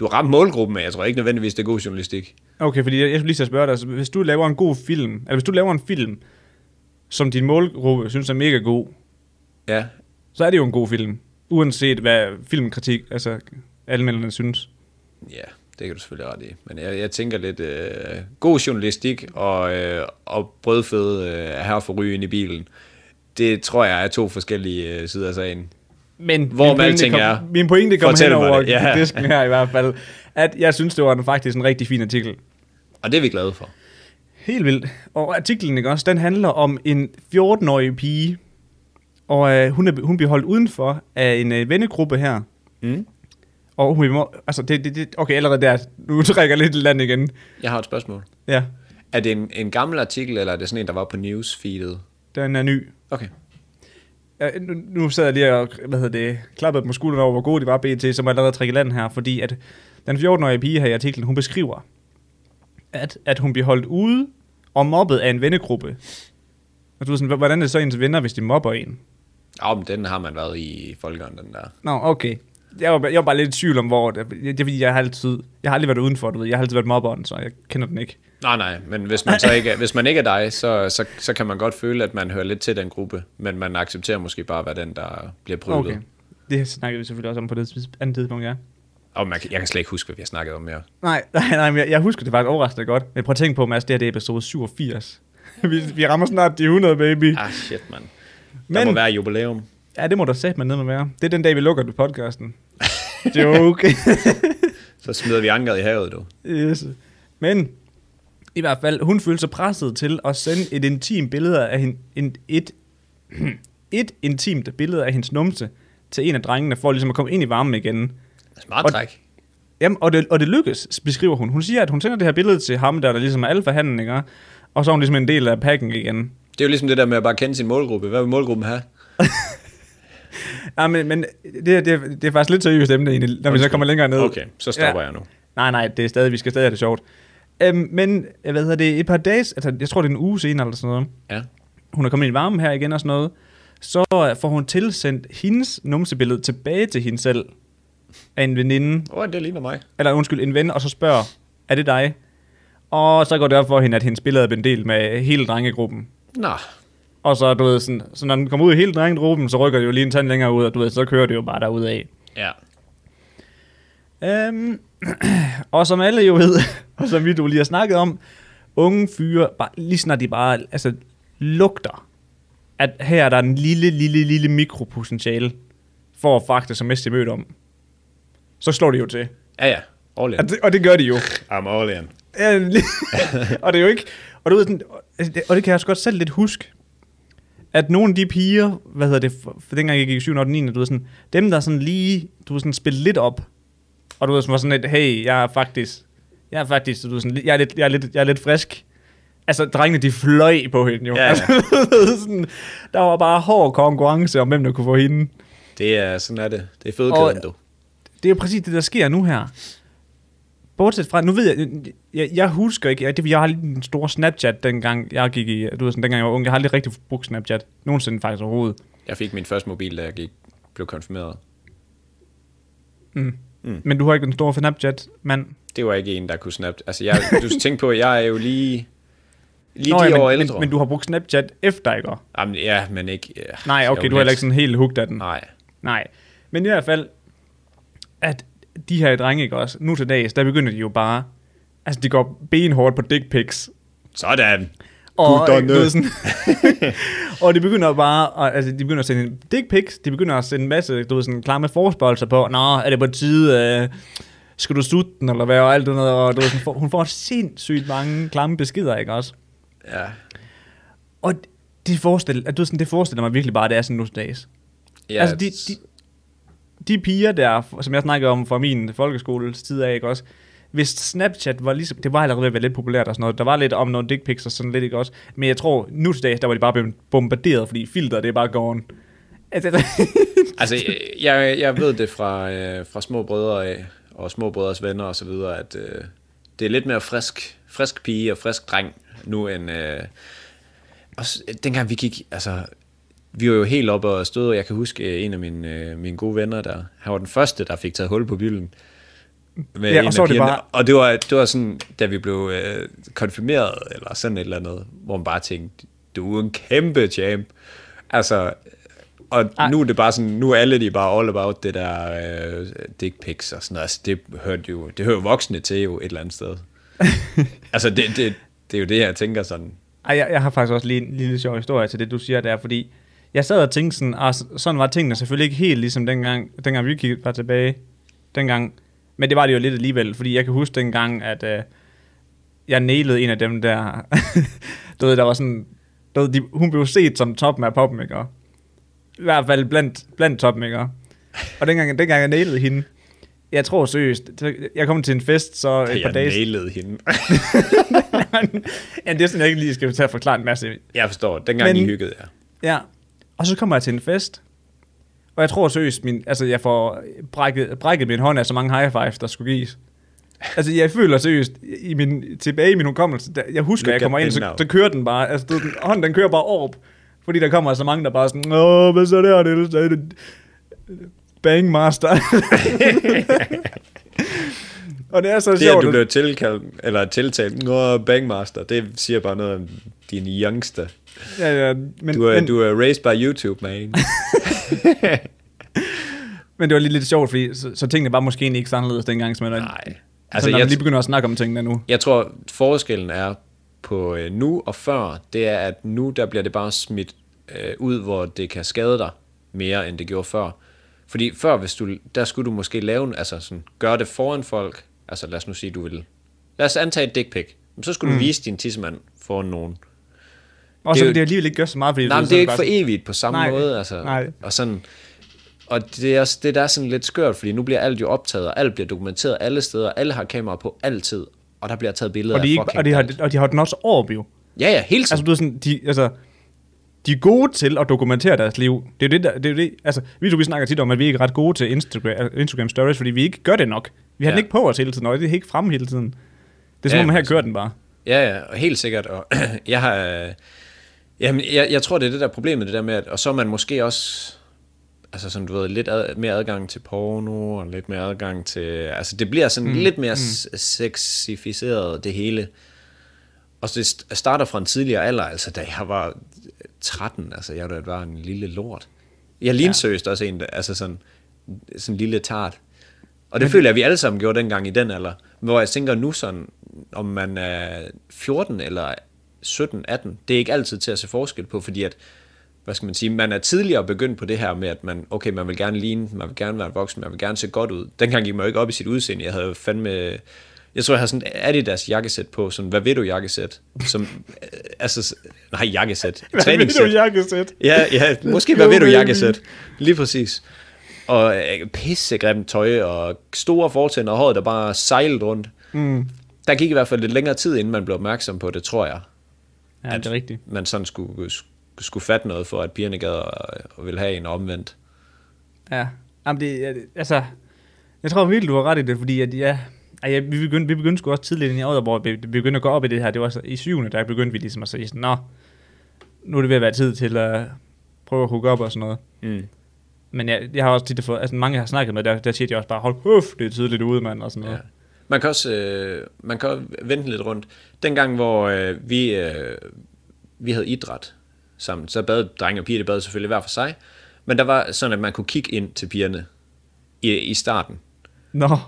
Speaker 2: Du har ramt målgruppen, men jeg tror ikke nødvendigvis, det er god journalistik.
Speaker 1: Okay, fordi jeg, jeg skulle lige til at spørge dig, altså, hvis du laver en god film, eller hvis du laver en film, som din målgruppe synes er mega god,
Speaker 2: Ja,
Speaker 1: så er det jo en god film, uanset hvad filmkritik, altså anmelderne synes.
Speaker 2: ja det kan du selvfølgelig ret i. Men jeg, jeg tænker lidt, uh, god journalistik og, uh, og brødfede uh, herre for ryge ind i bilen, det tror jeg er to forskellige uh, sider af sagen.
Speaker 1: Men
Speaker 2: Hvor
Speaker 1: min
Speaker 2: med
Speaker 1: pointe
Speaker 2: alting
Speaker 1: kom,
Speaker 2: er,
Speaker 1: Min pointe kom
Speaker 2: fortæl
Speaker 1: hen
Speaker 2: mig
Speaker 1: over
Speaker 2: det, ja.
Speaker 1: disken her i hvert fald, at jeg synes, det var en, faktisk en rigtig fin artikel.
Speaker 2: Og det er vi glade for.
Speaker 1: Helt vildt. Og artiklen, ikke også, den handler om en 14-årig pige, og øh, hun, er, hun bliver holdt udenfor af en øh, vennegruppe her,
Speaker 2: Mm.
Speaker 1: og hun må, altså det, det, det, okay, allerede der, nu trækker jeg lidt i land igen.
Speaker 2: Jeg har et spørgsmål.
Speaker 1: Ja,
Speaker 2: Er det en, en gammel artikel, eller er det sådan en, der var på newsfeedet?
Speaker 1: den er ny.
Speaker 2: Okay.
Speaker 1: Ja, nu, nu sad jeg lige og hvad hedder det, klappede på skulderen over, hvor gode de var BT, som allerede trækker land her, fordi at den 14-årige pige her i artiklen, hun beskriver, at, at hun bliver holdt ude og mobbet af en vennegruppe. Og du ved sådan, hvordan er det så ens venner, hvis de mobber en?
Speaker 2: Ja, men den har man været i folkeren, den der.
Speaker 1: Nå, okay. Jeg var, jeg var bare lidt i tvivl om, hvor... Det, det er fordi, jeg har altid... Jeg har aldrig været udenfor, du ved. Jeg har altid været mobberen, så jeg kender den ikke.
Speaker 2: Nej, nej, men hvis man, så ikke er, hvis man ikke er dig, så, så, så kan man godt føle, at man hører lidt til den gruppe, men man accepterer måske bare, hvad den, der bliver prøvet.
Speaker 1: Okay. Det snakkede vi selvfølgelig også om på det tids- andet tidspunkt, ja.
Speaker 2: Og man, kan- jeg kan slet ikke huske, hvad vi har snakket om mere.
Speaker 1: Nej, nej, nej, men jeg, jeg husker det faktisk overraskende godt. Men prøv at tænke på, Mads, det her det er episode 87. vi, vi rammer snart de 100, baby.
Speaker 2: Ah, shit, mand. Der må
Speaker 1: Men,
Speaker 2: være jubilæum.
Speaker 1: ja, det må der sætte mig ned med være. Det er den dag, vi lukker podcasten. Joke.
Speaker 2: Så smider vi ankeret i havet, du.
Speaker 1: yes. Men, i hvert fald, hun følte sig presset til at sende et intimt billede af hende, en, et, et intimt billede af hendes numse til en af drengene, for ligesom at komme ind i varmen igen.
Speaker 2: Smart
Speaker 1: Og-
Speaker 2: træk.
Speaker 1: Jamen, og det, og det lykkes, beskriver hun. Hun siger, at hun sender det her billede til ham, der, der ligesom er alfahanden, ikke? Og så er hun ligesom en del af pakken igen.
Speaker 2: Det er jo ligesom det der med at bare kende sin målgruppe. Hvad vil målgruppen have?
Speaker 1: Ja, men, men det, her, det, er- det er faktisk lidt seriøst emne egentlig, når vi så kommer længere ned.
Speaker 2: Okay, så stopper ja. jeg nu.
Speaker 1: Nej, nej, det er stadig, vi skal stadig have det sjovt. Øhm, men, hvad hedder det, et par dage, altså jeg tror det er en uge senere eller sådan noget,
Speaker 2: Ja.
Speaker 1: hun er kommet ind i varmen her igen og sådan noget, så øh, får hun tilsendt hendes numsebillede tilbage til hende selv af en veninde,
Speaker 2: Åh, oh, det ligner mig.
Speaker 1: eller undskyld, en ven, og så spørger, er det dig? Og så går det op for hende, at hendes billede er blevet delt med hele drengegruppen.
Speaker 2: Nå,
Speaker 1: Og så, du ved, sådan, så når den kommer ud i hele drengegruppen, så rykker det jo lige en tand længere ud, og du ved, så kører det jo bare derudad. af.
Speaker 2: ja.
Speaker 1: Øhm, og som alle jo ved, og som vi du lige har snakket om, unge fyre, bare, lige snart de bare altså, lugter at her er der en lille, lille, lille mikropotentiale for faktisk at miste det mødt om. Så slår de jo til.
Speaker 2: Ja, ja. All in.
Speaker 1: Og det, og det gør de jo.
Speaker 2: I'm all in.
Speaker 1: Ja, og det er jo ikke... Og, du ved, sådan, og det kan jeg også godt selv lidt huske, at nogle af de piger, hvad hedder det, for, for dengang jeg gik i 7. og 8. 9. Du ved, sådan, dem der sådan lige, du ved, sådan spille lidt op, og du ved, sådan, var sådan lidt, hey, jeg er faktisk, jeg er faktisk, du ved, sådan, jeg er lidt, jeg er lidt, jeg er lidt frisk. Altså, drengene, de fløj på hende jo.
Speaker 2: Ja, ja.
Speaker 1: Altså, du ved, sådan, der var bare hård konkurrence om, hvem der kunne få hende.
Speaker 2: Det er, sådan er det. Det er fødekæden,
Speaker 1: Og-
Speaker 2: du.
Speaker 1: Det er jo præcis det, der sker nu her. Bortset fra, nu ved jeg, jeg, jeg husker ikke, jeg, det, jeg har lige en stor Snapchat, dengang jeg gik i, du ved sådan, dengang jeg var ung, jeg har aldrig rigtig brugt Snapchat, nogensinde faktisk overhovedet.
Speaker 2: Jeg fik min første mobil, da jeg gik, blev konfirmeret. Mm.
Speaker 1: Men du har ikke den store Snapchat, mand.
Speaker 2: Det var ikke en, der kunne snap. Altså, jeg, du skal tænke på, at jeg er jo lige... Lige Nå, de
Speaker 1: ja,
Speaker 2: år
Speaker 1: men,
Speaker 2: ældre.
Speaker 1: men, men, du har brugt Snapchat efter, ikke?
Speaker 2: Jamen, ja, men ikke... Ja.
Speaker 1: Nej,
Speaker 2: Jeg
Speaker 1: okay,
Speaker 2: jo
Speaker 1: du er heller
Speaker 2: lidt-
Speaker 1: ikke sådan helt hugt af den.
Speaker 2: Nej.
Speaker 1: Nej. Men i hvert fald, at de her drenge, ikke også, nu til dags, der begynder de jo bare, altså de går benhårdt på dick pics.
Speaker 2: Sådan.
Speaker 1: Og, øh,
Speaker 2: Gutterne.
Speaker 1: du ved, sådan, og de begynder bare, at- altså de begynder at sende dick pics, de begynder at sende en masse, du ved, sådan klamme forspørgelser på, nå, er det på tide, øh, skal du sutte den, eller hvad, og alt det noget, og du ved, sådan, for, hun får sindssygt mange klamme beskeder, ikke også?
Speaker 2: Ja.
Speaker 1: Og det forestiller, at du ved, sådan, det forestiller mig virkelig bare, at det er sådan nu til dags.
Speaker 2: ja
Speaker 1: altså, de, de, de piger der, som jeg snakkede om fra min folkeskoles tid af, ikke også? Hvis Snapchat var ligesom, det var allerede ved at være lidt populært og sådan noget, der var lidt om nogle dick pics og sådan lidt, ikke også? Men jeg tror, nu til dags, der var de bare blevet bombarderet, fordi filter, det er bare gone. Altså,
Speaker 2: Altså, øh, jeg, jeg ved det fra, øh, fra små brødre af, og små brødres venner og så videre, at øh, det er lidt mere frisk, frisk pige og frisk dreng nu end... Øh, også, øh, dengang vi gik, altså, vi var jo helt oppe og stod, og jeg kan huske øh, en af mine, øh, mine gode venner der, han var den første, der fik taget hul på bylden. Med
Speaker 1: Ja,
Speaker 2: en
Speaker 1: og
Speaker 2: af
Speaker 1: så var det
Speaker 2: pigerne.
Speaker 1: bare-
Speaker 2: og det var, det var sådan, da vi blev øh, konfirmeret, eller sådan et eller andet, hvor man bare tænkte, du er en kæmpe champ. Altså, og Ej. nu er det bare sådan, nu er alle de bare all about det der øh, dick pics og sådan noget. Altså, det hørte jo, det hører jo voksne til jo et eller andet sted. altså, det, det, det er jo det, jeg tænker sådan.
Speaker 1: Ej, jeg, jeg har faktisk også lige en lille sjov historie til det, du siger der, fordi jeg sad og tænkte sådan, ah, s- sådan var tingene selvfølgelig ikke helt ligesom dengang, dengang vi kiggede var tilbage, dengang, men det var det jo lidt alligevel, fordi jeg kan huske dengang, at øh, jeg nailede en af dem der, du ved, der var sådan, du ved, de, hun blev set som toppen af poppen, ikke? Og I hvert fald blandt, blandt toppen, ikke? Og dengang, dengang jeg nailede hende, jeg tror seriøst, jeg kom til en fest, så et par
Speaker 2: Jeg
Speaker 1: dage...
Speaker 2: nailede hende.
Speaker 1: ja, det er sådan, jeg ikke lige skal til at forklare en masse
Speaker 2: jeg forstår, dengang Men...
Speaker 1: Men-
Speaker 2: I hyggede jer.
Speaker 1: Ja. Og så kommer jeg til en fest. Og jeg tror seriøst, min, altså jeg får brækket, brækket min hånd af så mange high fives, der skulle gives. Altså jeg føler seriøst, i min, tilbage i min hukommelse, der, jeg husker,
Speaker 2: Look
Speaker 1: jeg
Speaker 2: at
Speaker 1: kommer ind,
Speaker 2: me
Speaker 1: så,
Speaker 2: now.
Speaker 1: så kører den bare, altså du ved, den, hånden den kører bare op. Fordi der kommer så mange, der bare er sådan, åh, hvad så der, Niels? Er det Bang master. og det er så
Speaker 2: Det, at
Speaker 1: sjovt.
Speaker 2: du
Speaker 1: at-
Speaker 2: blev tilkaldt, eller tiltalt, nå, Bangmaster, det siger bare noget om din youngster.
Speaker 1: ja, ja, men,
Speaker 2: Du er,
Speaker 1: men,
Speaker 2: du er raised by YouTube, man.
Speaker 1: men det var lige lidt sjovt, fordi så, så tingene var måske egentlig ikke så anderledes dengang, som man
Speaker 2: Nej.
Speaker 1: Altså,
Speaker 2: Altså,
Speaker 1: når
Speaker 2: jeg,
Speaker 1: man lige begynder at snakke om tingene nu.
Speaker 2: Jeg tror, forskellen er på øh, nu og før, det er, at nu der bliver det bare smidt øh, ud, hvor det kan skade dig mere, end det gjorde før. Fordi før, hvis du, der skulle du måske lave, en- altså sådan, gøre det foran folk. Altså lad os nu sige, du vil. Lad os antage et dick pic. Men så skulle mm. du vise din tissemand foran nogen.
Speaker 1: Og
Speaker 2: Det
Speaker 1: så
Speaker 2: er
Speaker 1: vil
Speaker 2: jo-
Speaker 1: det alligevel ikke gøre så meget, fordi
Speaker 2: Nej,
Speaker 1: du
Speaker 2: men
Speaker 1: ved,
Speaker 2: det er
Speaker 1: så
Speaker 2: ikke for
Speaker 1: bare
Speaker 2: evigt på samme
Speaker 1: Nej,
Speaker 2: måde. Altså,
Speaker 1: nej.
Speaker 2: Og, sådan, og det er også det, der er sådan lidt skørt, fordi nu bliver alt jo optaget, og alt bliver dokumenteret alle steder, alle har kamera på altid, og der bliver taget billeder
Speaker 1: sådan- og de, er
Speaker 2: af
Speaker 1: ikke,
Speaker 2: fucking
Speaker 1: og, de
Speaker 2: alt.
Speaker 1: har, og de har den også op, jo.
Speaker 2: Ja, ja, hele tiden.
Speaker 1: Altså, du ved sådan, de, altså, de er gode til at dokumentere deres liv. Det er jo det, der, det, er jo det. Altså, vi, to, vi snakker tit om, at vi ikke er ret gode til Instagram, Instagram stories, fordi vi ikke gør det nok. Vi har
Speaker 2: Ja.
Speaker 1: den ikke på os hele tiden, og det er ikke fremme hele tiden. Det er
Speaker 2: Ja, altså,
Speaker 1: som om, her
Speaker 2: præcis.
Speaker 1: kører den bare.
Speaker 2: Ja, ja, og helt sikkert. Og jeg har... øh, Jamen, jeg, jeg tror, det er det der er problemet, det der med, at, og så er man måske også, altså sådan, du ved, lidt ad, mere adgang til porno, og lidt mere adgang til, altså det bliver sådan mm, lidt mere mm. sexificeret, det hele. Og så det st- starter fra en tidligere alder, altså da jeg var 13, altså jeg var bare en lille lort. Jeg lignede ja. seriøst også en, der- altså sådan, sådan en lille tart. Og det Men... føler jeg, vi alle sammen gjorde dengang i den alder. Men Hvor jeg tænker nu sådan, om man er 14 eller 17, 18, det er ikke altid til at se forskel på, fordi at hvad skal man sige, man er tidligere begyndt på det her med, at man, okay, man vil gerne ligne, man vil gerne være voksen, man vil gerne se godt ud. Dengang gik man jo ikke op i sit udseende. Jeg havde fandme, jeg tror, jeg havde sådan Adidas jakkesæt på, sådan, hvad ved du jakkesæt? Som, øh, altså, nej, jakkesæt.
Speaker 1: Hvad ved du,
Speaker 2: Træningssæt.
Speaker 1: jakkesæt?
Speaker 2: Ja, ja, måske
Speaker 1: go,
Speaker 2: hvad ved du
Speaker 1: baby.
Speaker 2: jakkesæt. Lige præcis. Og øh, pissegrimt tøj, og store fortænder, og håret, der bare sejlede rundt.
Speaker 1: Mm.
Speaker 2: Der gik i hvert fald lidt længere tid, inden man blev opmærksom på det, tror jeg.
Speaker 1: Ja, det er rigtigt.
Speaker 2: Man sådan skulle, skulle fatte noget for, at pigerne gad og, og ville have en omvendt.
Speaker 1: Ja. Jamen, det, er- altså, jeg tror virkelig, du har ret i det, fordi at, ja, at jeg, vi, begyndte, vi begyndte sgu også tidligt i året, hvor vi vi begyndte at gå op i det her. Det var så, i syvende, der begyndte vi ligesom at sige sådan, nå, nu er det ved at være tid til at prøve at hooke op og sådan noget.
Speaker 2: Mm.
Speaker 1: Men jeg, jeg har også tit fået, altså mange jeg har snakket med, der, der siger de også bare, hold kæft, det er tidligt ude, mand, og sådan
Speaker 2: Ja.
Speaker 1: noget.
Speaker 2: Man kan også øh, man kan også vente lidt rundt. Dengang, hvor øh, vi, øh, vi havde idræt sammen, så bad drenge og piger, de bad selvfølgelig hver for sig, men der var sådan, at man kunne kigge ind til pigerne i, i starten.
Speaker 1: Mm. Nå,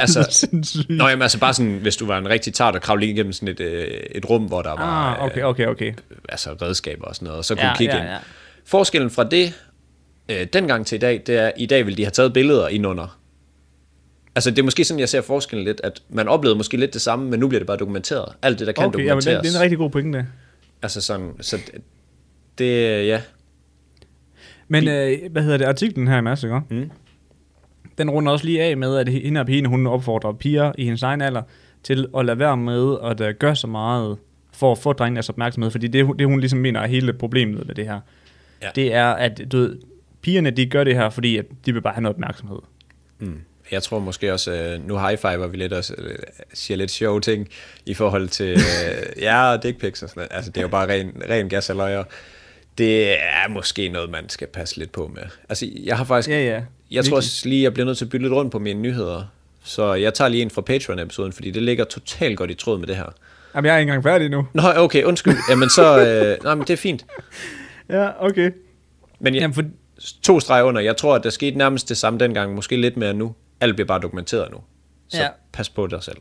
Speaker 2: Altså-
Speaker 1: altså, det er sindssygt.
Speaker 2: Nå, jamen, altså bare sådan, hvis du var en rigtig tart og kravlede lige igennem sådan et, øh, et rum, hvor der var
Speaker 1: Ah, okay, okay, okay.
Speaker 2: øh, altså redskaber og sådan noget, og så kunne
Speaker 1: Ja,
Speaker 2: ja, kigge
Speaker 1: ja,
Speaker 2: ja, ja.
Speaker 1: ja.
Speaker 2: ind. Forskellen fra det, øh, dengang til i dag, det er, i dag ville de have taget billeder indenunder. Altså det er måske sådan, jeg ser forskellen lidt, at man oplevede måske lidt det samme, men nu bliver det bare dokumenteret. Alt det, der kan
Speaker 1: okay, jamen,
Speaker 2: dokumenteres.
Speaker 1: det, det, er en rigtig god pointe.
Speaker 2: Altså sådan, så det, det ja.
Speaker 1: Men øh, hvad hedder det, artiklen her i Mads, ikke?
Speaker 2: Mm.
Speaker 1: Den runder også lige af med, at hende og pigen, hun opfordrer piger i hendes egen alder til at lade være med at øh, gøre så meget for at få drengenes opmærksomhed, fordi det, det hun ligesom mener er hele problemet ved det her.
Speaker 2: Ja.
Speaker 1: Ja. Det er, at du ved, pigerne de gør det her, fordi at de vil bare have noget opmærksomhed.
Speaker 2: Mm. Jeg tror måske også, øh, nu high-fiver vi lidt og øh, siger lidt sjove ting i forhold til, øh, ja, og dick pics og sådan noget. Altså, det er jo bare ren, ren gas og løjer. Det er måske noget, man skal passe lidt på med. Altså, jeg har faktisk...
Speaker 1: Ja, ja.
Speaker 2: Jeg tror
Speaker 1: Virkelig.
Speaker 2: også lige, jeg bliver nødt til at bytte lidt rundt på mine nyheder. Så jeg tager lige en fra Patreon-episoden, fordi det ligger totalt godt i tråd med det her.
Speaker 1: Jamen, jeg er ikke engang færdig nu.
Speaker 2: Nå, okay, undskyld. Jamen så, øh, nej, men det er fint.
Speaker 1: Ja, okay.
Speaker 2: Men jeg,
Speaker 1: Jamen, for,
Speaker 2: to streger under. Jeg tror, at der skete nærmest det samme dengang, måske lidt mere nu. Alt bliver bare dokumenteret nu. Så ja.
Speaker 1: Ja.
Speaker 2: pas på dig selv.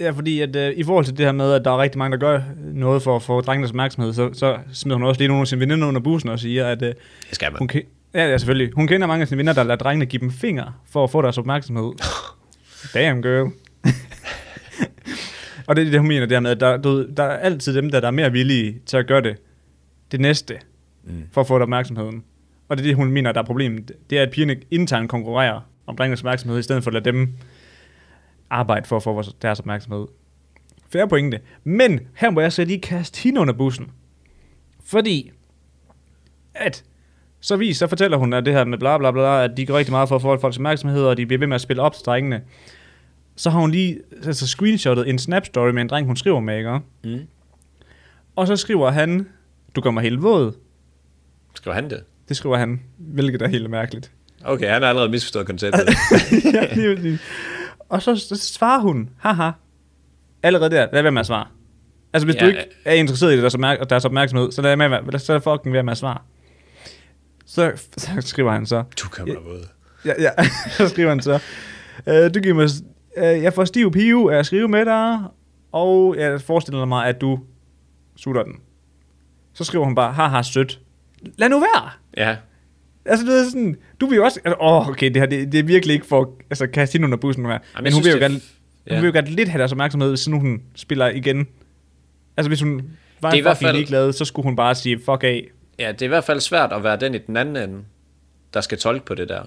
Speaker 1: Ja, fordi at, øh, i forhold til det her med, at der er rigtig mange, der gør noget for at få drengenes opmærksomhed, så, så smider hun også lige nogle af sine veninder under bussen og siger, at øh,
Speaker 2: Det skal
Speaker 1: hun,
Speaker 2: man.
Speaker 1: ke- ja, ja, selvfølgelig. hun kender mange af sine venner, der lader drengene give dem fingre for at få deres opmærksomhed. Damn girl. og det er det, hun mener der med, at der, du, ved, der er altid dem, der, der er mere villige til at gøre det, det næste,
Speaker 2: Mm.
Speaker 1: mm. for at få opmærksomheden. Og det er det, hun mener, der er problemet. Det er, at pigerne internt konkurrerer om drengenes opmærksomhed, i stedet for at lade dem arbejde for at få vores, deres opmærksomhed. Færre pointe. Men her må jeg så lige kaste hende under bussen. Fordi, at så vis, så fortæller hun, at det her med bla bla bla, at de gør rigtig meget for at få folks opmærksomhed, og de bliver ved med at spille op til drengene. Så har hun lige altså, screenshotet en snap story med en dreng, hun skriver med, ikke?
Speaker 2: Mm.
Speaker 1: Og så skriver han, du gør mig helt våd.
Speaker 2: Skriver han det?
Speaker 1: Det skriver han, hvilket er helt mærkeligt.
Speaker 2: Okay, han har allerede misforstået konceptet.
Speaker 1: ja, lige præcis. Og så, så svarer hun, haha, allerede der, lad være med at svare. Altså, hvis
Speaker 2: Ja,
Speaker 1: ja, du ikke er interesseret i deres, opmærk- deres opmærksomhed, så lad, med, at være- så lad fucking være med at svare. Så, så skriver han så,
Speaker 2: du kommer ud.
Speaker 1: ja, ja, så skriver han så, øh, du giver mig, s- øh, jeg får stiv pive af at skrive med dig, og jeg forestiller mig, at du sutter den. Så skriver hun bare, haha, sødt. Lad nu være!
Speaker 2: Ja,
Speaker 1: Altså, det er sådan, du vil jo også... Altså, åh, okay, det her, det, det er virkelig ikke for at altså, kaste hende under bussen. Med,
Speaker 2: jeg
Speaker 1: men hun
Speaker 2: synes,
Speaker 1: vil, jo
Speaker 2: det er
Speaker 1: gerne,
Speaker 2: f-
Speaker 1: ja.
Speaker 2: ja.
Speaker 1: hun vil jo gerne lidt have deres opmærksomhed, hvis nu hun spiller igen. Altså, hvis hun var
Speaker 2: Det er i
Speaker 1: det
Speaker 2: hvert
Speaker 1: fucking
Speaker 2: fald-
Speaker 1: ligeglad, så skulle hun bare sige, fuck af.
Speaker 2: ja, det er i hvert fald svært at være den i den anden ende, der skal tolke på det der.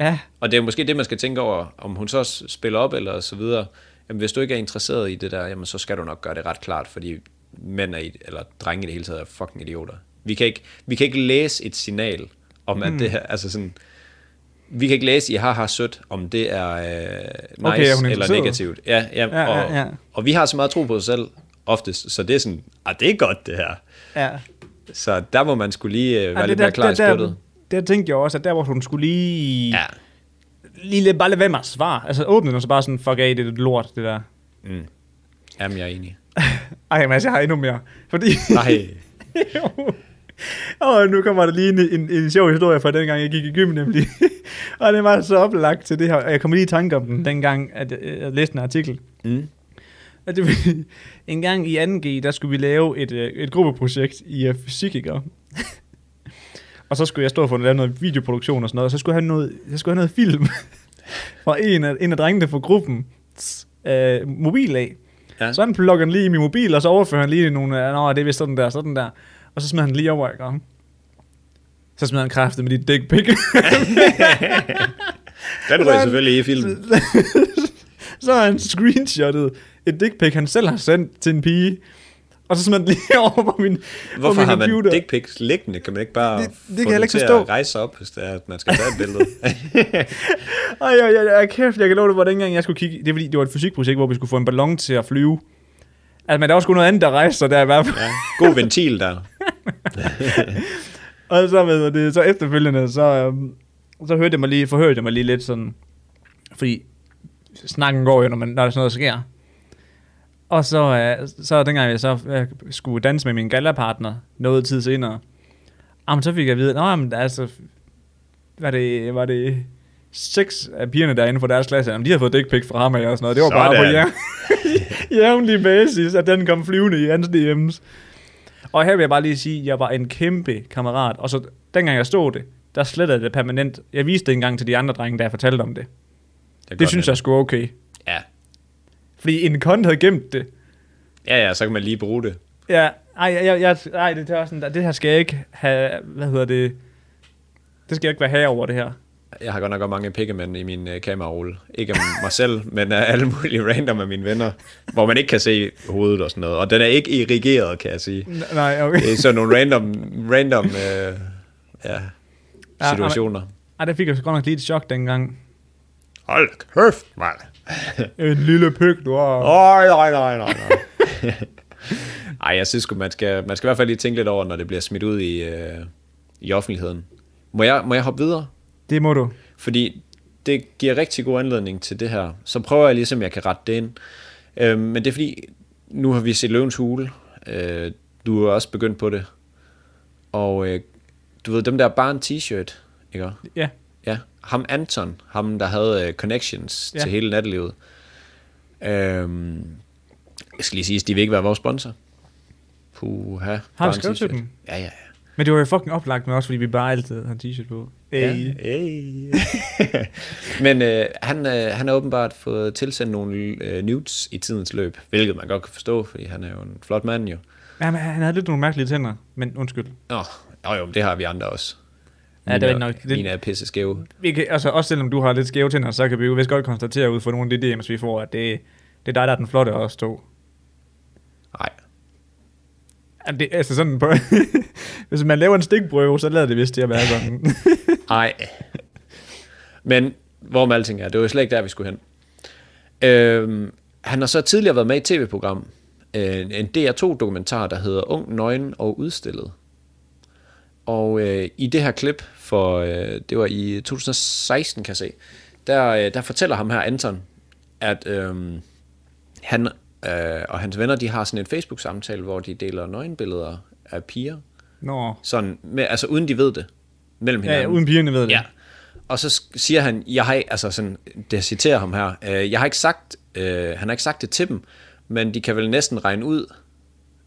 Speaker 1: Ja,
Speaker 2: Og det er måske det, man skal tænke over, om hun så s- spiller op eller så videre. Jamen, hvis du ikke er interesseret i det der, jamen, så skal du nok gøre det ret klart, fordi mænd er, i- eller drenge i det hele taget er fucking idioter. Vi kan ikke, vi kan ikke læse et signal om, mm.
Speaker 1: Hmm.
Speaker 2: at det her, altså sådan, vi kan ikke læse i har sødt, om det er øh, nice
Speaker 1: Okay, er hun
Speaker 2: okay, eller
Speaker 1: interesseret?
Speaker 2: negativt. Ja, ja,
Speaker 1: Ja,
Speaker 2: og,
Speaker 1: ja, ja.
Speaker 2: og vi har så meget tro på os selv oftest, så det er sådan, ah, det er godt det her.
Speaker 1: ja.
Speaker 2: Så der må man skulle lige øh, være
Speaker 1: Ej,
Speaker 2: lidt mere klar i
Speaker 1: der,
Speaker 2: spyttet.
Speaker 1: der, der, tænkte jeg også, at der, hvor hun skulle lige...
Speaker 2: Ja.
Speaker 1: Ja. Lige lidt, bare lade være med at svare. Altså, åbne den, og så bare sådan, fuck af, det er lidt lort, det der.
Speaker 2: Mm. Jamen, jeg er enig.
Speaker 1: Ej, men altså, jeg har endnu mere. Fordi...
Speaker 2: Nej.
Speaker 1: Jo. Og nu kommer der lige en, en, en sjov historie fra dengang, jeg gik i gym nemlig. og det var så oplagt til det her. Og jeg kom lige i tanke om den, dengang at jeg, jeg læste en artikel.
Speaker 2: Mm.
Speaker 1: At det, var- en gang i 2G, der skulle vi lave et, øh, et gruppeprojekt i øh, fysik, ikke? Og så skulle jeg stå for at lave noget videoproduktion og sådan noget, og så skulle jeg have noget, jeg skulle have noget film fra en af, en af drengene fra gruppen øh, mobil af.
Speaker 2: Ja.
Speaker 1: Ja. Så han plukker den lige i min mobil, og så overfører han lige nogle, øh, nå, det er vist sådan der, sådan der. Og så smider han den lige over i gang. Så smider han kræftet med dit dick pic.
Speaker 2: Den røg selvfølgelig i filmen.
Speaker 1: så har han screenshotet et dick pic, han selv har sendt til en pige. Og så smider han den lige over på min,
Speaker 2: Hvorfor
Speaker 1: på min
Speaker 2: har man
Speaker 1: computer.
Speaker 2: dick pics liggende? Kan man ikke bare
Speaker 1: Det- det
Speaker 2: få
Speaker 1: kan jeg
Speaker 2: den
Speaker 1: heller ikke
Speaker 2: til
Speaker 1: forstå.
Speaker 2: at rejse sig op, hvis det er, at man skal tage et billede?
Speaker 1: Ej, jeg, jeg, jeg, kæft, jeg kan love det, hvor dengang jeg skulle kigge... Det er fordi, det var et fysikprojekt, hvor vi skulle få en ballon til at flyve. Altså, men der var sgu noget andet, der rejste sig der i hvert fald.
Speaker 2: ja. God ventil der.
Speaker 1: Og så, ved jeg det, så efterfølgende, så, øhm, så hørte jeg mig lige, forhørte jeg mig lige lidt sådan, fordi snakken går jo, når, man, når der sådan noget sker. Og så, øh, så dengang jeg så øh, skulle danse med min gallapartner noget tid senere, jamen, så fik jeg at vide, at men altså, var det, var det seks af pigerne derinde fra deres klasse, jamen, de har fået dick pic fra ham af jer og sådan noget. Det var sådan. bare på
Speaker 2: Sådan.
Speaker 1: jer. jævnlig basis, at den kom flyvende i hans DM's. Og her vil jeg bare lige sige, at jeg var en kæmpe kammerat. Og så dengang jeg stod det, der slettede jeg det permanent. Jeg viste det engang til de andre drenge, da jeg fortalte om det.
Speaker 2: er
Speaker 1: Det
Speaker 2: godt
Speaker 1: synes
Speaker 2: net.
Speaker 1: jeg skulle okay.
Speaker 2: Ja.
Speaker 1: Fordi en kont havde gemt det.
Speaker 2: ja, ja, så kan man lige bruge det.
Speaker 1: Ja, ej, jeg, jeg, ej det, det, er også sådan, der- det her skal jeg ikke have, hvad hedder det, det skal jeg ikke være her over det her.
Speaker 2: Jeg har godt nok også mange pikkemænd i min øh, kamerarulle. Ikke om mig selv, men af alle mulige random af mine venner, hvor man ikke kan se hovedet og sådan noget. Og den er ikke irrigeret, kan jeg sige.
Speaker 1: N- nej, okay.
Speaker 2: Det er sådan nogle random, random øh, ja,
Speaker 1: Ja,
Speaker 2: situationer.
Speaker 1: Ej, der fik jeg så godt nok lige et chok dengang.
Speaker 2: Hold kæft, mand.
Speaker 1: En lille pyk, du har.
Speaker 2: Nej, nej, nej, nej, nej. Ej, jeg synes sgu, man skal, man skal i hvert fald lige tænke lidt over, når det bliver smidt ud i, øh, i offentligheden. Må jeg, må jeg hoppe videre?
Speaker 1: Det må du.
Speaker 2: Fordi det giver rigtig god anledning til det her. Så prøver jeg ligesom, jeg kan rette det ind. Øh, men det er fordi, nu har vi set Løvens Hule. Øh, du er også begyndt på det. Og øh, du ved, dem der bare en t-shirt, ikke?
Speaker 1: Ja,
Speaker 2: Ja, ham Anton, ham der havde øh, connections ja.
Speaker 1: Ja.
Speaker 2: til hele nattelivet. Øhm, jeg skal lige sige, at de vil ikke være vores sponsor. Puha. bare en
Speaker 1: skrevet til
Speaker 2: t-shirt.
Speaker 1: dem?
Speaker 2: Ja, ja, ja.
Speaker 1: men det var jo fucking oplagt med også, fordi vi bare altid har en t-shirt på.
Speaker 2: Ja. Hey. Men øh, han, øh, han har åbenbart fået tilsendt nogle øh, nudes i tidens løb, hvilket man godt kan forstå, fordi han er jo en flot mand jo.
Speaker 1: Ja, men han havde lidt nogle mærkelige tænder, men undskyld.
Speaker 2: Nå, jo, jo, men det har vi andre også.
Speaker 1: Ja, det er
Speaker 2: Mine-
Speaker 1: rigtig nok- det-
Speaker 2: Mine er pisse skæve.
Speaker 1: Vi kan, altså, også selvom du har lidt skæve tænder, så kan vi jo vist godt konstatere ud fra nogle af de DM's, vi får, at det, det er dig, der er den flotte af os to.
Speaker 2: Nej,
Speaker 1: Jamen, det, altså sådan på, hvis man laver en stikprøve, så lader det vist til at være sådan.
Speaker 2: Nej. Men hvor med alting er, det var jo slet ikke der, vi skulle hen. Øhm, han har så tidligere været med i et tv-program, øh, en DR2-dokumentar, der hedder Ung, Nøgen og Udstillet. Og øh, i det her klip, for øh, det var i 2016, kan jeg se, der, øh, der fortæller ham her Anton, at øh, han øh, og hans venner, de har sådan en Facebook-samtale, hvor de deler nøgenbilleder af piger,
Speaker 1: Nå,
Speaker 2: sådan, med, altså uden de ved det, mellem
Speaker 1: ja,
Speaker 2: hinanden.
Speaker 1: ja, uden pigerne ved det.
Speaker 2: Ja. Og så sk- siger han, jeg har ikke- altså sådan, det jeg citerer ham her, øh, jeg har ikke sagt, øh, han har ikke sagt det til dem, men de kan vel næsten regne ud,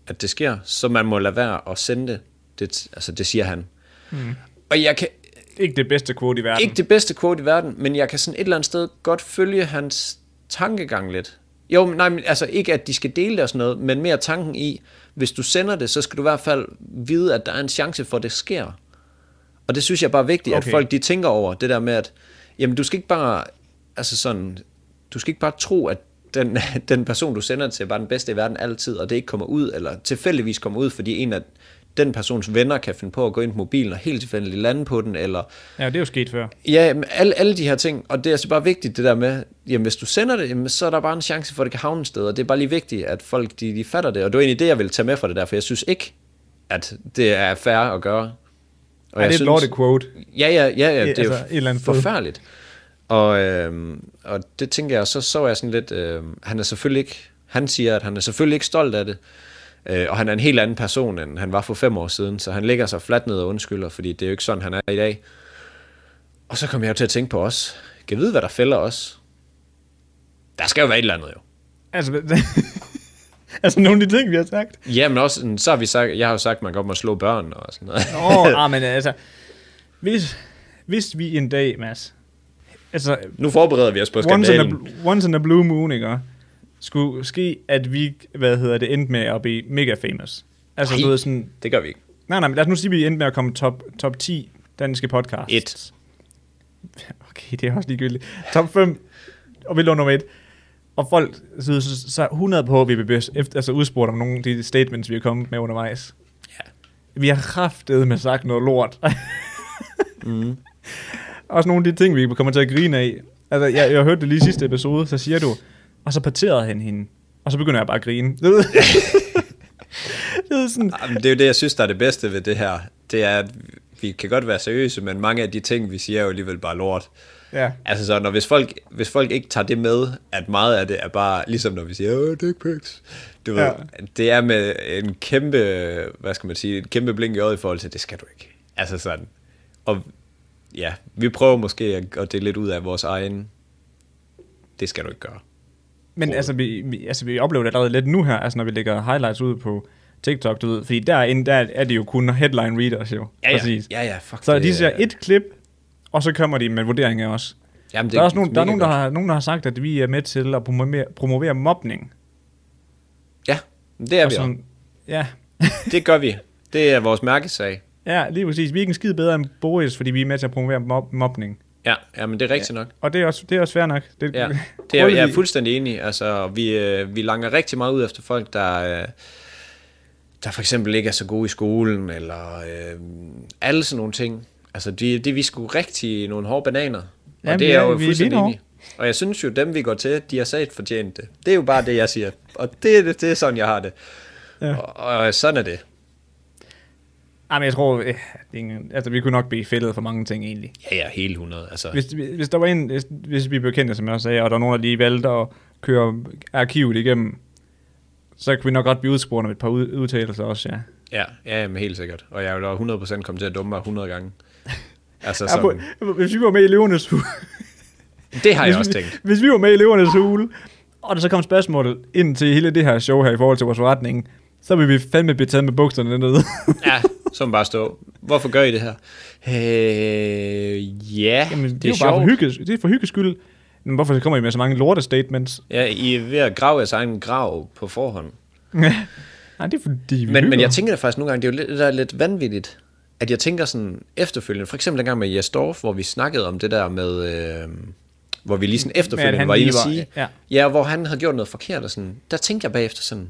Speaker 2: at det sker, så man må lade være at sende det. det t- altså det siger han. Mm. Og jeg kan
Speaker 1: Ikke det bedste quote i verden.
Speaker 2: ikke det bedste quote i verden, men jeg kan sådan et eller andet sted godt følge hans tankegang lidt. Jo, men nej, men altså ikke at de skal dele det og sådan noget, men mere tanken i, hvis du sender det, så skal du i hvert fald vide, at der er en chance for, at det sker. Og det synes jeg bare er vigtigt, okay.
Speaker 1: Okay.
Speaker 2: at folk de tænker over det der med, at jamen, du skal ikke bare, altså sådan, du skal ikke bare tro, at den, den person, du sender det til, var den bedste i verden altid, og det ikke kommer ud, eller tilfældigvis kommer ud, fordi en af den persons venner kan finde på at gå ind på mobilen og helt tilfældigt lande på den, eller
Speaker 1: Ja, det er jo sket før.
Speaker 2: Ja, men alle, alle de her ting, og det er altså bare vigtigt det der med, jamen hvis du sender det, jamen, så er der bare en chance for, at det kan havne et sted, og det er bare lige vigtigt, at folk de, de fatter det, og det var egentlig det, jeg ville tage med fra det der, for jeg synes ikke, at det er fair at gøre. Og
Speaker 1: Ja, det er et lortet quote.
Speaker 2: Ja, ja, ja, ja det er jo
Speaker 1: altså, et eller andet sted.
Speaker 2: forfærdeligt. Og, øhm, og det tænker jeg, så så jeg sådan lidt, øhm, han er selvfølgelig ikke, han siger, at han er selvfølgelig ikke stolt af det, øh, og han er en helt anden person, end han var for fem år siden, så han ligger sig fladt ned og undskylder, fordi det er jo ikke sådan, han er i dag. Og så kom jeg jo til at tænke på os. Kan vide, hvad der fælder os? Der skal jo være et eller andet jo.
Speaker 1: Altså, altså nogle af de ting, vi har sagt.
Speaker 2: Ja, men også, sådan, så har vi sagt, jeg har jo sagt, at man godt må slå børn og sådan noget.
Speaker 1: Åh, oh, ah, men altså, Hvis, hvis vi en dag, Mads, altså
Speaker 2: Nu forbereder vi os på
Speaker 1: once in, a,
Speaker 2: skandalen.
Speaker 1: bl- once in a blue moon, ikke? skulle ske, at vi, hvad hedder det, endte med at blive mega famous. Altså,
Speaker 2: Nej.
Speaker 1: du ved sådan,
Speaker 2: Det gør vi ikke.
Speaker 1: nej, nej, men lad os nu sige, at vi endte med at komme top, top 10 danske podcasts.
Speaker 2: Et.
Speaker 1: Okay, det er også ligegyldigt. Top 5, og vi lå nummer 1. Og folk så, så, så 100 på, at vi blev efter, altså udspurgt om nogle af de statements, vi er kommet med undervejs.
Speaker 2: Ja.
Speaker 1: Vi har kraftet med sagt noget lort. mm.
Speaker 2: Mm.
Speaker 1: Også nogle af de ting, vi kommer til at grine af. Altså, jeg, jeg hørte det lige i sidste episode, så siger du, og så parterede han hende. Og så begynder jeg bare at grine. Det ved- det er sådan,
Speaker 2: Jamen, det er jo det, jeg synes, der er det bedste ved det her. Det er, at vi kan godt være seriøse, men mange af de ting, vi siger, er jo alligevel bare lort.
Speaker 1: ja.
Speaker 2: Altså så, når, hvis, folk, hvis folk ikke tager det med, at meget af det er bare, ligesom når vi siger, åh, dick pics. Du ved,
Speaker 1: Ja.
Speaker 2: ja. det er med en kæmpe, hvad skal man sige, en kæmpe blink i øjet i forhold til, det skal du ikke. Altså sådan. Og ja, vi prøver måske at, at dele lidt ud af vores egen, det skal du ikke gøre.
Speaker 1: Men altså vi, vi, altså, vi oplever det allerede lidt nu her, altså når vi lægger highlights ud på TikTok, du ved, fordi derinde, der er det jo kun headline readers jo.
Speaker 2: Ja, ja.
Speaker 1: Præcis.
Speaker 2: Ja, ja, fuck
Speaker 1: Så
Speaker 2: det,
Speaker 1: de ser
Speaker 2: ja.
Speaker 1: et klip, og så kommer de med vurderinger også.
Speaker 2: Jamen,
Speaker 1: der er også nogen, der, er
Speaker 2: mega
Speaker 1: nogen, der,
Speaker 2: godt.
Speaker 1: har, nogen, der har sagt, at vi er med til at promovere, promovere mobning.
Speaker 2: Ja, det er
Speaker 1: Og
Speaker 2: vi også.
Speaker 1: sådan- ja,
Speaker 2: Det gør vi. Det er vores mærkesag.
Speaker 1: ja, lige præcis. Vi er ikke en skid bedre end Boris, fordi vi er med til at promovere mob, mobning.
Speaker 2: Ja, ja men det er rigtigt ja. nok.
Speaker 1: Og det er også, det er også fair nok. Det,
Speaker 2: Ja, det er, jeg er
Speaker 1: Prøvede vi-
Speaker 2: fuldstændig enig. Altså, vi, øh, vi langer rigtig meget ud efter folk, der, øh, der for eksempel ikke er så gode i skolen, eller øh, alle sådan nogle ting. Altså, de, de, vi er sgu rigtig nogle hårde bananer. Og
Speaker 1: Jamen,
Speaker 2: det
Speaker 1: vi
Speaker 2: er
Speaker 1: er-
Speaker 2: jeg jo
Speaker 1: vi er
Speaker 2: fuldstændig
Speaker 1: benhårde.
Speaker 2: enig. i. Og jeg synes jo, dem vi går til, de har sat fortjent det. Det er jo bare det, jeg siger. Og det, er det, det er sådan, jeg har det.
Speaker 1: Ja.
Speaker 2: Ja. Og, og sådan er det.
Speaker 1: Ej, men jeg tror, øh, det er ingen, altså, vi kunne nok blive fældet for mange ting egentlig.
Speaker 2: Ja, ja, hele 100. Altså,
Speaker 1: Hvis, hvis der var en, hvis, hvis vi blev kendte, som jeg også sagde, og der var nogen, der lige valgte at køre arkivet igennem, så kunne vi nok godt blive udspurgt om et par ud, udtalelser også, ja.
Speaker 2: ja, ja, jamen, helt sikkert. Og jeg vil da 100% komme til at dumme mig 100 gange. Altså,
Speaker 1: ja på,
Speaker 2: sådan,
Speaker 1: hvis vi var med i elevernes hule,
Speaker 2: det har jeg
Speaker 1: hvis,
Speaker 2: også
Speaker 1: vi-
Speaker 2: tænkt.
Speaker 1: hvis vi var med i elevernes hule, og der så kom spørgsmålet ind til hele det her show her i forhold til vores forretning, så ville vi fandme blive taget med bukserne ned.
Speaker 2: Ja, så må man bare stå. Hvorfor gør I det her? Øh, ja,
Speaker 1: Jamen, det,
Speaker 2: det er
Speaker 1: jo bare for,
Speaker 2: sjovt.
Speaker 1: hygge, det er for hygges skyld. Men hvorfor kommer I med så mange lorte statements?
Speaker 2: Ja, I er ved at grave jeres egen grav på forhånd.
Speaker 1: Nej, det er fordi vi
Speaker 2: Men,
Speaker 1: hygger.
Speaker 2: men jeg tænker da faktisk nogle gange, det er jo lidt, det der er lidt vanvittigt, at jeg tænker sådan efterfølgende, for eksempel dengang med Jes Dorf, hvor vi snakkede om det der med, øh, hvor vi lige sådan efterfølgende
Speaker 1: han
Speaker 2: var inde
Speaker 1: lige
Speaker 2: at
Speaker 1: var-
Speaker 2: sige,
Speaker 1: ja.
Speaker 2: ja, hvor han havde gjort noget forkert og sådan, der tænkte jeg bagefter sådan,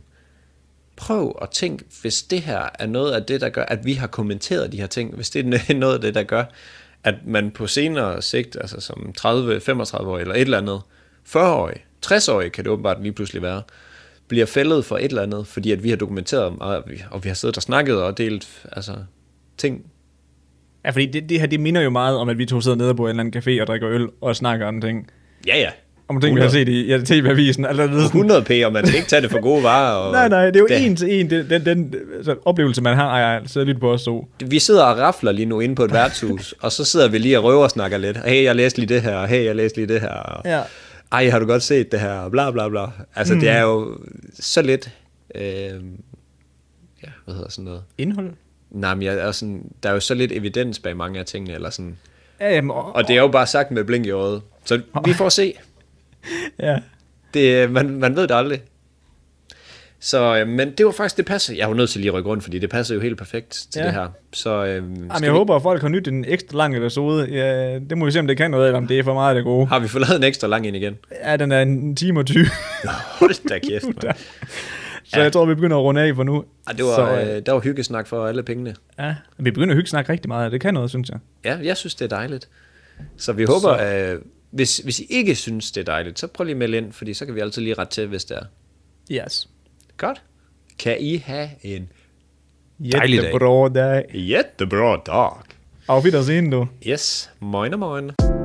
Speaker 2: prøv at tænke, hvis det her er noget af det, der gør, at vi har kommenteret de her ting, hvis det er noget af det, der gør, at man på senere sigt, altså som 30, 35 år eller et eller andet, 40-årig, 60-årig kan det åbenbart lige pludselig være, bliver fældet for et eller andet, fordi at vi har dokumenteret meget, og vi- og vi har siddet og snakket og delt altså, ting.
Speaker 1: Ja, fordi det, det her, det minder jo meget om, at vi to sidder nede på en eller anden café og drikker øl og snakker om ting.
Speaker 2: Ja, ja.
Speaker 1: Om ting, vi har set i ja, TV-avisen. Eller noget sådan.
Speaker 2: 100 p, og man skal ikke tage det for gode varer. Og
Speaker 1: Nej, nej, det er jo
Speaker 2: Da-
Speaker 1: en til en. Den, den, den altså, oplevelse, man har, ej, ej, sidder lidt på os to.
Speaker 2: Vi sidder og rafler lige nu inde på et værtshus, og så sidder vi lige og røver og snakker lidt. Hey, jeg læste lige det her, og hey, jeg læste lige det her. Og,
Speaker 1: Ja.
Speaker 2: Ej, har du godt set det her, og bla bla bla. Altså, mm. det er jo så lidt... Øh, ja, hvad hedder sådan noget?
Speaker 1: Indhold?
Speaker 2: Nej, men jeg er sådan, der er jo så lidt evidens bag mange af tingene, eller sådan.
Speaker 1: Ja, jamen, og,
Speaker 2: Og det er jo bare sagt med blink i øjet. Så vi får se.
Speaker 1: ja.
Speaker 2: Det, man, man ved det aldrig. Så, øh, men det var faktisk, det passer. Jeg var nødt til lige at rykke rundt, fordi det passer jo helt perfekt til
Speaker 1: Ja.
Speaker 2: det her. Så, øh,
Speaker 1: Jamen, jeg håber, at folk har nyt en ekstra lang episode. Ja, det må vi se, om det kan noget, eller om det er for meget af det gode.
Speaker 2: har vi fået lavet en ekstra lang en igen.
Speaker 1: Ja, den er en time og 20.
Speaker 2: Hold da kæft, man.
Speaker 1: så jeg tror, vi begynder at runde af for nu.
Speaker 2: Ej, det var,
Speaker 1: så, øh,
Speaker 2: øh, der var hyggesnak for alle pengene.
Speaker 1: ja. Vi begynder at hygge snakke rigtig meget, og det kan noget, synes jeg.
Speaker 2: Ja, jeg synes, det er dejligt. Så vi håber, øh, hvis, hvis I ikke synes, det er dejligt, så prøv lige at melde ind, fordi så kan vi altid lige rette til, hvis det er.
Speaker 1: Yes.
Speaker 2: Godt. Kan I have en Dejlig dag.
Speaker 1: Jättebra dag.
Speaker 2: jättebra dag?
Speaker 1: Auf Wiedersehen, du.
Speaker 2: Yes, moin og moin.